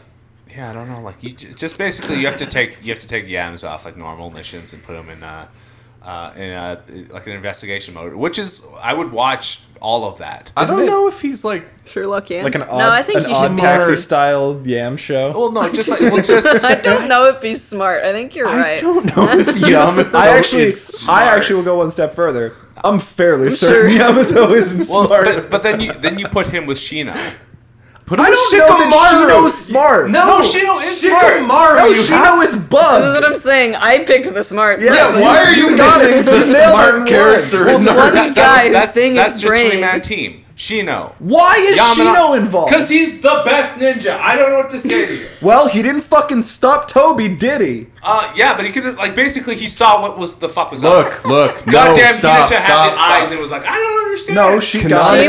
Speaker 4: yeah, I don't know. Like you ju- just basically you have to take you have to take yams off like normal missions and put them in uh, uh, in uh like an investigation mode, which is I would watch all of that.
Speaker 3: I
Speaker 2: Isn't
Speaker 3: don't
Speaker 2: it-
Speaker 3: know if he's like.
Speaker 1: Sherlock Yams.
Speaker 2: Like an odd,
Speaker 1: no, I think
Speaker 2: an
Speaker 1: you
Speaker 2: odd
Speaker 1: should.
Speaker 2: taxi
Speaker 1: more-
Speaker 2: style yam show.
Speaker 4: Well, no, just like well, just
Speaker 1: (laughs)
Speaker 2: (laughs)
Speaker 1: I don't know if he's smart. I think you're right.
Speaker 3: I don't know if Yamato
Speaker 2: I actually,
Speaker 3: is
Speaker 2: I
Speaker 3: smart.
Speaker 2: actually will go one step further. I'm fairly certain Yamato isn't
Speaker 4: Well,
Speaker 2: smart.
Speaker 4: but, but then you then you put him with Shino.
Speaker 3: Put
Speaker 2: I
Speaker 3: him
Speaker 2: don't
Speaker 3: with
Speaker 2: know that
Speaker 3: Shikamaru.
Speaker 2: Shino's smart.
Speaker 3: No,
Speaker 4: No, Shino is smart.
Speaker 3: Shikamaru,
Speaker 2: no,
Speaker 3: you
Speaker 2: Shino
Speaker 1: This
Speaker 2: is
Speaker 1: is what
Speaker 2: bugged.
Speaker 1: I'm saying. I picked the smart.
Speaker 2: Yeah,
Speaker 1: person.
Speaker 3: Yeah, why are you,
Speaker 2: You got
Speaker 3: missing
Speaker 2: it.
Speaker 3: the
Speaker 2: You nailed it.
Speaker 3: smart character?
Speaker 2: Well,
Speaker 3: in
Speaker 2: so
Speaker 3: our-
Speaker 1: one
Speaker 3: That's-
Speaker 1: guy whose thing
Speaker 4: that's
Speaker 1: is
Speaker 4: your
Speaker 1: brain.
Speaker 4: three-man team. Shino.
Speaker 2: Why is Shino involved?
Speaker 4: Because he's the best ninja. I don't know what to say to you.
Speaker 2: well, he didn't fucking stop Toby, did he?
Speaker 4: Uh, yeah, but he could have like basically he saw what was the fuck was
Speaker 3: Look,
Speaker 4: up.
Speaker 3: look, no,
Speaker 4: Goddamn,
Speaker 3: stop, stop,
Speaker 4: Kinacha had the eyes
Speaker 3: stop.
Speaker 4: and was like, I don't understand.
Speaker 2: No, she
Speaker 1: She
Speaker 2: got it.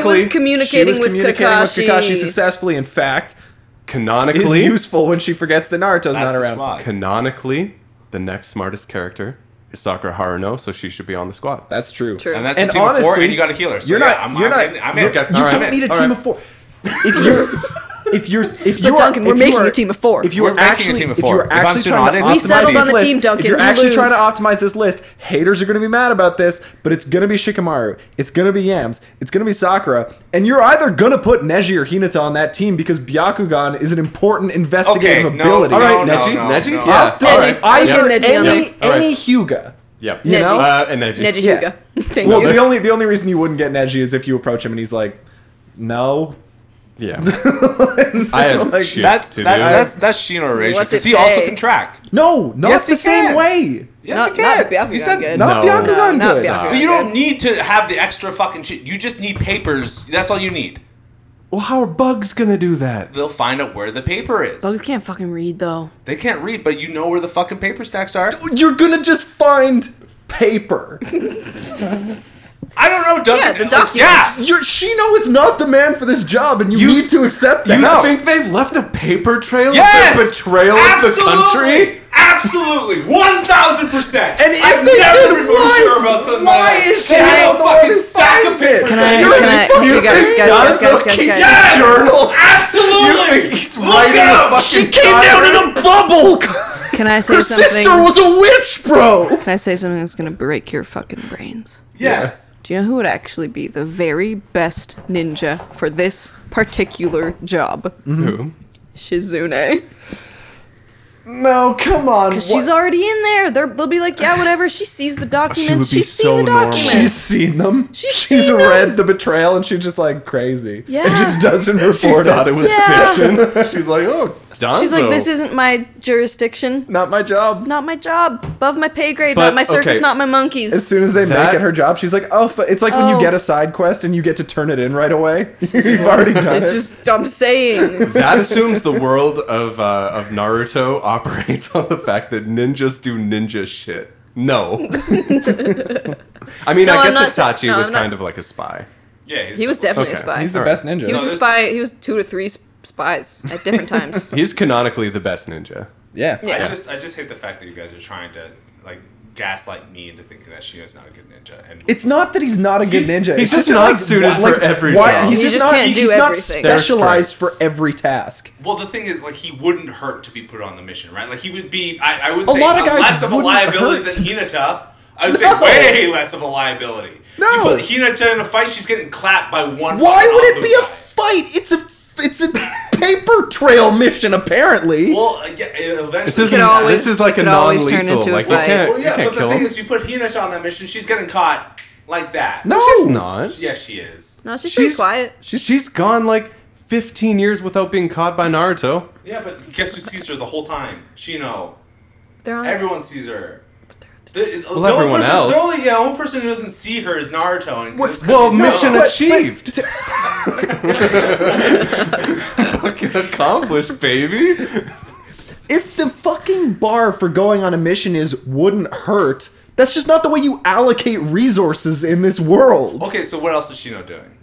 Speaker 3: Canonically,
Speaker 1: was communicating,
Speaker 2: she was communicating with Kakashi successfully. In fact, is
Speaker 3: Canonically,
Speaker 2: useful when she forgets that Naruto's
Speaker 4: That's
Speaker 2: not
Speaker 4: the
Speaker 2: around.
Speaker 4: squad.
Speaker 3: canonically, the next smartest character is Sakura Haruno, so she should be on the squad.
Speaker 2: That's true.
Speaker 1: True.
Speaker 4: And that's
Speaker 2: And
Speaker 4: a team of four,
Speaker 2: honestly,
Speaker 4: and you got a healer. So
Speaker 2: you're
Speaker 4: yeah,
Speaker 2: not.
Speaker 4: I'm,
Speaker 2: you're
Speaker 4: I'm
Speaker 2: not.
Speaker 4: in, I'm
Speaker 2: you
Speaker 4: in.
Speaker 3: Okay.
Speaker 2: you
Speaker 3: All
Speaker 2: don't
Speaker 3: right.
Speaker 2: need a
Speaker 3: All
Speaker 2: team
Speaker 3: right.
Speaker 2: of four. If (laughs) you're, if you're, if you
Speaker 1: But
Speaker 2: are,
Speaker 1: Duncan, we're
Speaker 2: if you
Speaker 1: making
Speaker 2: are-
Speaker 1: a team of four.
Speaker 2: If you were
Speaker 4: We're making a
Speaker 2: actually,
Speaker 4: team of
Speaker 2: if you
Speaker 4: four.
Speaker 2: were
Speaker 4: If
Speaker 2: actually
Speaker 4: I'm
Speaker 2: trying to
Speaker 4: Tsunade,
Speaker 2: optimize
Speaker 4: We
Speaker 1: settled
Speaker 2: this
Speaker 1: on the
Speaker 2: list,
Speaker 1: team, Duncan.
Speaker 2: if you're
Speaker 1: You
Speaker 2: actually
Speaker 1: lose.
Speaker 2: trying to optimize this list, haters are going to be mad about this. But it's going to be Shikamaru. It's going to be Yams. It's going to be Sakura. And you're either going to put Neji or Hinata on that team because Byakugan is an important investigative
Speaker 4: Okay, no,
Speaker 2: ability.
Speaker 4: no,
Speaker 2: All right,
Speaker 4: no,
Speaker 2: Neji.
Speaker 4: no,
Speaker 3: Neji?
Speaker 4: no.
Speaker 3: Yeah.
Speaker 2: I'll
Speaker 1: Neji.
Speaker 2: throw it.
Speaker 1: I was
Speaker 2: Either
Speaker 1: gonna Neji on
Speaker 2: any,
Speaker 3: that.
Speaker 2: any Hyuga.
Speaker 3: Yep.
Speaker 2: You know?
Speaker 3: Uh, and Neji.
Speaker 1: Neji
Speaker 2: Yeah.
Speaker 1: Hyuga. (laughs) Thank
Speaker 2: Well,
Speaker 1: you.
Speaker 2: the only the only reason you wouldn't get Neji is if you approach him and he's like, "No,
Speaker 3: Yeah. I have
Speaker 2: Like,
Speaker 3: shit
Speaker 4: That's
Speaker 3: to
Speaker 4: that's,
Speaker 3: do.
Speaker 4: that's that's Shino erasure
Speaker 1: What's
Speaker 4: because
Speaker 1: it
Speaker 4: he also
Speaker 1: say?
Speaker 4: can track.
Speaker 2: no, not
Speaker 4: Yes, he
Speaker 2: the same
Speaker 4: can.
Speaker 2: way."
Speaker 4: Yes,
Speaker 1: Not-
Speaker 4: he
Speaker 1: not
Speaker 4: can.
Speaker 1: Byakugan
Speaker 4: he said
Speaker 1: good.
Speaker 2: Not
Speaker 3: No.
Speaker 2: Byakugan
Speaker 1: No, not
Speaker 2: good.
Speaker 1: Byakugan.
Speaker 4: But you
Speaker 1: good.
Speaker 4: don't need to have the extra fucking shit. You just need papers. That's all you need.
Speaker 3: well, how are bugs gonna do that?
Speaker 4: They'll find out where the paper is.
Speaker 1: Bugs can't fucking read though.
Speaker 4: They can't read, but you know where the fucking paper stacks are.
Speaker 2: You're gonna just find (laughs) paper.
Speaker 4: I don't know, Duncan.
Speaker 1: Yeah, the
Speaker 4: Like,
Speaker 1: documents.
Speaker 4: yeah.
Speaker 2: You're, Shino is not the man for this job, and you,
Speaker 3: You-
Speaker 2: need to accept that.
Speaker 3: You think they've left a paper trail
Speaker 4: Yes.
Speaker 3: of their betrayal of the country?
Speaker 4: Absolutely. Absolutely, one thousand percent.
Speaker 2: And if
Speaker 4: I've
Speaker 2: they
Speaker 4: never
Speaker 2: did,
Speaker 4: been more
Speaker 2: why-
Speaker 4: sure about something
Speaker 2: why
Speaker 4: like that.
Speaker 2: is
Speaker 4: They
Speaker 2: she
Speaker 4: have a
Speaker 2: the one who
Speaker 4: fucking stack of
Speaker 2: finds it?
Speaker 4: papers
Speaker 2: Can
Speaker 4: saying
Speaker 1: I-
Speaker 4: you're
Speaker 1: can I-
Speaker 4: fucking
Speaker 1: you guys,
Speaker 4: fucking
Speaker 1: guys,
Speaker 4: dumb,
Speaker 1: guys,
Speaker 4: so
Speaker 1: guys, guys,
Speaker 4: keep-
Speaker 1: guys.
Speaker 2: (laughs)
Speaker 4: Yes!
Speaker 2: Journal.
Speaker 4: Absolutely.
Speaker 3: He's
Speaker 4: Look
Speaker 3: writing
Speaker 4: up.
Speaker 3: a fucking
Speaker 2: She came down in a bubble. Her
Speaker 1: Can I say something?
Speaker 2: sister was a witch, bro.
Speaker 1: Can I say something that's gonna break your fucking brains?
Speaker 4: Yes.
Speaker 1: Do you know who would actually be the very best ninja for this particular job?
Speaker 3: Who?
Speaker 1: Shizune.
Speaker 2: No, come on.
Speaker 1: Because she's
Speaker 2: what-
Speaker 1: already in there. They're, they'll be like, yeah, whatever. She sees the documents.
Speaker 3: would be
Speaker 1: She's
Speaker 3: so
Speaker 1: seen the
Speaker 3: normal.
Speaker 1: documents.
Speaker 2: She's seen them.
Speaker 1: She's
Speaker 2: She's,
Speaker 1: seen them.
Speaker 2: read the betrayal, and she's just like crazy.
Speaker 1: Yeah.
Speaker 2: And just doesn't report on it.
Speaker 3: was
Speaker 1: Yeah.
Speaker 2: was. (laughs) She's like, oh,
Speaker 1: She's like, this isn't my jurisdiction.
Speaker 2: not my job.
Speaker 1: Not my job. Above my pay grade.
Speaker 3: But,
Speaker 1: not my circus.
Speaker 3: okay.
Speaker 1: Not my monkeys.
Speaker 2: As soon as they
Speaker 3: That-
Speaker 2: make it her job, she's like, oh, fu-. it's like when
Speaker 1: Oh.
Speaker 2: you get a side quest and you get to turn it in right away. (laughs) You've already done it.
Speaker 1: It's just I'm saying. (laughs)
Speaker 3: That assumes the world of uh, of Naruto (laughs) operates on the fact that ninjas do ninja shit.
Speaker 1: (laughs)
Speaker 3: No. I mean,
Speaker 1: No,
Speaker 3: I
Speaker 1: I'm
Speaker 3: guess
Speaker 1: not sa-
Speaker 3: Itachi
Speaker 1: no,
Speaker 3: was
Speaker 1: I'm not-
Speaker 3: kind of like a spy.
Speaker 4: Yeah.
Speaker 1: He was definitely
Speaker 3: Okay.
Speaker 1: a spy.
Speaker 2: He's the
Speaker 3: All right.
Speaker 2: best ninja.
Speaker 1: he was a
Speaker 4: this-
Speaker 1: spy. He was two to three sp- spies at
Speaker 3: (laughs)
Speaker 1: different times.
Speaker 3: He's canonically the best ninja.
Speaker 2: yeah.
Speaker 1: Yeah.
Speaker 4: I just I just hate the fact that you guys are trying to like gaslight me into thinking that Shino's not a good ninja. And
Speaker 2: It's not that he's not a good
Speaker 3: He's-
Speaker 2: ninja. it's
Speaker 3: he's just
Speaker 2: that,
Speaker 3: not suited for every job.
Speaker 2: He's
Speaker 1: He
Speaker 2: just,
Speaker 1: just
Speaker 2: not,
Speaker 1: can't do
Speaker 2: he's not
Speaker 1: everything.
Speaker 3: Their
Speaker 2: specialized for
Speaker 3: strengths.
Speaker 2: every task.
Speaker 4: well, the thing is, like, he wouldn't hurt to be put on the mission, right? Like, he would be. I, I would
Speaker 2: A
Speaker 4: say
Speaker 2: lot of guys
Speaker 4: less of a
Speaker 2: wouldn't
Speaker 4: liability
Speaker 2: hurt
Speaker 4: than Hinata. I would
Speaker 2: No.
Speaker 4: say way less of a liability.
Speaker 2: No.
Speaker 4: You put Hinata in a fight, she's getting clapped by one.
Speaker 2: Why
Speaker 4: fucking
Speaker 2: would it be a
Speaker 4: Abu guy.
Speaker 2: fight? It's a it's a paper trail mission apparently.
Speaker 4: Well, uh, yeah, uh, eventually.
Speaker 3: This is
Speaker 1: could always-
Speaker 3: this is like
Speaker 1: it
Speaker 3: a
Speaker 1: could always
Speaker 3: non-lethal.
Speaker 1: turn into a
Speaker 3: like,
Speaker 1: fight.
Speaker 3: You can't,
Speaker 4: Well, yeah,
Speaker 3: you can't
Speaker 4: but the
Speaker 3: kill
Speaker 4: thing
Speaker 3: him.
Speaker 4: is, you put Hinata on that mission, she's getting caught like that.
Speaker 2: no,
Speaker 3: She's not.
Speaker 4: Yeah, she is.
Speaker 1: No, she's pretty quiet.
Speaker 3: She's, she's gone like 15 years without being caught by
Speaker 4: (laughs)
Speaker 3: Naruto.
Speaker 4: Yeah, but guess who sees her the whole time? Shino.
Speaker 1: They're on.
Speaker 4: Everyone sees her. The, the
Speaker 3: Well, everyone
Speaker 4: only person,
Speaker 3: else.
Speaker 4: The only, yeah, the only person who doesn't see her is Naruto. And it's 'cause
Speaker 3: Well,
Speaker 4: he's
Speaker 3: mission
Speaker 4: not-
Speaker 2: But-
Speaker 3: achieved. Fucking accomplished, baby.
Speaker 2: If the fucking bar for going on a mission is wouldn't hurt, that's just not the way you allocate resources in this world.
Speaker 4: Okay, so what else is Shino doing?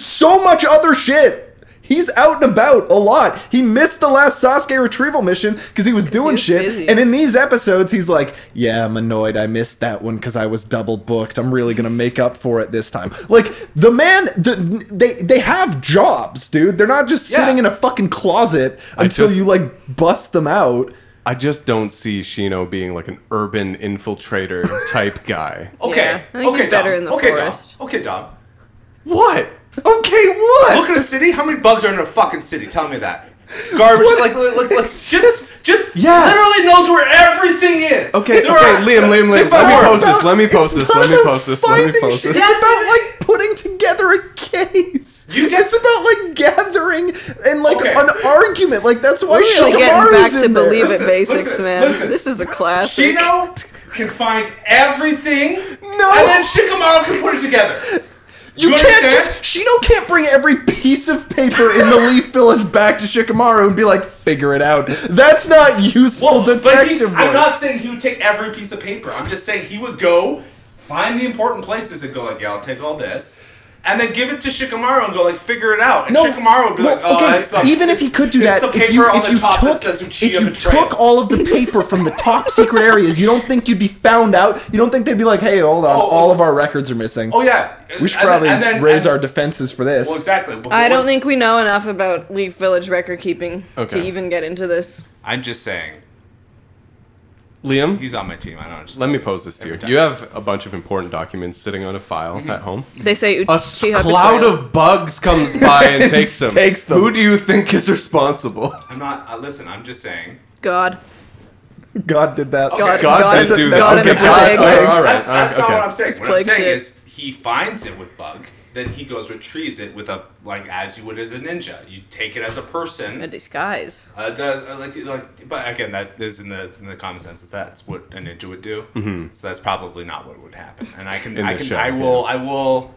Speaker 2: so much other shit. He's out and about a lot. He missed the last Sasuke retrieval mission because he was doing
Speaker 1: was
Speaker 2: shit.
Speaker 1: busy.
Speaker 2: And in these episodes, he's like, "Yeah, I'm annoyed. I missed that one because I was double booked. I'm really gonna make up for it this time." Like the man, the, they they have jobs, dude. They're not just
Speaker 4: Yeah.
Speaker 2: sitting in a fucking closet until
Speaker 3: just-
Speaker 2: you like bust them out.
Speaker 3: I just don't see Shino being like an urban infiltrator type guy.
Speaker 4: Okay,
Speaker 1: Yeah, I think
Speaker 4: okay,
Speaker 1: he's better
Speaker 4: Dom.
Speaker 1: in the
Speaker 4: okay,
Speaker 1: forest.
Speaker 4: Dom. Okay, Dom.
Speaker 3: What? Okay, what?
Speaker 4: Look at a city. How many bugs are in a fucking city? Tell me that. Garbage. Like, like, like, let's just, just,
Speaker 3: Yeah.
Speaker 4: Literally knows where everything is.
Speaker 3: okay, okay,
Speaker 4: There are-
Speaker 3: Liam, Liam, Liam.
Speaker 2: It's
Speaker 3: Let me
Speaker 2: not
Speaker 3: post this.
Speaker 2: about-
Speaker 3: Let me
Speaker 2: it's
Speaker 3: post this.
Speaker 2: not
Speaker 3: Let me
Speaker 2: about
Speaker 3: post this. Let me
Speaker 2: finding
Speaker 3: post
Speaker 2: shit.
Speaker 3: this.
Speaker 4: Yes,
Speaker 2: It's about
Speaker 4: it
Speaker 2: like putting together a case.
Speaker 4: You get-
Speaker 2: it's about like gathering and like
Speaker 4: Okay.
Speaker 2: an argument. Like that's why
Speaker 1: We're really
Speaker 2: Shikamaru's
Speaker 1: getting back
Speaker 2: in
Speaker 1: to
Speaker 2: there.
Speaker 1: believe
Speaker 4: Listen,
Speaker 1: it basics,
Speaker 4: listen,
Speaker 1: man.
Speaker 4: listen.
Speaker 1: This is a classic.
Speaker 4: Shino can find everything.
Speaker 2: No.
Speaker 4: And then Shikamaru can put it together.
Speaker 2: You,
Speaker 4: You
Speaker 2: can't
Speaker 4: understand?
Speaker 2: just Shino can't bring every piece of paper in the Leaf Village back to Shikamaru and be like, figure it out. That's not useful
Speaker 4: but he's,
Speaker 2: detective work.
Speaker 4: I'm not saying he would take every piece of paper. I'm just saying he would go find the important places and go like, yeah, I'll take all this. And then give it to Shikamaru and go like, figure it out. And Shikamaru would be
Speaker 2: well,
Speaker 4: like, oh,
Speaker 2: okay,
Speaker 4: that's the,
Speaker 2: even if
Speaker 4: it's-
Speaker 2: he could do
Speaker 4: it's
Speaker 2: that,
Speaker 4: the paper
Speaker 2: if you,
Speaker 4: on
Speaker 2: if
Speaker 4: the
Speaker 2: you
Speaker 4: top
Speaker 2: took,
Speaker 4: that says Uchiha
Speaker 2: if you
Speaker 4: betrayal.
Speaker 2: took all of the paper from the top secret areas, you don't think you'd be found out? You don't think they'd be like, "Hey, hold on,
Speaker 4: Oh,
Speaker 2: all
Speaker 4: so-
Speaker 2: of our records are missing.
Speaker 4: Oh yeah,
Speaker 2: we should
Speaker 4: And then-
Speaker 2: probably
Speaker 4: and then-
Speaker 2: raise
Speaker 4: and-
Speaker 2: our defenses for this."
Speaker 4: Well, exactly. Well,
Speaker 1: I don't
Speaker 4: once-
Speaker 1: think we know enough about Leaf Village record keeping
Speaker 3: Okay.
Speaker 1: to even get into this.
Speaker 4: I'm just saying
Speaker 3: Liam,
Speaker 4: he's on my team. I don't.
Speaker 3: let me pose this to you.
Speaker 4: Every time.
Speaker 3: You have a bunch of important documents sitting on a file
Speaker 2: Mm-hmm.
Speaker 3: at home.
Speaker 1: They say
Speaker 3: A s-
Speaker 1: Uchiha
Speaker 3: cloud
Speaker 1: betrayal.
Speaker 3: of bugs comes
Speaker 2: (laughs)
Speaker 3: by and takes them.
Speaker 2: Takes them.
Speaker 3: Who do you think is responsible?
Speaker 4: I'm not. Uh, listen, I'm just saying.
Speaker 1: God.
Speaker 2: God did that.
Speaker 1: God,
Speaker 3: God,
Speaker 1: God,
Speaker 3: did
Speaker 1: and-
Speaker 3: do
Speaker 2: that.
Speaker 1: God
Speaker 3: that.
Speaker 1: and
Speaker 2: Okay,
Speaker 1: the
Speaker 2: God,
Speaker 1: plague.
Speaker 2: God.
Speaker 3: all right,
Speaker 4: that's
Speaker 3: all right,
Speaker 4: that's not
Speaker 3: okay.
Speaker 4: what I'm saying.
Speaker 1: It's
Speaker 4: what I'm
Speaker 1: plague
Speaker 4: saying
Speaker 1: shit.
Speaker 4: is he finds it with bug, then he goes retrieves it with a like as you would as a ninja. You take it as a person.
Speaker 1: A disguise.
Speaker 4: Uh, does uh, like like, but again, that is in the in the common sense. Is that's what a ninja would do. Mm-hmm. So that's probably not what would happen. And I can,
Speaker 3: In
Speaker 4: I
Speaker 3: the
Speaker 4: can,
Speaker 3: show,
Speaker 4: I will, I will,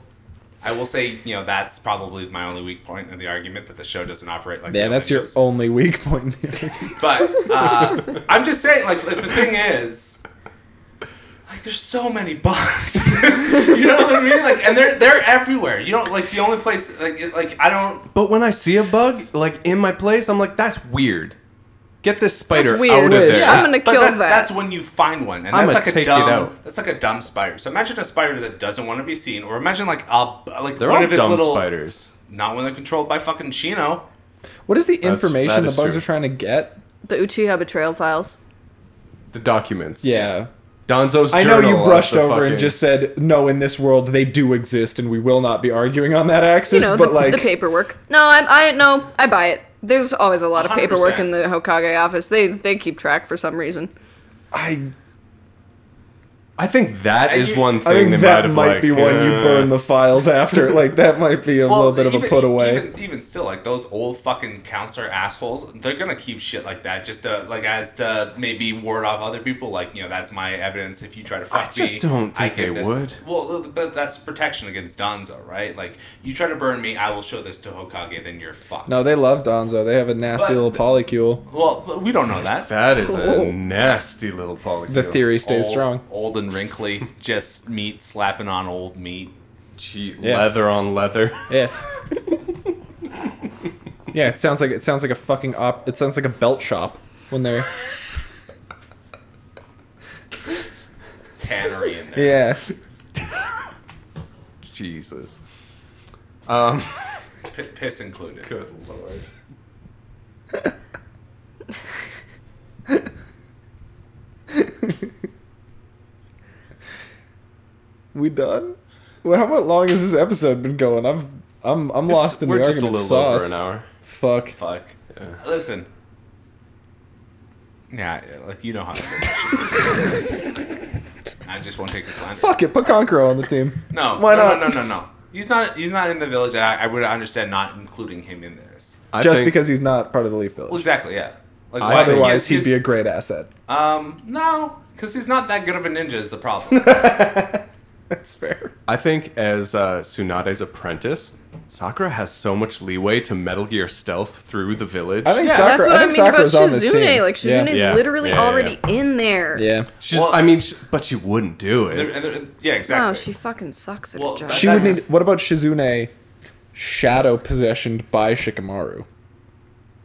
Speaker 4: I will say, you know, that's probably my only weak point in the argument that the show doesn't operate
Speaker 2: (laughs)
Speaker 4: like.
Speaker 2: Yeah,
Speaker 4: real
Speaker 2: that's your
Speaker 4: ninjas.
Speaker 2: only weak point. (laughs)
Speaker 4: But uh, I'm just saying, like, like the thing is, like, there's so many bugs. (laughs) you know what I mean? Like, and they're they're everywhere. You don't like the only place like it, like I don't.
Speaker 3: But when I see a bug, like in my place, I'm like, that's weird. Get this spider
Speaker 1: That's weird.
Speaker 3: out of
Speaker 2: Weird.
Speaker 3: there.
Speaker 2: Yeah,
Speaker 1: I'm gonna
Speaker 4: But
Speaker 1: kill
Speaker 4: that's,
Speaker 1: that.
Speaker 4: That's when you find one, and
Speaker 3: I'ma
Speaker 4: that's like a
Speaker 3: take it
Speaker 4: dumb.
Speaker 3: out.
Speaker 4: That's like a dumb spider. So imagine a spider that doesn't want to be seen, or imagine like a like
Speaker 3: They're
Speaker 4: one
Speaker 3: all
Speaker 4: of his
Speaker 3: dumb
Speaker 4: little
Speaker 3: spiders.
Speaker 4: not when they're controlled by fucking Shino.
Speaker 2: What is the
Speaker 3: That's-
Speaker 2: information
Speaker 3: that
Speaker 2: the
Speaker 3: is
Speaker 2: bugs
Speaker 3: true.
Speaker 2: are trying to get?
Speaker 1: The Uchiha betrayal files.
Speaker 3: The documents.
Speaker 2: Yeah.
Speaker 3: Donzo's.
Speaker 2: I know you
Speaker 3: journal of
Speaker 2: brushed
Speaker 3: the
Speaker 2: over
Speaker 3: fucking,
Speaker 2: and just said, no, in this world, they do exist, and we will not be arguing on that
Speaker 1: You
Speaker 2: axis,
Speaker 1: know,
Speaker 2: but
Speaker 1: the,
Speaker 2: like.
Speaker 1: the paperwork. No, I, I no, I buy it. There's always a lot of paperwork
Speaker 4: 100%.
Speaker 1: in the Hokage office. They they keep track for some reason.
Speaker 2: I,
Speaker 3: I think that
Speaker 4: I
Speaker 3: is
Speaker 4: do-
Speaker 3: one
Speaker 2: I think
Speaker 3: thing they might
Speaker 2: that
Speaker 3: have
Speaker 2: might
Speaker 3: like,
Speaker 2: be one you
Speaker 3: uh,
Speaker 2: burn the files
Speaker 3: (laughs)
Speaker 2: after. Like, that might be a little bit of a put away.
Speaker 4: Even, even still, like those old fucking counts are assholes. They're gonna keep shit like that just to like as to maybe ward off other people. Like you know, that's my evidence. If you try to fuck me,
Speaker 3: just don't
Speaker 4: I
Speaker 3: think
Speaker 4: get
Speaker 3: they
Speaker 4: this.
Speaker 3: would.
Speaker 4: Well, but that's protection against Donzo, right? Like you try to burn me, I will show this to Hokage. Then you're fucked.
Speaker 2: no, they love Donzo. They have a nasty
Speaker 4: But-
Speaker 2: little polycule.
Speaker 4: Well, but we don't know
Speaker 2: (laughs)
Speaker 4: that.
Speaker 3: That is a
Speaker 1: Cool.
Speaker 3: nasty little polycule.
Speaker 2: The theory stays
Speaker 4: Old-
Speaker 2: strong.
Speaker 4: Old and
Speaker 2: (laughs)
Speaker 4: wrinkly, just meat slapping on old meat.
Speaker 3: Gee,
Speaker 2: Yeah.
Speaker 3: leather on leather. (laughs)
Speaker 2: Yeah. yeah, it sounds like it sounds like a fucking op. It sounds like a belt shop when they're
Speaker 4: Tannery in there.
Speaker 2: yeah.
Speaker 3: Jesus. (laughs) Um.
Speaker 4: P- piss included.
Speaker 3: Good lord.
Speaker 2: (laughs) We done. Well, how long has this episode been going? I'm I'm I'm lost in
Speaker 3: We're
Speaker 2: the
Speaker 3: just a
Speaker 2: argument
Speaker 3: little
Speaker 2: sauce.
Speaker 3: over an hour.
Speaker 2: Fuck.
Speaker 4: Fuck.
Speaker 3: Yeah.
Speaker 4: Listen. Yeah, yeah, like you know how. to do
Speaker 2: (laughs)
Speaker 4: this shit. I just won't take the slander.
Speaker 2: Fuck it. Put Conqueror on the team.
Speaker 4: No,
Speaker 2: Why
Speaker 4: no,
Speaker 2: not?
Speaker 4: No, no, no, no. He's not. He's not in the village. and I, I would understand not including him in this.
Speaker 3: I
Speaker 2: Just
Speaker 3: think-
Speaker 2: because he's not part of the Leaf Village.
Speaker 4: Well, exactly. Yeah. Like
Speaker 3: I
Speaker 4: why-
Speaker 3: think
Speaker 2: Otherwise,
Speaker 4: he's-
Speaker 2: he'd be a
Speaker 4: he's-
Speaker 2: great asset.
Speaker 4: Um, no, because he's not that good of a ninja. Is
Speaker 2: (laughs)
Speaker 4: the problem.
Speaker 2: (laughs) That's fair.
Speaker 3: I think as uh, Tsunade's apprentice, Sakura has so much leeway to Metal Gear stealth through the village.
Speaker 2: I think
Speaker 1: Yeah,
Speaker 2: Sakura.
Speaker 1: that's what I, mean
Speaker 2: think Sakura's
Speaker 1: about
Speaker 2: on this
Speaker 1: Shizune.
Speaker 2: team.
Speaker 1: Like Shizune's
Speaker 3: Yeah.
Speaker 1: literally
Speaker 3: Yeah, yeah,
Speaker 1: already in there.
Speaker 2: Yeah.
Speaker 3: she's.
Speaker 4: Well-
Speaker 3: I mean, sh but she wouldn't do it.
Speaker 4: And there- and there- yeah, exactly.
Speaker 1: Oh, she fucking sucks at
Speaker 4: Well,
Speaker 1: her job.
Speaker 4: that-
Speaker 2: She would need.
Speaker 4: That's-
Speaker 2: What about Shizune? Shadow possessioned by Shikamaru.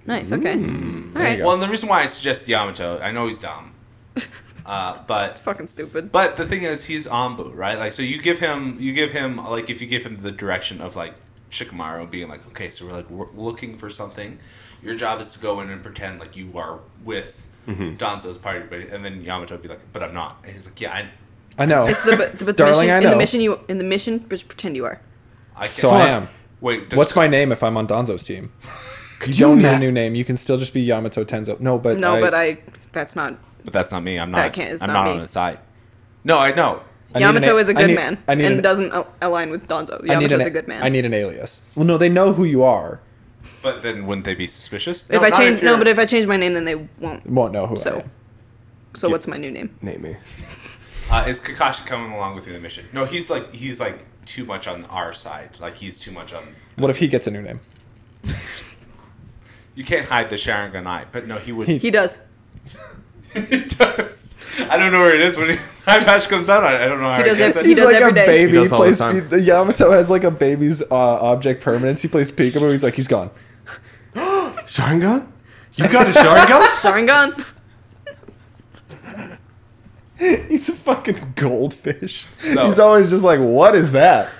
Speaker 1: nice. Okay. All
Speaker 2: Hmm. you
Speaker 1: right.
Speaker 2: go.
Speaker 4: Well, and the reason why I suggest Yamato, I know he's dumb, uh, but
Speaker 1: fucking stupid.
Speaker 4: But the thing is, he's Ambu, right? Like, so you give him, you give him, like, if you give him the direction of like Shikamaru being like, okay, so we're like we're looking for something. Your job is to go in and pretend like you are with
Speaker 2: Mm-hmm.
Speaker 4: Danzo's party, but and then Yamato would be like, but I'm not, and he's like, yeah, I,
Speaker 2: I know.
Speaker 1: it's the but, but the
Speaker 2: Darling,
Speaker 1: mission
Speaker 2: I
Speaker 1: in the
Speaker 2: know.
Speaker 1: mission you in the mission just pretend you are.
Speaker 4: I can't.
Speaker 2: so I am.
Speaker 4: Wait, does,
Speaker 2: (laughs) What's my name if I'm on Donzo's team? you
Speaker 3: you
Speaker 2: don't need
Speaker 3: ma-
Speaker 2: a new name. You can still just be Yamato Tenzo. No, but
Speaker 1: No,
Speaker 2: I,
Speaker 1: but I that's not
Speaker 4: But that's not me. I'm not.
Speaker 1: That can't- it's
Speaker 4: I'm
Speaker 1: not
Speaker 4: not,
Speaker 1: me.
Speaker 4: on his side. No, I know.
Speaker 2: I need an
Speaker 1: Yamato
Speaker 2: a-
Speaker 1: is a
Speaker 2: I
Speaker 1: good
Speaker 2: need-
Speaker 1: man
Speaker 2: I need
Speaker 1: and
Speaker 2: an-
Speaker 1: doesn't al- align with Donzo.
Speaker 2: I need
Speaker 1: Yamato's
Speaker 2: an-
Speaker 1: a good man.
Speaker 2: I need an alias. Well, no, they know who you are.
Speaker 4: But then wouldn't they be suspicious?
Speaker 1: if
Speaker 4: No,
Speaker 1: I
Speaker 4: not
Speaker 1: change no,
Speaker 4: you're-
Speaker 1: but if I change my name then they won't.
Speaker 2: Won't know who I
Speaker 1: So
Speaker 2: am.
Speaker 1: so what's my new name?
Speaker 3: Name me.
Speaker 4: Uh, is Kakashi coming along with you in the mission? No, he's like he's like too much on our side. Like he's too much on.
Speaker 2: What if he gets a new name?
Speaker 4: You can't hide the Sharingan eye, but no, he would.
Speaker 1: He does.
Speaker 4: (laughs) he does. I don't know where it is when he, (laughs) Eye Patch comes out. I, I don't know how
Speaker 1: He
Speaker 4: it
Speaker 1: does
Speaker 4: gets
Speaker 1: it-
Speaker 4: it.
Speaker 1: he
Speaker 2: He's
Speaker 1: does
Speaker 2: like
Speaker 1: every
Speaker 2: a
Speaker 1: day.
Speaker 2: baby.
Speaker 3: He
Speaker 2: He
Speaker 3: does all the
Speaker 2: plays
Speaker 3: time.
Speaker 2: the Yamato has like a baby's uh, object permanence. He plays peekaboo. He's like he's gone. (laughs)
Speaker 3: Sharingan? You got a
Speaker 1: (laughs)
Speaker 3: Sharingan? (laughs)
Speaker 1: Sharingan.
Speaker 2: He's a fucking goldfish.
Speaker 4: So-
Speaker 2: He's always just like, what is that?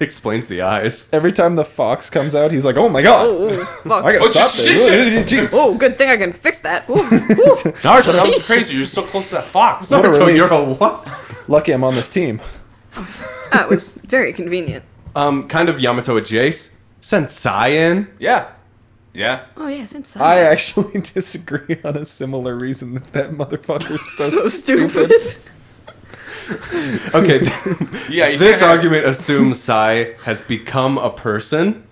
Speaker 3: Explains the eyes.
Speaker 2: Every time the fox comes out, he's like, oh my god,
Speaker 1: Oh, oh, fuck.
Speaker 2: I gotta
Speaker 4: Oh,
Speaker 2: stop
Speaker 4: shit,
Speaker 2: this. (laughs)
Speaker 4: shit,
Speaker 2: Jeez.
Speaker 1: Oh, good thing I can fix that. Ooh,
Speaker 2: (laughs)
Speaker 1: ooh.
Speaker 4: Naruto, that was crazy. You're so close to that fox.
Speaker 2: What a
Speaker 3: Naruto,
Speaker 2: relief.
Speaker 3: you're a what?
Speaker 2: Lucky I'm on this team.
Speaker 1: That was very convenient.
Speaker 3: Um, kind of Yamato adjacent. Send Sai in.
Speaker 4: (laughs) Yeah, yeah.
Speaker 1: Oh yeah, since
Speaker 2: I actually (laughs) disagree on a similar reason that that motherfucker's so,
Speaker 1: (laughs)
Speaker 2: (laughs)
Speaker 1: so
Speaker 2: stupid.
Speaker 1: stupid.
Speaker 3: Okay.
Speaker 2: (laughs)
Speaker 4: Yeah, you
Speaker 3: this
Speaker 4: (laughs) can't-
Speaker 3: argument assumes Sai has become a person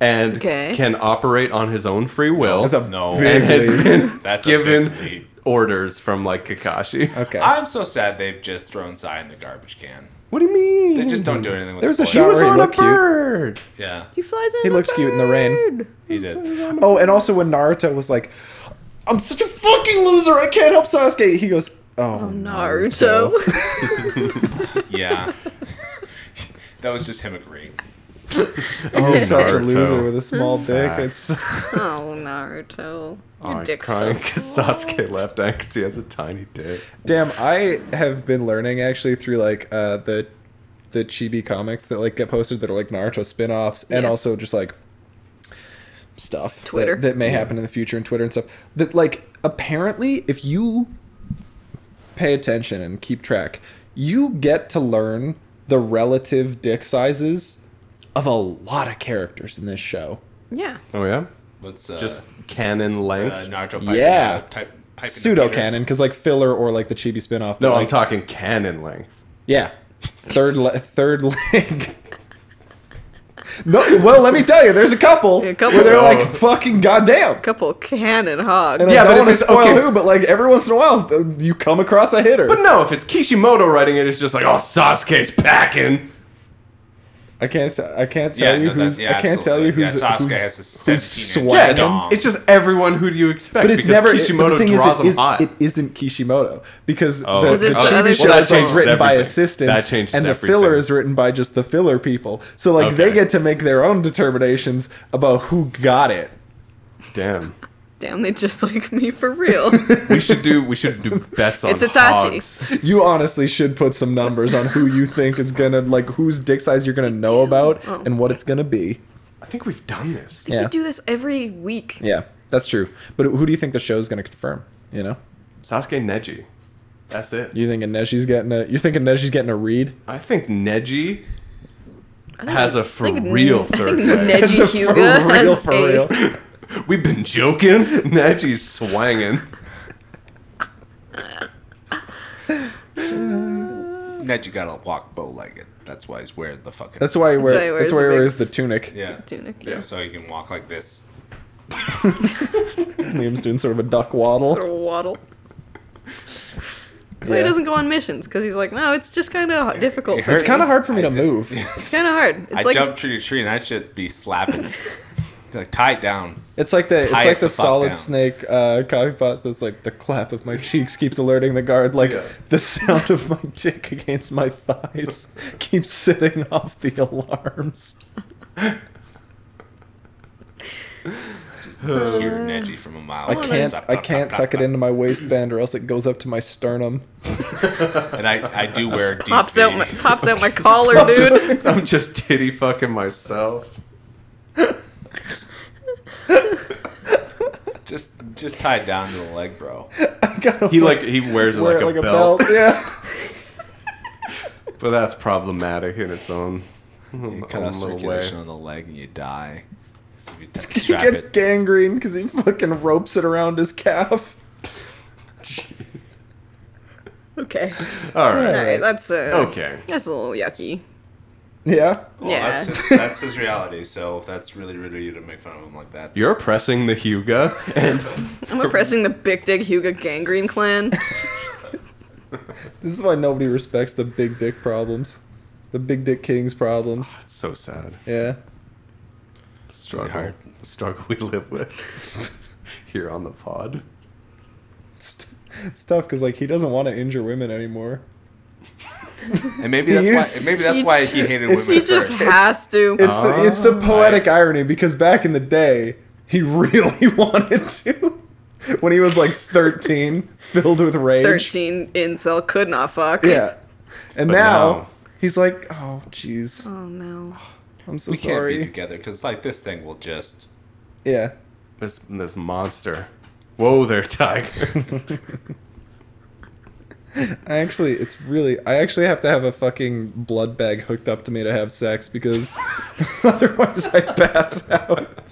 Speaker 3: and
Speaker 1: Okay.
Speaker 3: can operate on his own free will
Speaker 2: That's a
Speaker 4: No.
Speaker 2: big
Speaker 3: and has
Speaker 2: leap.
Speaker 3: been
Speaker 4: (laughs) That's a big
Speaker 3: given
Speaker 4: leap.
Speaker 3: orders from like Kakashi.
Speaker 2: Okay.
Speaker 4: I'm so sad they've just thrown Sai in the garbage can.
Speaker 3: What do you mean?
Speaker 4: They just don't do anything with
Speaker 2: There was
Speaker 4: the
Speaker 2: a
Speaker 4: boy.
Speaker 2: shot-
Speaker 3: He was
Speaker 2: Already
Speaker 3: on a
Speaker 2: look cute. (laughs)
Speaker 3: bird.
Speaker 4: Yeah,
Speaker 1: He flies in.
Speaker 2: He
Speaker 1: a
Speaker 2: looks cute in the rain.
Speaker 1: bird.
Speaker 4: he (laughs) did.
Speaker 2: Oh, and also when Naruto was like, I'm such a fucking loser, I can't help Sasuke. He goes, Oh,
Speaker 1: Naruto.
Speaker 4: (laughs) Yeah. That was just him agreeing.
Speaker 2: You're Oh, such a
Speaker 3: Naruto.
Speaker 2: loser with a small
Speaker 1: Hmm?
Speaker 2: dick.
Speaker 3: Fuck.
Speaker 1: (laughs)
Speaker 2: It's
Speaker 1: Oh, Naruto. Your
Speaker 3: Oh, he's
Speaker 1: dick's
Speaker 3: crying (laughs)
Speaker 1: so
Speaker 3: because
Speaker 1: small.
Speaker 3: Sasuke left out because he has a tiny dick.
Speaker 2: damn. I have been learning actually through like uh, the the chibi comics that like get posted that are like Naruto spin-offs and
Speaker 1: Yeah.
Speaker 2: also just like stuff that-
Speaker 1: Twitter.
Speaker 2: that, may happen in the future and Twitter and stuff. That like apparently if you pay attention and keep track, you get to learn the relative dick sizes of a lot of characters in this show.
Speaker 1: Yeah.
Speaker 3: Oh yeah,
Speaker 4: What's uh,
Speaker 3: just canon
Speaker 4: uh,
Speaker 3: length.
Speaker 4: Naruto?
Speaker 2: Yeah.
Speaker 4: uh, type, piping
Speaker 2: Pseudo canon, because like filler or like the chibi spin-off. but,
Speaker 3: no, I'm
Speaker 2: like,
Speaker 3: talking canon length.
Speaker 2: Yeah. Third le- third leg. No, well, let me tell you, there's a couple,
Speaker 1: A couple.
Speaker 2: where they're
Speaker 3: Oh.
Speaker 2: like fucking goddamn.
Speaker 1: Couple cannon hogs.
Speaker 2: And
Speaker 3: Yeah,
Speaker 2: I
Speaker 3: but
Speaker 2: don't
Speaker 3: if
Speaker 2: want to
Speaker 3: it's-
Speaker 2: spoil
Speaker 3: okay.
Speaker 2: who, but like every once in a while, uh, you come across a hitter.
Speaker 3: But no, if it's Kishimoto writing it, it's just like, oh, Sasuke's packing.
Speaker 2: I can't. t- I can't
Speaker 4: Yeah,
Speaker 2: tell you
Speaker 4: no, that-
Speaker 2: who's.
Speaker 4: yeah,
Speaker 2: I can't tell
Speaker 4: absolutely.
Speaker 2: you who's.
Speaker 4: Yeah, Sasuke
Speaker 2: who's,
Speaker 4: has a
Speaker 2: who's
Speaker 4: 17 -inch
Speaker 3: Yeah, it's,
Speaker 2: sweating.
Speaker 4: dong.
Speaker 3: it's just everyone. Who do you expect?
Speaker 2: But it's
Speaker 3: because
Speaker 2: never.
Speaker 3: Kishimoto
Speaker 2: but the thing
Speaker 3: draws
Speaker 2: is, it,
Speaker 3: them
Speaker 2: is,
Speaker 3: hot.
Speaker 2: it isn't Kishimoto because
Speaker 3: Oh,
Speaker 2: the,
Speaker 3: 'Cause
Speaker 2: the
Speaker 1: it's the other
Speaker 2: chibi
Speaker 1: people.
Speaker 2: show
Speaker 1: Well, that
Speaker 2: is like
Speaker 1: changes
Speaker 2: written by
Speaker 3: everything.
Speaker 2: assistants,
Speaker 3: That changes
Speaker 2: and the
Speaker 3: everything.
Speaker 2: filler is written by just the filler people. So like they
Speaker 3: Okay.
Speaker 2: get to make their own determinations about who got it.
Speaker 3: Damn,
Speaker 1: Damn, they just (laughs) like me for real.
Speaker 3: (laughs) we should do we should do bets on.
Speaker 1: It's Itachi.
Speaker 3: hogs.
Speaker 2: You honestly should put some numbers on who you think is gonna like whose dick size you're gonna know about
Speaker 1: Oh.
Speaker 2: and what it's gonna be.
Speaker 3: I think we've done this.
Speaker 2: (laughs) Yeah,
Speaker 1: We do this every week.
Speaker 2: yeah, that's true. But who do you think the show's gonna confirm? You know,
Speaker 3: Sasuke Neji. That's it.
Speaker 2: you thinking Neji's getting a? You're thinking Neji's getting a read? (laughs)
Speaker 3: I think Neji
Speaker 1: I think-
Speaker 3: has a
Speaker 1: I
Speaker 3: for
Speaker 1: think
Speaker 3: real
Speaker 1: N-
Speaker 3: third
Speaker 1: I
Speaker 3: leg. (laughs)
Speaker 1: think
Speaker 2: As
Speaker 1: Neji (laughs)
Speaker 2: a for
Speaker 1: Hyuga
Speaker 2: real,
Speaker 1: has
Speaker 2: for
Speaker 1: a.
Speaker 2: real.
Speaker 3: We've been joking. Neji's swanging.
Speaker 4: Neji gotta walk bow legged. That's why he's wearing the fucking.
Speaker 2: That's why he
Speaker 1: That's why he
Speaker 2: wears.
Speaker 1: wears
Speaker 2: That's why
Speaker 1: a
Speaker 2: he
Speaker 1: big
Speaker 2: wears the
Speaker 1: s-
Speaker 2: tunic.
Speaker 4: yeah.
Speaker 1: Tunic,
Speaker 4: yeah.
Speaker 1: yeah.
Speaker 4: So he can walk like this.
Speaker 2: Liam's doing sort of a duck waddle.
Speaker 1: Sort of waddle. That's why
Speaker 2: Yeah.
Speaker 1: he doesn't go on missions because he's like, no, it's just kind of difficult.
Speaker 4: It
Speaker 1: for
Speaker 4: hurts.
Speaker 2: It's
Speaker 1: me.
Speaker 2: kind of hard for me to
Speaker 4: I-
Speaker 2: move.
Speaker 1: It's kind of hard. It's
Speaker 4: I
Speaker 1: like
Speaker 4: jumped tree to tree and that should be
Speaker 1: (laughs)
Speaker 4: slapping. like tie it down.
Speaker 2: It's like the it's
Speaker 4: Tie
Speaker 2: like
Speaker 4: it
Speaker 2: the
Speaker 4: the fuck
Speaker 2: solid
Speaker 4: down.
Speaker 2: snake uh, coffee pot. That's like the clap of my cheeks keeps alerting the guard. Like
Speaker 3: Yeah.
Speaker 2: the sound of my dick against my thighs (laughs) keeps setting off the alarms.
Speaker 4: Hear Neji from a mile.
Speaker 2: Uh, I
Speaker 1: wanna-
Speaker 2: can't
Speaker 4: Stop,
Speaker 2: I
Speaker 4: stop,
Speaker 2: can't
Speaker 4: stop,
Speaker 2: tuck it
Speaker 4: stop.
Speaker 2: into my waistband or else it goes up to my sternum.
Speaker 4: (laughs)
Speaker 2: (laughs)
Speaker 4: And I, I
Speaker 3: (laughs)
Speaker 1: (laughs)
Speaker 4: do wear deep
Speaker 1: (laughs) pops out my
Speaker 4: V.
Speaker 1: pops
Speaker 2: (laughs)
Speaker 1: out my collar, dude.
Speaker 3: I'm just titty fucking myself.
Speaker 4: (laughs) Just just tie it down to the leg,
Speaker 2: (laughs)
Speaker 4: bro.
Speaker 2: I gotta
Speaker 3: He like he wears it
Speaker 2: wear
Speaker 3: like,
Speaker 2: it
Speaker 3: a, belt, (laughs)
Speaker 2: Yeah. (laughs)
Speaker 3: but that's problematic in its own,
Speaker 4: You
Speaker 3: own
Speaker 4: cut out
Speaker 3: little
Speaker 4: circulation
Speaker 3: way. (laughs)
Speaker 4: on the leg and you die. 'Cause
Speaker 2: (laughs)
Speaker 4: if you t-
Speaker 2: he
Speaker 4: strap
Speaker 2: gets
Speaker 4: it-
Speaker 2: gangrene because he fucking ropes it around his calf.
Speaker 1: (laughs)
Speaker 2: (laughs)
Speaker 1: Okay,
Speaker 3: All
Speaker 1: all
Speaker 3: right.
Speaker 1: right, that's uh,
Speaker 3: Okay.
Speaker 1: that's a little yucky.
Speaker 2: Yeah.
Speaker 4: Well,
Speaker 1: yeah,
Speaker 4: that's, his, that's his reality, so that's really rude of you to make fun of him like that.
Speaker 3: You're oppressing the Huga, (laughs) and
Speaker 1: (laughs) I'm oppressing the Big Dick Huga Gangrene
Speaker 2: (laughs)
Speaker 1: Clan. (laughs)
Speaker 2: This is why nobody respects the big dick problems. The big dick kings problems.
Speaker 3: it's so sad.
Speaker 2: Yeah.
Speaker 3: Struggle,
Speaker 4: hard.
Speaker 3: the struggle we live with (laughs) here on the pod.
Speaker 2: It's, t- it's tough because like he doesn't want to injure women anymore.
Speaker 4: And
Speaker 2: He
Speaker 4: maybe that's
Speaker 2: is-
Speaker 4: why maybe that's
Speaker 1: he-
Speaker 4: why he
Speaker 2: (laughs)
Speaker 4: hated
Speaker 2: it's-
Speaker 4: women
Speaker 1: he
Speaker 4: at
Speaker 1: just
Speaker 4: first. Uh,
Speaker 1: has to.
Speaker 2: It's the it's the
Speaker 3: Ah.
Speaker 2: poetic irony because back in the day he (laughs) really wanted to. When he was like thirteen, filled with rage.
Speaker 1: Thirteen incel could not fuck.
Speaker 2: Yeah. And
Speaker 3: But
Speaker 2: now,
Speaker 3: now-
Speaker 2: he's like, oh jeez,
Speaker 1: Oh no.
Speaker 2: I'm so
Speaker 4: we can't be
Speaker 2: sorry.
Speaker 4: together because like this thing will just
Speaker 2: Yeah.
Speaker 3: This this monster. Whoa there,
Speaker 4: (laughs)
Speaker 3: tiger.
Speaker 2: I actually, it's really, I actually have to have a fucking blood bag hooked up to me to have sex because (laughs) otherwise I pass out. (laughs)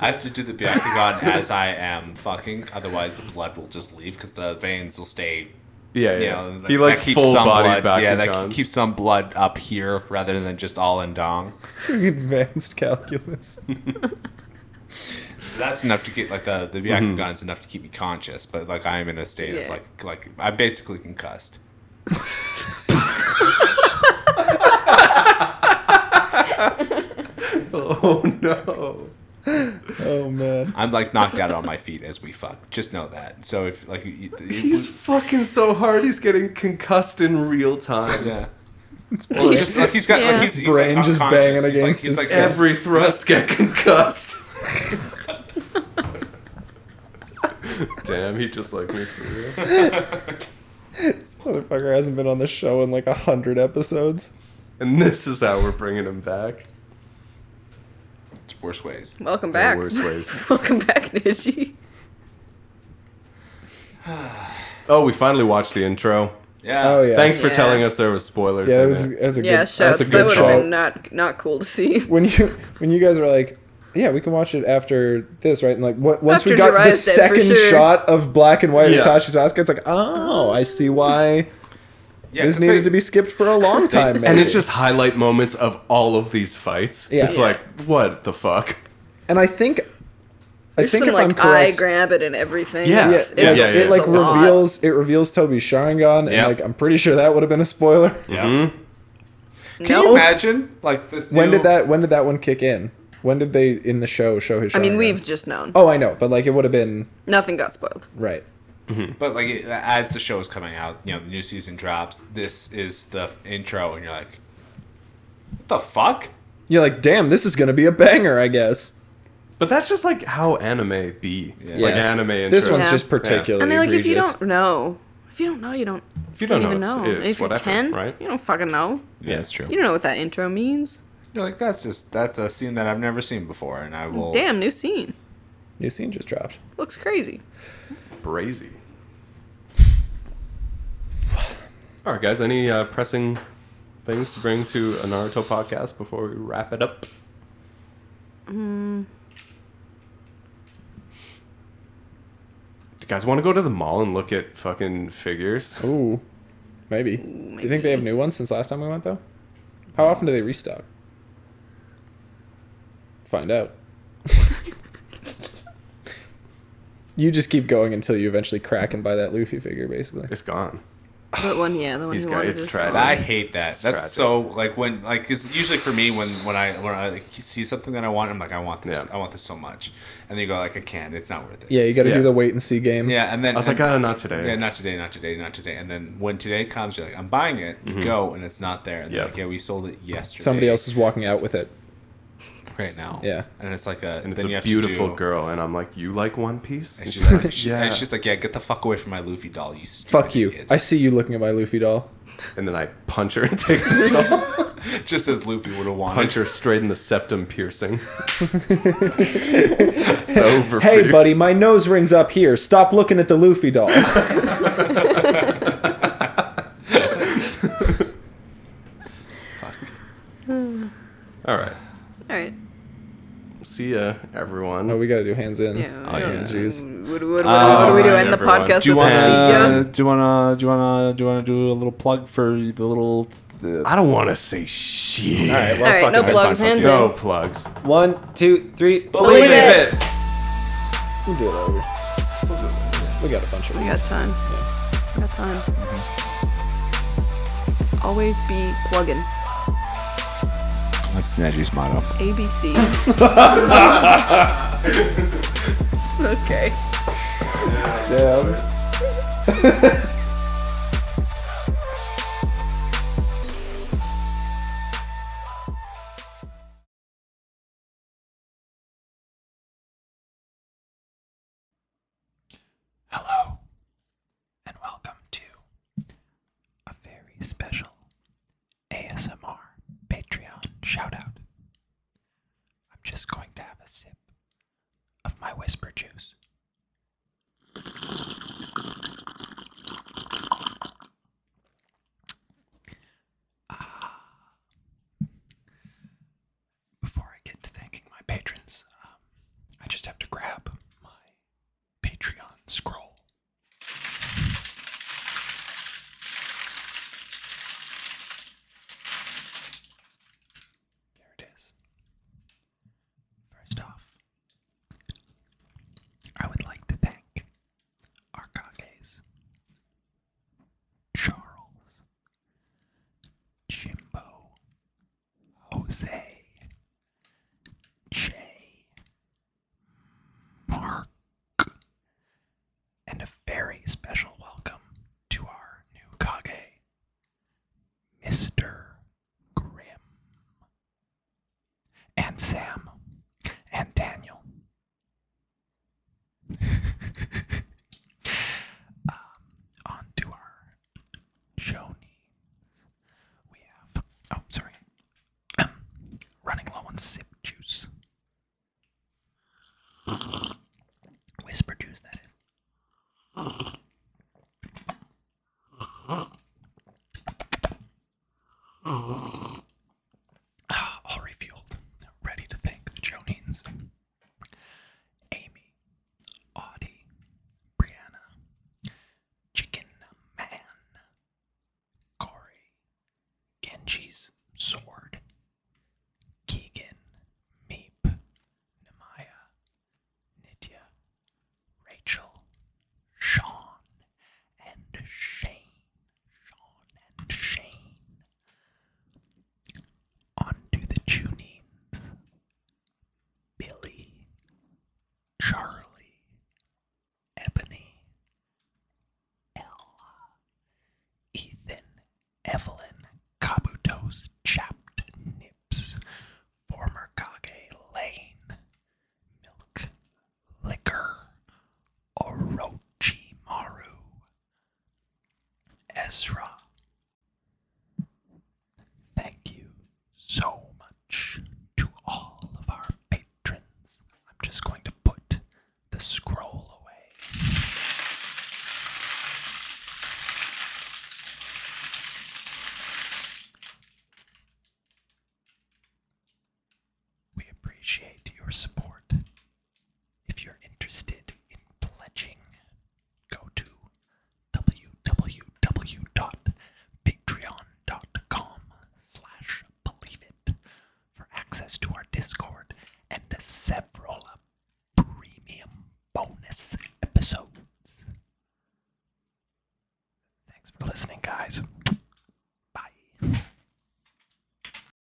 Speaker 4: I have to do the Byakugan (laughs) as I am fucking, otherwise the blood will just leave because the veins will stay.
Speaker 3: Yeah, yeah.
Speaker 4: You know,
Speaker 3: he
Speaker 4: that
Speaker 3: like
Speaker 4: keeps
Speaker 3: full
Speaker 4: some
Speaker 3: body
Speaker 4: blood,
Speaker 3: back.
Speaker 4: Yeah,
Speaker 3: and
Speaker 4: that
Speaker 3: guns.
Speaker 4: keeps some blood up here rather than just all in dong.
Speaker 2: It's doing advanced calculus.
Speaker 4: So that's enough to keep like the the
Speaker 2: Mm-hmm.
Speaker 4: Byakugan is enough to keep me conscious, but like I'm in a state of
Speaker 1: Yeah.
Speaker 4: like like I'm basically concussed.
Speaker 3: (laughs) Oh no.
Speaker 2: Oh man.
Speaker 4: I'm like knocked out on my feet as we fuck. Just know that. So if like you, you-
Speaker 3: He's fucking so hard. He's getting concussed in real time.
Speaker 4: yeah.
Speaker 2: (laughs)
Speaker 4: Well, it's just like he's got
Speaker 1: Yeah.
Speaker 4: like he's, he's
Speaker 2: Brain
Speaker 4: like,
Speaker 2: just
Speaker 4: unconscious.
Speaker 2: banging
Speaker 4: He's like-
Speaker 2: against
Speaker 4: he's like,
Speaker 2: his
Speaker 4: this-
Speaker 3: Every thrust get
Speaker 4: (laughs)
Speaker 3: concussed. Damn, he just like me for real.
Speaker 2: This motherfucker hasn't been on the show in like a hundred episodes.
Speaker 3: And this is how we're bringing him back.
Speaker 4: It's worse ways.
Speaker 1: Welcome back.
Speaker 3: worse ways.
Speaker 1: (laughs) Welcome back, Nishi.
Speaker 3: Oh, we finally watched the intro.
Speaker 4: Yeah.
Speaker 2: Oh yeah.
Speaker 3: Thanks for
Speaker 1: Yeah.
Speaker 3: telling us there was spoilers.
Speaker 2: Yeah, that
Speaker 3: in
Speaker 2: was,
Speaker 3: it.
Speaker 2: that was a
Speaker 1: Yeah,
Speaker 2: good.
Speaker 1: shouts.
Speaker 2: That's a
Speaker 1: That
Speaker 2: good
Speaker 1: would
Speaker 2: show.
Speaker 1: have been not not cool to see.
Speaker 2: when you when you guys were like, yeah, we can watch it after this, right? And like what, once we
Speaker 1: After
Speaker 2: got the
Speaker 1: Jiraiya's dead, for
Speaker 2: second
Speaker 1: sure.
Speaker 2: shot of black and white
Speaker 3: Yeah.
Speaker 2: of Tasha's Asuka, it's like, oh, I see why
Speaker 4: yeah,
Speaker 2: this
Speaker 4: 'cause
Speaker 2: needed
Speaker 4: they-
Speaker 2: to be skipped for a long time.
Speaker 3: And
Speaker 2: maybe."
Speaker 3: it's just highlight moments of all of these fights.
Speaker 2: Yeah.
Speaker 3: It's
Speaker 2: Yeah.
Speaker 3: like, what the fuck?
Speaker 2: and I think I
Speaker 1: There's
Speaker 2: think
Speaker 1: some
Speaker 2: if I'm
Speaker 1: like eye
Speaker 2: correct,
Speaker 1: grab it and everything.
Speaker 3: Yeah.
Speaker 2: yeah,
Speaker 1: It's,
Speaker 2: yeah,
Speaker 1: it's,
Speaker 3: yeah,
Speaker 1: it's
Speaker 3: yeah.
Speaker 2: it like
Speaker 1: a lot.
Speaker 2: reveals it reveals Toby's Sharingan,
Speaker 3: Yeah.
Speaker 2: and like I'm pretty sure that would have been a spoiler.
Speaker 4: Yeah. Can
Speaker 1: No.
Speaker 4: you imagine like this?
Speaker 2: When
Speaker 4: new-
Speaker 2: did that when did that one kick in? When did they in the show show his? Sharingan?
Speaker 1: I mean, we've just known.
Speaker 2: Oh, I know, but like it would have been
Speaker 1: Nothing got spoiled.
Speaker 2: right.
Speaker 4: But like it- as the show is coming out, you know, the new season drops. This is the f- intro, and you're like, what the fuck?
Speaker 2: You're like, damn, this is gonna be a banger, I guess.
Speaker 3: But that's just like how anime be.
Speaker 4: Yeah.
Speaker 3: Like anime intros.
Speaker 2: This one's
Speaker 1: Yeah.
Speaker 2: just particularly.
Speaker 1: And they're like, if you
Speaker 2: egregious.
Speaker 1: don't know, if you don't know, you don't.
Speaker 3: If you don't know,
Speaker 1: even
Speaker 3: it's,
Speaker 1: know.
Speaker 3: it's
Speaker 1: if you're
Speaker 3: whatever,
Speaker 1: ten,
Speaker 3: right?
Speaker 1: you don't fucking know.
Speaker 4: Yeah, it's true.
Speaker 1: You don't know what that intro means.
Speaker 4: You're like, that's just that's a scene that I've never seen before, and I will.
Speaker 1: Damn, new scene.
Speaker 2: New scene just dropped.
Speaker 1: Looks crazy.
Speaker 3: Brazy. All right, guys. Any uh, pressing things to bring to a Naruto podcast before we wrap it up? Do you guys want to go to the mall and look at fucking figures?
Speaker 2: Ooh, maybe. Do you think they have new ones since last time we went though? How often do they restock? Find out. (laughs) you just keep going until you eventually crack and buy that Luffy figure, basically.
Speaker 3: It's gone.
Speaker 1: But one, yeah, the one
Speaker 3: He's
Speaker 1: who
Speaker 3: got-
Speaker 1: wanted
Speaker 3: it's
Speaker 1: is
Speaker 3: tragic.
Speaker 1: gone.
Speaker 4: I hate that. That's
Speaker 3: tragic.
Speaker 4: so like when like 'cause usually for me when when I when I like, see something that I want, I'm like, I want this.
Speaker 3: Yeah.
Speaker 4: I want this so much, and then you go like, I can't. It's not worth it.
Speaker 2: Yeah, you got to
Speaker 3: Yeah.
Speaker 2: do the wait and see game.
Speaker 4: Yeah, and then
Speaker 3: I was like,
Speaker 4: and-
Speaker 3: oh, not today.
Speaker 4: Yeah, not today, not today, not today. And then when today comes, you're like, I'm buying it. You go, and it's not there. And they're
Speaker 3: Mm-hmm. Yeah.
Speaker 4: like, yeah, we sold it yesterday.
Speaker 2: Somebody else is walking out with it.
Speaker 4: right now.
Speaker 2: Yeah.
Speaker 4: and it's like a
Speaker 3: and
Speaker 4: then you
Speaker 3: it's
Speaker 4: have
Speaker 3: a
Speaker 4: to
Speaker 3: beautiful
Speaker 4: do-
Speaker 3: girl, and I'm like, you like One Piece?
Speaker 4: And she's, like,
Speaker 3: (laughs)
Speaker 4: she-
Speaker 3: Yeah.
Speaker 4: and she's like, yeah, get the fuck away from my Luffy doll, you. stupid
Speaker 2: Fuck you.
Speaker 4: idiot."
Speaker 2: I see you looking at my Luffy doll.
Speaker 3: And then I punch her and take
Speaker 4: (laughs)
Speaker 3: the doll.
Speaker 4: (laughs) just as Luffy would have wanted.
Speaker 3: punch her straight in the septum piercing. (laughs) it's over. for
Speaker 2: Hey,
Speaker 3: you.
Speaker 2: buddy, my nose rings up here. Stop looking at the Luffy
Speaker 4: (laughs)
Speaker 2: doll.
Speaker 3: All right.
Speaker 1: All right.
Speaker 3: See ya, everyone.
Speaker 2: no, we got to do hands in.
Speaker 1: Yeah.
Speaker 4: Uh,
Speaker 2: Oh,
Speaker 1: yeah.
Speaker 2: jeez.
Speaker 1: What, what, what, what do we do?
Speaker 3: Alright,
Speaker 1: End the
Speaker 3: everyone.
Speaker 1: podcast
Speaker 3: Do you
Speaker 1: with
Speaker 3: wanna-
Speaker 1: a
Speaker 4: do you wanna do you wanna do you wanna do a little plug for the little?
Speaker 3: I don't want to say shit.
Speaker 2: All right, well,
Speaker 1: All right,
Speaker 2: fuck
Speaker 1: no
Speaker 2: it.
Speaker 1: plugs, hands in.
Speaker 3: No plugs.
Speaker 2: One, two, three.
Speaker 1: Believe it.
Speaker 2: We'll do it over. We got a bunch of
Speaker 1: We got
Speaker 2: these.
Speaker 1: time. We got time. Always be plugging.
Speaker 4: That's Neji's motto.
Speaker 1: ABC. (laughs) okay.
Speaker 2: Damn.
Speaker 5: Hello, and welcome to a very special ASMR Patreon shout out. I'm just going to have a sip of my whisper juice. Ah. Before I get to thanking my patrons, um, I just have to grab my Patreon scroll. There it is. First off, (laughs) Um, oh, (clears throat) (sighs) Benji's sword. Keegan, Meep, Nemaya, Nitya, Rachel, Sean, and Shane. Sean and Shane. On to the Junines. Billy, Charlie, Ebony, Ella, Ethan, Evelyn, Kabutos, Chapped Nips, former Kage Lane, Milk, Liquor, Orochimaru, Ezra. Thank you so much to all of our patrons. I'm just going to put the scroll away. We appreciate your support. If you're interested in pledging, go to www.patreon.com slash believe it for access to our Discord and several premium bonus episodes. Thanks for listening, guys.